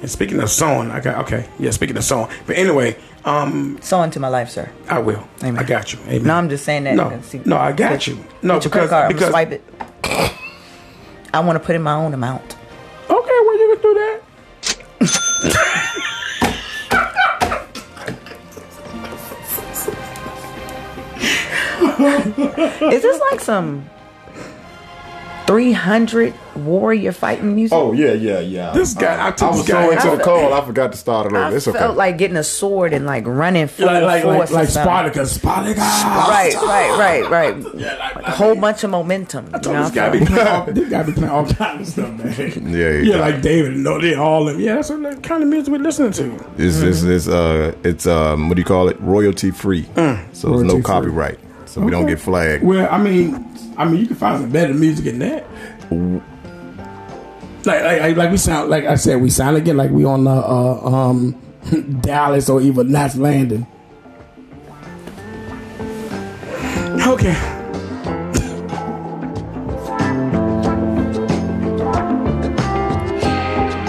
B: And speaking of sowing, I got okay. Yeah, speaking of sowing, but anyway, um,
C: sow into my life, sir.
B: I will.
C: Amen.
B: I got you. Amen.
C: No, I'm just saying that.
B: No,
C: and see-
B: no, I got you. No,
C: Put your
B: because
C: credit card. I'm
B: because
C: gonna swipe it. I want to put in my own amount.
B: okay, well you can do that.
C: Is this like some 300 warrior fighting music?
A: Oh yeah, yeah, yeah.
B: This guy- I took
A: was
B: this guy-
A: so into
C: I
A: the
C: fe-
A: call, I forgot to start it
C: I
A: over. It's okay.
C: felt like getting a sword and like running full
B: Like like like,
C: force.
B: like
C: or something.
B: Spartacus, Spartacus.
C: Right, right, right, right.
B: Yeah, like-
C: a whole bunch of momentum. You know,
B: This
C: I
B: guy
C: feel-
B: be playing all, this guy be playing all kinds of stuff, man.
A: Yeah, he
B: yeah,
A: does.
B: like David. No, they all. them. Yeah, that's the kind of music we're listening to.
A: It's,
C: Mm.
A: it's, it's, uh, it's um, what do you call it? Royalty free. so there's
B: Royalty-free.
A: no copyright. So we don't
B: Mm. Okay.
A: get flagged.
B: Well, I mean, I mean, you can find some better music than that. Like, like, like- like we sound, like I said, we sound again like we on uh, uh, um, Dallas or even Knots Landing. Okay.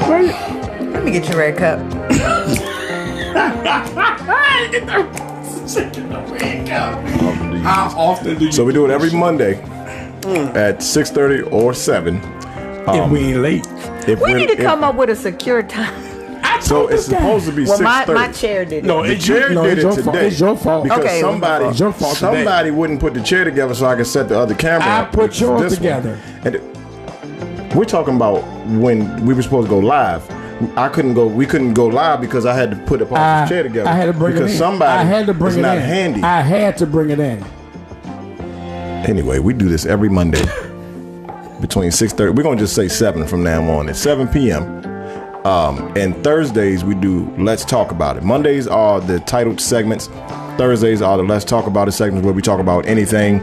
B: Where you-
C: Let me get your red cup.
B: How often do you?
A: So we do it
B: Mm.
A: every Monday at six thirty or seven.
B: if we ain't late.
A: If
C: We
A: we're-
C: need to
A: if-
C: come up with a secure time.
A: So it's supposed to be
C: Well,
A: six
C: my,
A: thirty.
C: my chair did. No,
A: Oh, the
B: it's your-
A: chair
B: no,
A: did
B: it's
A: it
B: your
A: today.
B: fault. It's your fault.
A: Because
C: Okay, it was my
A: somebody,
B: fault. It's your fault today.
A: somebody wouldn't put the chair together so I could set the other camera.
B: I
A: up,
B: put
A: which is
B: yours
A: this one.
B: together.
A: And it- we're talking about when we were supposed to go live. I couldn't go. We couldn't go live because I had to put up
B: I,
A: all chair together.
B: I had to bring
A: because
B: it in.
A: somebody
B: I had to bring
A: was
B: it
A: not
B: in.
A: handy.
B: I had to bring it in.
A: Anyway, we do this every Monday between 6.30. We're going to just say 7 from now on. It's 7 p.m. Um, and Thursdays, we do Let's Talk About It. Mondays are the titled segments. Thursdays are the Let's Talk About It segments where we talk about anything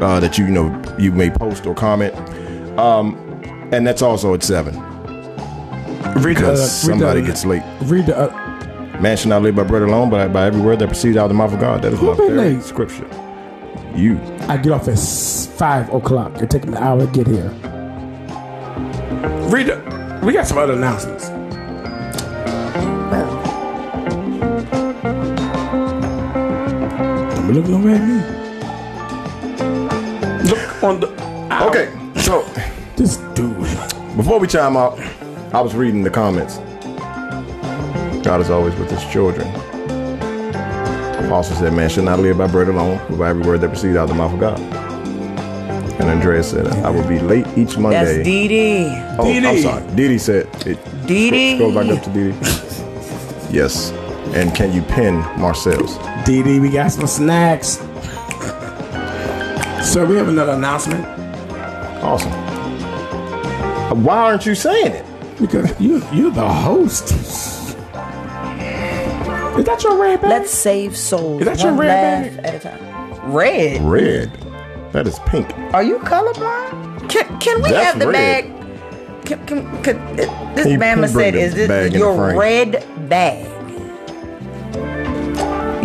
A: uh, that you, you know you may post or comment. Um, and that's also at 7.
B: Read the, uh, read
A: because somebody
B: the,
A: gets late.
B: Read the. Uh,
A: Man shall not live by bread alone, but by every word that proceeds out of the mouth of God. That is
B: Who
A: my
B: been
A: favorite
B: late?
A: scripture. You.
B: I get off at s- five o'clock. It takes me an hour to get here. Read. The, we got some other announcements. Don't be looking over at me. Look on the. Ow.
A: Okay, so
B: This dude.
A: before we chime out, I was reading the comments. God is always with his children. Also said, man should not live by bread alone, but by every word that proceeds out of the mouth of God. And Andrea said, I will be late each Monday.
C: That's Dee Dee.
A: Oh, I'm
B: Didi.
A: sorry. Didi said it.
C: Didi.
A: Go back up to Didi. yes. And can you pin Marcel's?
B: DD, we got some snacks. So we have another announcement
A: Awesome. Why aren't you saying it?
B: because you you're the host. Is that your red bag?
C: Let's save souls.
B: Is that your
C: one
B: red
C: laugh
B: bag?
C: at a time. Red?
A: Red. That is pink.
C: Are you colorblind? Can, can we
A: That's
C: have the
A: red.
C: bag? Can, can, can, this
A: Can you- can you bring
C: Bama said,
A: the
C: "Is
A: bag in
C: this
A: the
C: your
A: frame?"
C: red bag?"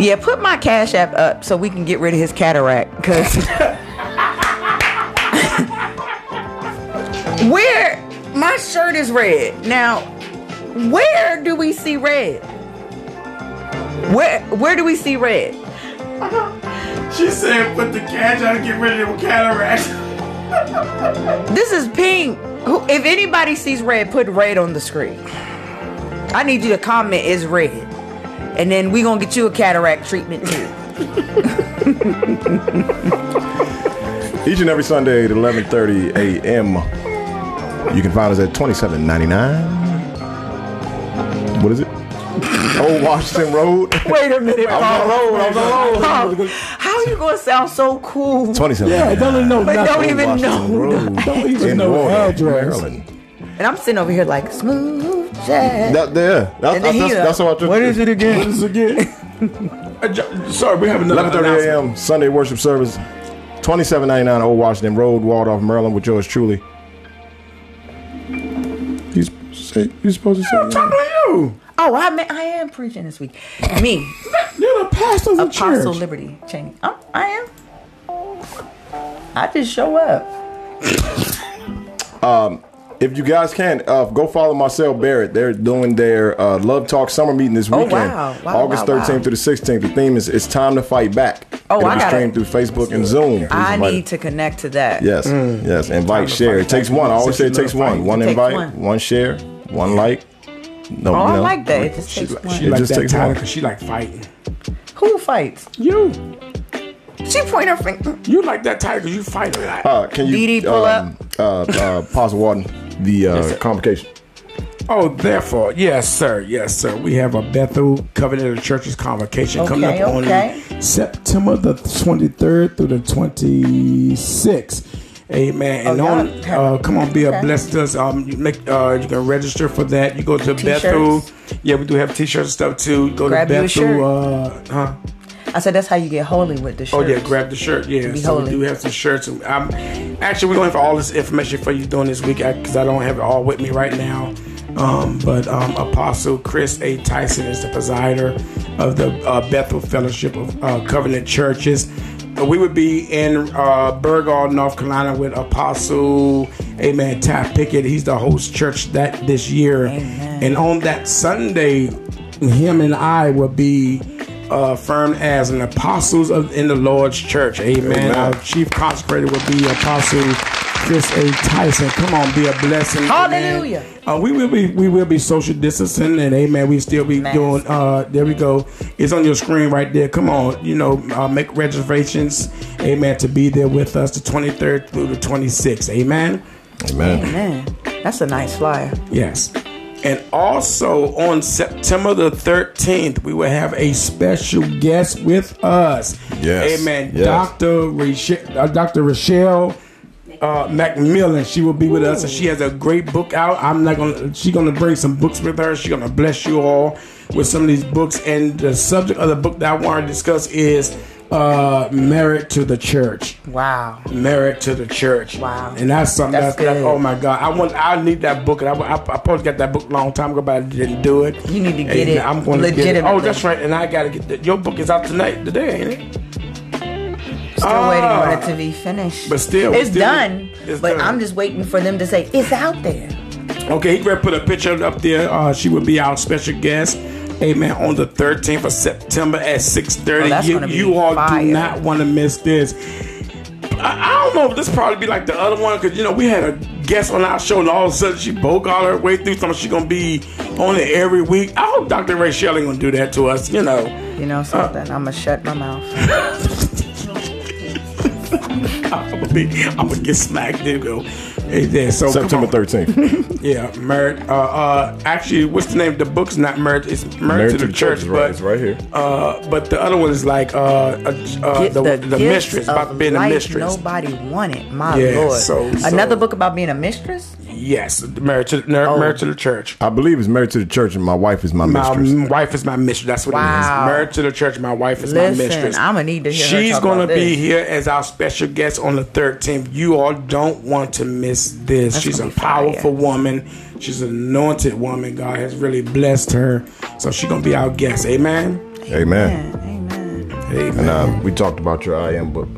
C: Yeah, put my cash app up so we can get rid of his cataract. Cause where my shirt is red now. Where do we see red? Where where do we see red?
B: She said, "Put the cash out, get rid of your cataract."
C: This is pink. Who, if anybody sees red, put red on the screen. I need you to comment is red, and then we gonna get you a cataract treatment too.
A: Each and every Sunday at 11:30 a.m. You can find us at 2799. What is it? Old Washington Road.
C: Wait a minute,
A: I was on the road. I was on the road.
C: Paul. How you gonna sound so cool?
A: 27.
B: Yeah, don't even know.
C: But
B: nothing.
C: don't even know.
B: Don't even know address.
A: Maryland.
C: And I'm sitting over here like smooth jazz.
A: That there. That's,
C: And
A: that's,
C: then he
A: that's,
C: like,
A: that's what I took.
B: What is it again? What is it again? Uh, jo- Sorry, we have another
A: 11:30
B: announcement.
A: a.m. Sunday worship service, 2799 Old Washington Road, Waldorf, Maryland, with yours truly. You say you supposed to say
B: I'm talking to you.
C: Oh, I mean, I am preaching this week. Me,
B: You're the pastor of the
C: Apostle
B: church.
C: Liberty Cheney. I'm, I am. I just show up.
A: If you guys can, uh, go follow Marcel Barrett. They're doing their uh, Love Talk summer meeting this weekend,
C: Oh, wow. Wow,
A: August
C: wow, wow.
A: 13th through the 16th. The theme is "It's Time to Fight Back."
C: Oh,
A: It'll
C: I
A: be
C: gotta-
A: streamed through Facebook and Zoom. Please
C: I
A: invite-
C: need to Mm. connect to that.
A: Yes, yes. Invite,
B: to
A: share.
B: fight
A: It takes
B: back.
A: one. I always
B: It's
A: say it
B: another
A: takes one.
B: fight.
A: One
C: It takes
A: invite,
C: one.
A: one. share, one like. No,
C: Oh, I
A: no.
C: like that. It just
A: She
C: takes
A: like-
C: one.
A: she
B: She like
A: just
B: that
A: takes
B: title
A: one.
B: 'cause she like fighting.
C: Who fights?
B: You,
C: She point her finger.
B: you like that title 'cause you fight a lot.
A: Uh, can you
C: DD pull
A: um, Uh, uh, Pastor Warden, the uh, convocation.
B: Oh, therefore, yes, sir, yes, sir. We have a Bethel Covenant of Churches convocation coming
C: Okay,
B: up
C: okay.
B: on September the 23rd through the 26th. Amen. And
C: Oh,
B: on,
C: yeah.
B: uh, come on, be a
C: Okay.
B: blessed us. Um, you make uh, you can register for that. You go to
C: T-shirts.
B: Bethel. Yeah, we do have T-shirts and stuff too. You go
C: Grab
B: to
C: you a
B: Bethel.
C: shirt.
B: Uh, huh?
C: I said that's how you get holy with the shirt.
B: Oh yeah, grab the shirt. Yeah,
C: Be
B: so we
C: holy.
B: do have some shirts. Um, actually, we're gonna have all this information for you during this week because I don't have it all with me right now. Um, but um, Apostle Chris A. Tyson is the presider of the uh, Bethel Fellowship of uh, Covenant Churches. Uh, We would be in uh, Burgall, North Carolina, with Apostle Amen Ty Pickett. He's the host church that this year, and on that Sunday, him and I will be uh, firm as an apostles of in the Lord's church. Amen. Our uh, chief consecrator will be Apostle Chris A. Tyson. Come on, be a blessing. Amen.
C: Hallelujah.
B: Uh, we will be we will be social distancing and amen. We still be
C: Mask.
B: doing. Uh, there we go. It's on your screen right there. Come on, you know, uh, make reservations. Amen. To be there with us the 23rd through the 26th. Amen.
A: Amen.
C: Man, that's a nice flyer.
B: Yes. And also on September the 13th, we will have a special guest with us.
A: Yes.
B: Amen.
A: Yes.
B: Dr. Rachel, uh, Dr. Rochelle uh, Macmillan. She will be with us, and she has a great book out. I'm not gonna. She's gonna bring some books with her. She's gonna bless you all with some of these books. And the subject of the book that I want to discuss is uh, married to the church.
C: Wow.
B: Married to the church.
C: Wow.
B: And that's something
C: That's
B: that's, that,
C: good.
B: oh my God. I want I need that book. And I, I, I supposed to get that book a long time ago, but I didn't do it.
C: You need to
B: And
C: get it
B: I'm going to get it.
C: legitimately.
B: Oh, that's right. And I got to get that. Your book is out tonight, today, ain't it?
C: Still
B: Ah.
C: waiting for it to be finished.
B: But still,
C: it's
B: still-
C: done.
B: it's
C: but
B: done.
C: I'm just waiting for them to say it's out there.
B: Okay, he put a picture up there. Uh, she will be our special guest. Amen. On the 13th of September at 6:30.
C: Oh, that's
B: you
C: gonna be
B: you all
C: fire.
B: do not want to miss this. I, I don't know if this probably be like the other one because you know we had a guest on our show and all of a sudden she broke all her way through something. She gonna be on it every week. I hope Dr. Ray Shelley gonna do that to us. You know,
C: You know something? I'm gonna shut my mouth.
B: I'm gonna be, I'm gonna get smacked. There you go. Hey, there. So come
A: September
B: on.
A: 13th.
B: Yeah, married. Uh, uh, actually, what's the name? The book's not married. It's married, to the, church,
A: is
B: but
A: right, it's right here.
B: Uh, but the other one is like uh, uh, uh
C: Get
B: the, the,
C: gifts
B: mistress
C: of
B: about being a
C: life
B: mistress.
C: Nobody wanted. My
B: Yeah,
C: lord.
B: so- so-
C: Another book about being a mistress.
B: Yes, married to ner-
C: Oh.
B: married to the church.
A: I believe it's married to the church, and my wife is my,
B: My
A: mistress.
B: m- wife is my mistress. That's what it is.
C: Wow.
B: Married to the church. My wife is
C: Listen,
B: my mistress.
C: I'ma need to hear her
B: She's
C: talk
B: gonna
C: about
B: be
C: this.
B: here as our special guest on the 13th. You all don't want to miss this. She's a
C: gonna be fire.
B: powerful woman. She's an anointed woman. God has really blessed her. So she's gonna be our guest. Amen.
A: Amen.
C: Amen.
B: Amen.
A: And uh, we talked about your I am book.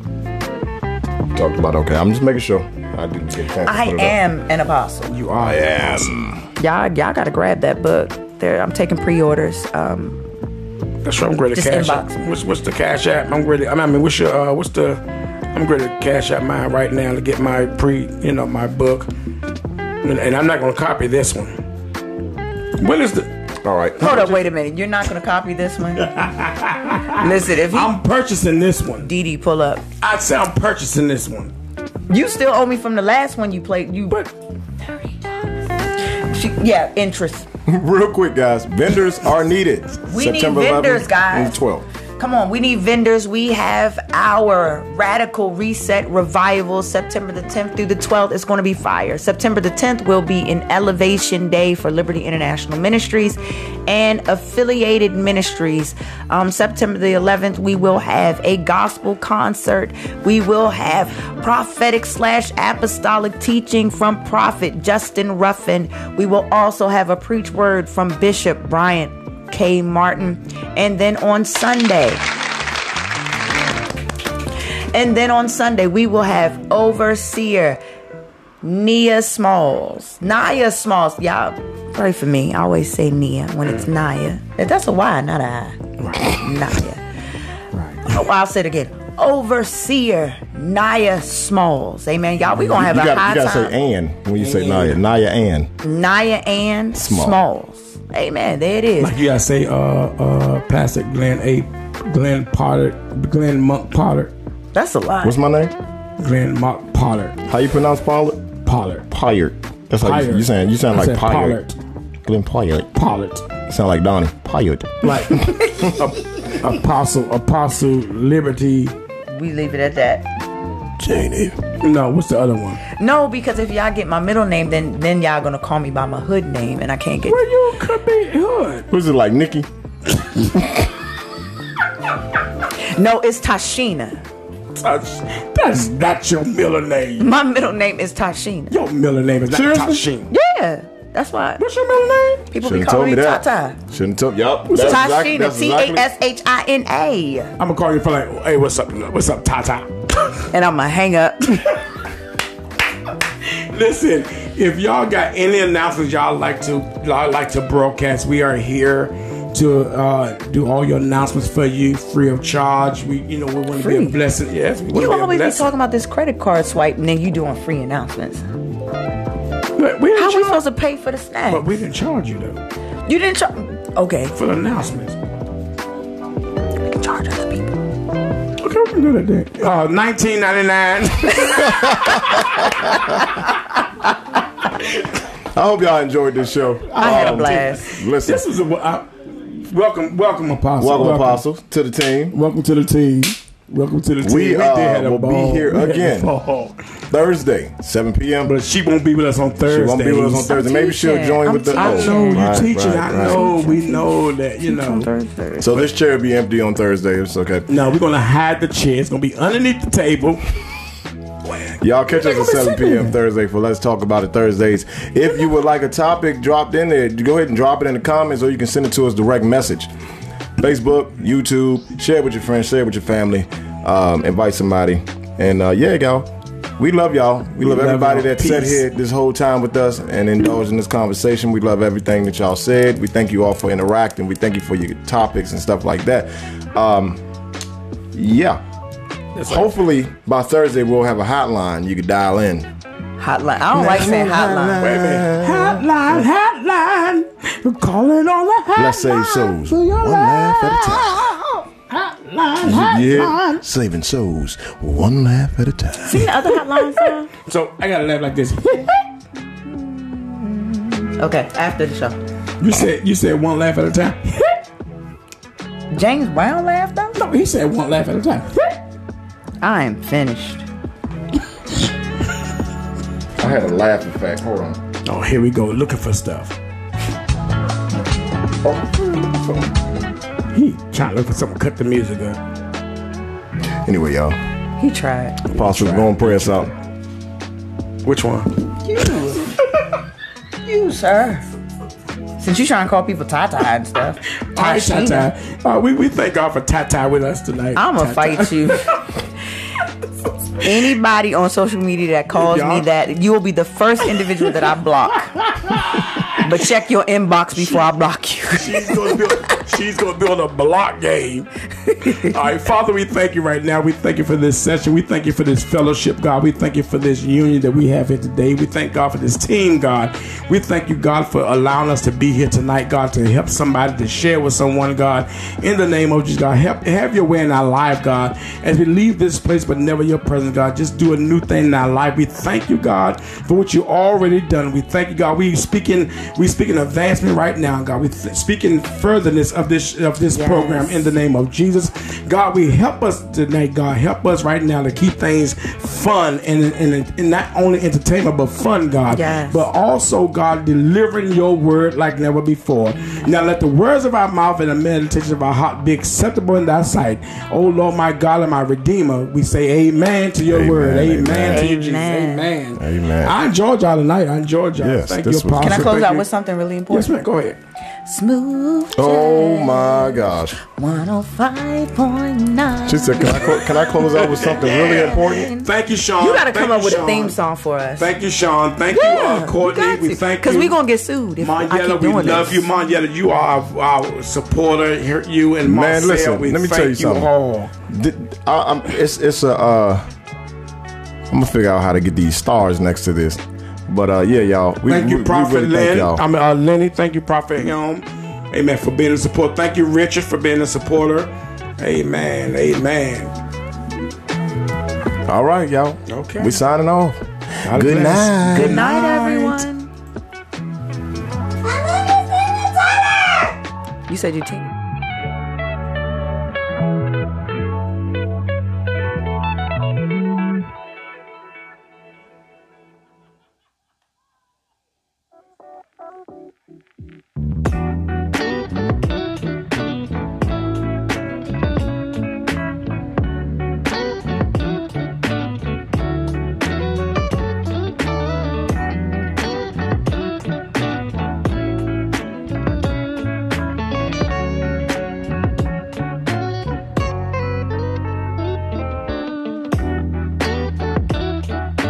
A: Talked about okay. I'm just making sure I didn't get a chance. to
C: I
A: put it up.
C: am an apostle.
B: you are.
A: I am.
C: Y'all, y'all gotta grab that book. There, I'm taking pre-orders. Um,
B: That's right. I'm great at
C: Just
B: cash
C: inbox
B: app.
C: me.
B: What's, what's the cash app? I'm great. At, I mean, what's your uh, what's the? I'm great at cash app mine right now to get my pre, you know, my book. And, and I'm not gonna copy this one. When is the?
A: All right.
C: Hold up, wait a minute. You're not gonna copy this one. Listen, if he
B: I'm purchasing this one.
C: DD pull up,
B: I say I'm purchasing this one.
C: you still owe me from the last one you played. You,
B: But
C: she, yeah, interest.
A: Real quick, guys. Vendors are needed.
C: We need vendors, guys.
A: and 12.
C: Come on, we need vendors. We have our Radical Reset Revival September the 10th through the 12th. It's going to be fire. September the 10th will be an elevation day for Liberty International Ministries and affiliated ministries. Um, September the 11th, we will have a gospel concert. We will have prophetic slash apostolic teaching from Prophet Justin Ruffin. We will also have a preach word from Bishop Bryant. K. Martin. And then on Sunday, and then on Sunday, we will have Overseer Nia Smalls. Nia Smalls. Y'all pray for me. I always say Nia when it's Nia. That's a Y, not a I. Nia. Oh, I'll say it again. Overseer Nia Smalls. Amen. Y'all, we going to have
A: you
C: a
A: gotta,
C: high
A: you gotta
C: time.
A: say and when you say Naya. Naya Ann.
C: Nia Ann
A: Small.
C: Smalls. Amen. There it is.
B: like you gotta say, uh, uh, Pastor Glenn A, Glenn Potter, Glenn Monk Potter,
C: That's a lot.
A: What's my name?
B: Glenn Monk Potter,
A: How you pronounce Pollard?
B: Potter,
A: Pyard. That's how Oh, you,
B: Pyard.
A: you sound. You sound
B: I
A: like
B: said
A: Pyard. Glenn Pyard.
B: Potter.
A: Sound like Donnie. Pyard.
B: like a- apostle apostle liberty
C: We leave it at that.
A: Janie.
B: no what's the other one
C: No, because if y'all get my middle name, then then y'all gonna call me by my hood name, and I can't get.
B: well you could be hood
A: Who's it like Nikki?
C: No, it's Tashina.
B: that's, that's not your middle name
C: My middle name is Tashina.
B: your middle name is not
A: Seriously?
B: Tashin.
C: Yeah, that's why
B: what's your middle name
C: people be
A: Shouldn't told
C: calling
A: me
C: me
A: that.
C: Tata.
A: Shouldn't told. Yup.
B: Who's
A: That's exactly-
C: Tashina,
A: that's
C: T
A: exactly-
C: A S H I N A,
B: i'm gonna call you for like hey what's up what's up tata
C: and I'ma hang up.
B: listen if y'all got any announcements y'all like to y'all like to broadcast we are here to uh, do all your announcements for you free of charge we you know we want to be
C: Free?
B: a blessing yes we wanna
C: you
B: be a
C: always be
B: blessing.
C: talking about this credit card swipe, and then you doing free announcements.
B: But we didn't
C: How we
B: charge-
C: supposed to pay for the snack?
B: but we didn't charge you though
C: you didn't charge. Okay,
B: for the announcements.
C: we can charge other people.
B: Okay, we can do that then. Uh, 1999.
A: I hope y'all enjoyed this show. Um,
C: I had a blast.
A: Listen,
B: this is a. Uh, welcome, welcome, Apostle.
A: welcome, Apostle, to the team.
B: Welcome to the team. Welcome to the team.
A: We, uh,
B: have
A: will be here again. Thursday, 7 p.m.
B: But she won't be with us on Thursday.
A: She won't be with us on Thursday. Maybe she'll
C: teaching.
A: join
C: I'm
A: with the.
B: I
A: oh,
B: know you
A: right,
B: teaching.
A: right,
B: I
A: right.
B: know. We know that. You know.
A: So this chair will be empty on Thursday. It's okay.
B: No, we're gonna hide the chair. It's gonna be underneath the table.
A: Y'all catch us at 7
B: sitting
A: p.m. Thursday for Let's Talk About It Thursdays. If you would like a topic dropped in there, go ahead and drop it in the comments or you can send it to us direct message. Facebook, YouTube, share it with your friends, share it with your family, um, invite somebody. And uh, yeah, y'all, we love y'all. We love
B: love
A: everybody
B: y'all.
A: that sat
B: Peace.
A: here this whole time with us and indulged in this conversation. We love everything that y'all said. We thank you all for interacting. We thank you for your topics and stuff like that. Um, yeah. Hopefully by Thursday we'll have a hotline you can dial in.
C: Hotline. I don't like saying hotline.
B: Wait a minute. Hotline, hotline. We're calling all the hotline.
A: Let's save souls
B: for your
A: one laugh at a time.
B: Hotline,
A: Yeah,
B: hotline.
A: saving souls one laugh at a time.
E: The other hotline phone.
B: So I gotta laugh like this.
C: Okay, after the show.
B: you said you said one laugh at a time.
C: James Brown laughed though?
B: No, he said one laugh at a time.
C: I am finished.
A: I had a laugh effect. Hold on.
B: Oh, here we go, looking for stuff. He trying to look for something. Cut the music up.
A: Anyway, y'all,
C: He tried.
A: Apostle, go and pray us out.
B: Which one?
C: You, sir. Since you trying to call people Tata and stuff.
B: All right,
C: Tashina.
B: Tata. Uh, we, we thank God for Tata with us tonight.
C: I'm gonna
B: Tata.
C: fight you. Anybody on social media that calls
B: Y'all-
C: me that, you will be the first individual that I block. but check your inbox before I block you.
B: She's gonna build. She's gonna build a block game. All right, Father, we thank you right now. We thank you for this session. We thank you for this fellowship, God. We thank you for this union that we have here today. We thank God for this team, God. We thank you, God, for allowing us to be here tonight, God, to help somebody to share with someone, God. In the name of Jesus, God, help have your way in our life, God. As we leave this place, but never your presence, God. Just do a new thing in our life. We thank you, God, for what you already done. We thank you, God. We speaking, we speaking advancement right now, God. We th- speaking furtherness of this of this program in the name of Jesus. God, we help us tonight, God. Help us right now to keep things fun and and, and not only entertainment but fun, God.
C: Yes.
B: But also, God, delivering your word like never before. Now let the words of our mouth and the meditation of our heart be acceptable in thy sight. Oh Lord, my God and my Redeemer, we say amen to your
A: Amen,
B: word. Amen,
A: amen.
B: to you, Jesus.
C: Amen.
B: Amen.
A: Amen.
B: I enjoyed y'all tonight. I enjoyed y'all.
A: Yes,
B: Thank
A: this
B: you,
A: was-
C: Can I
B: Apostle.
C: close
B: Thank
C: out
B: you.
C: with something really
B: Yes,
C: important?
B: ma'am. Go ahead.
E: Smooth.
A: Oh my gosh!
E: 105.9.
A: She said, "Can I clo- can I close out with something really important?"
B: Thank you, Sean.
C: You gotta
B: Thank
C: come up
B: you,
C: with a
B: Sean.
C: theme song for us.
B: Thank you, Sean. Thank you, uh, Courtney. we thank you.
C: Because we're gonna get sued if I
B: Monyella,
C: keep
B: we
C: doing
B: love
C: this.
B: you, Monyella. You are our, our supporter. Here- You and
A: Man,
B: Marcel,
A: listen,
B: we
A: let me
B: thank
A: tell you something.
B: all.
A: Did- I, I'm, it's it's a. Uh, I'm gonna figure out how to get these stars next to this, but uh, yeah, y'all. We,
B: Thank
A: we-
B: you,
A: we
B: Prophet
A: really
B: Lynn.
A: thank y'all.
B: I mean, uh, Lenny. Thank you, Prophet Helm. Amen for being a supporter. Thank you, Richard, for being a supporter. Amen. Amen.
A: All right, y'all.
B: Okay.
A: We signing off.
B: God
A: Good
B: bless.
A: night.
B: Good
C: Night, everyone. You said you take.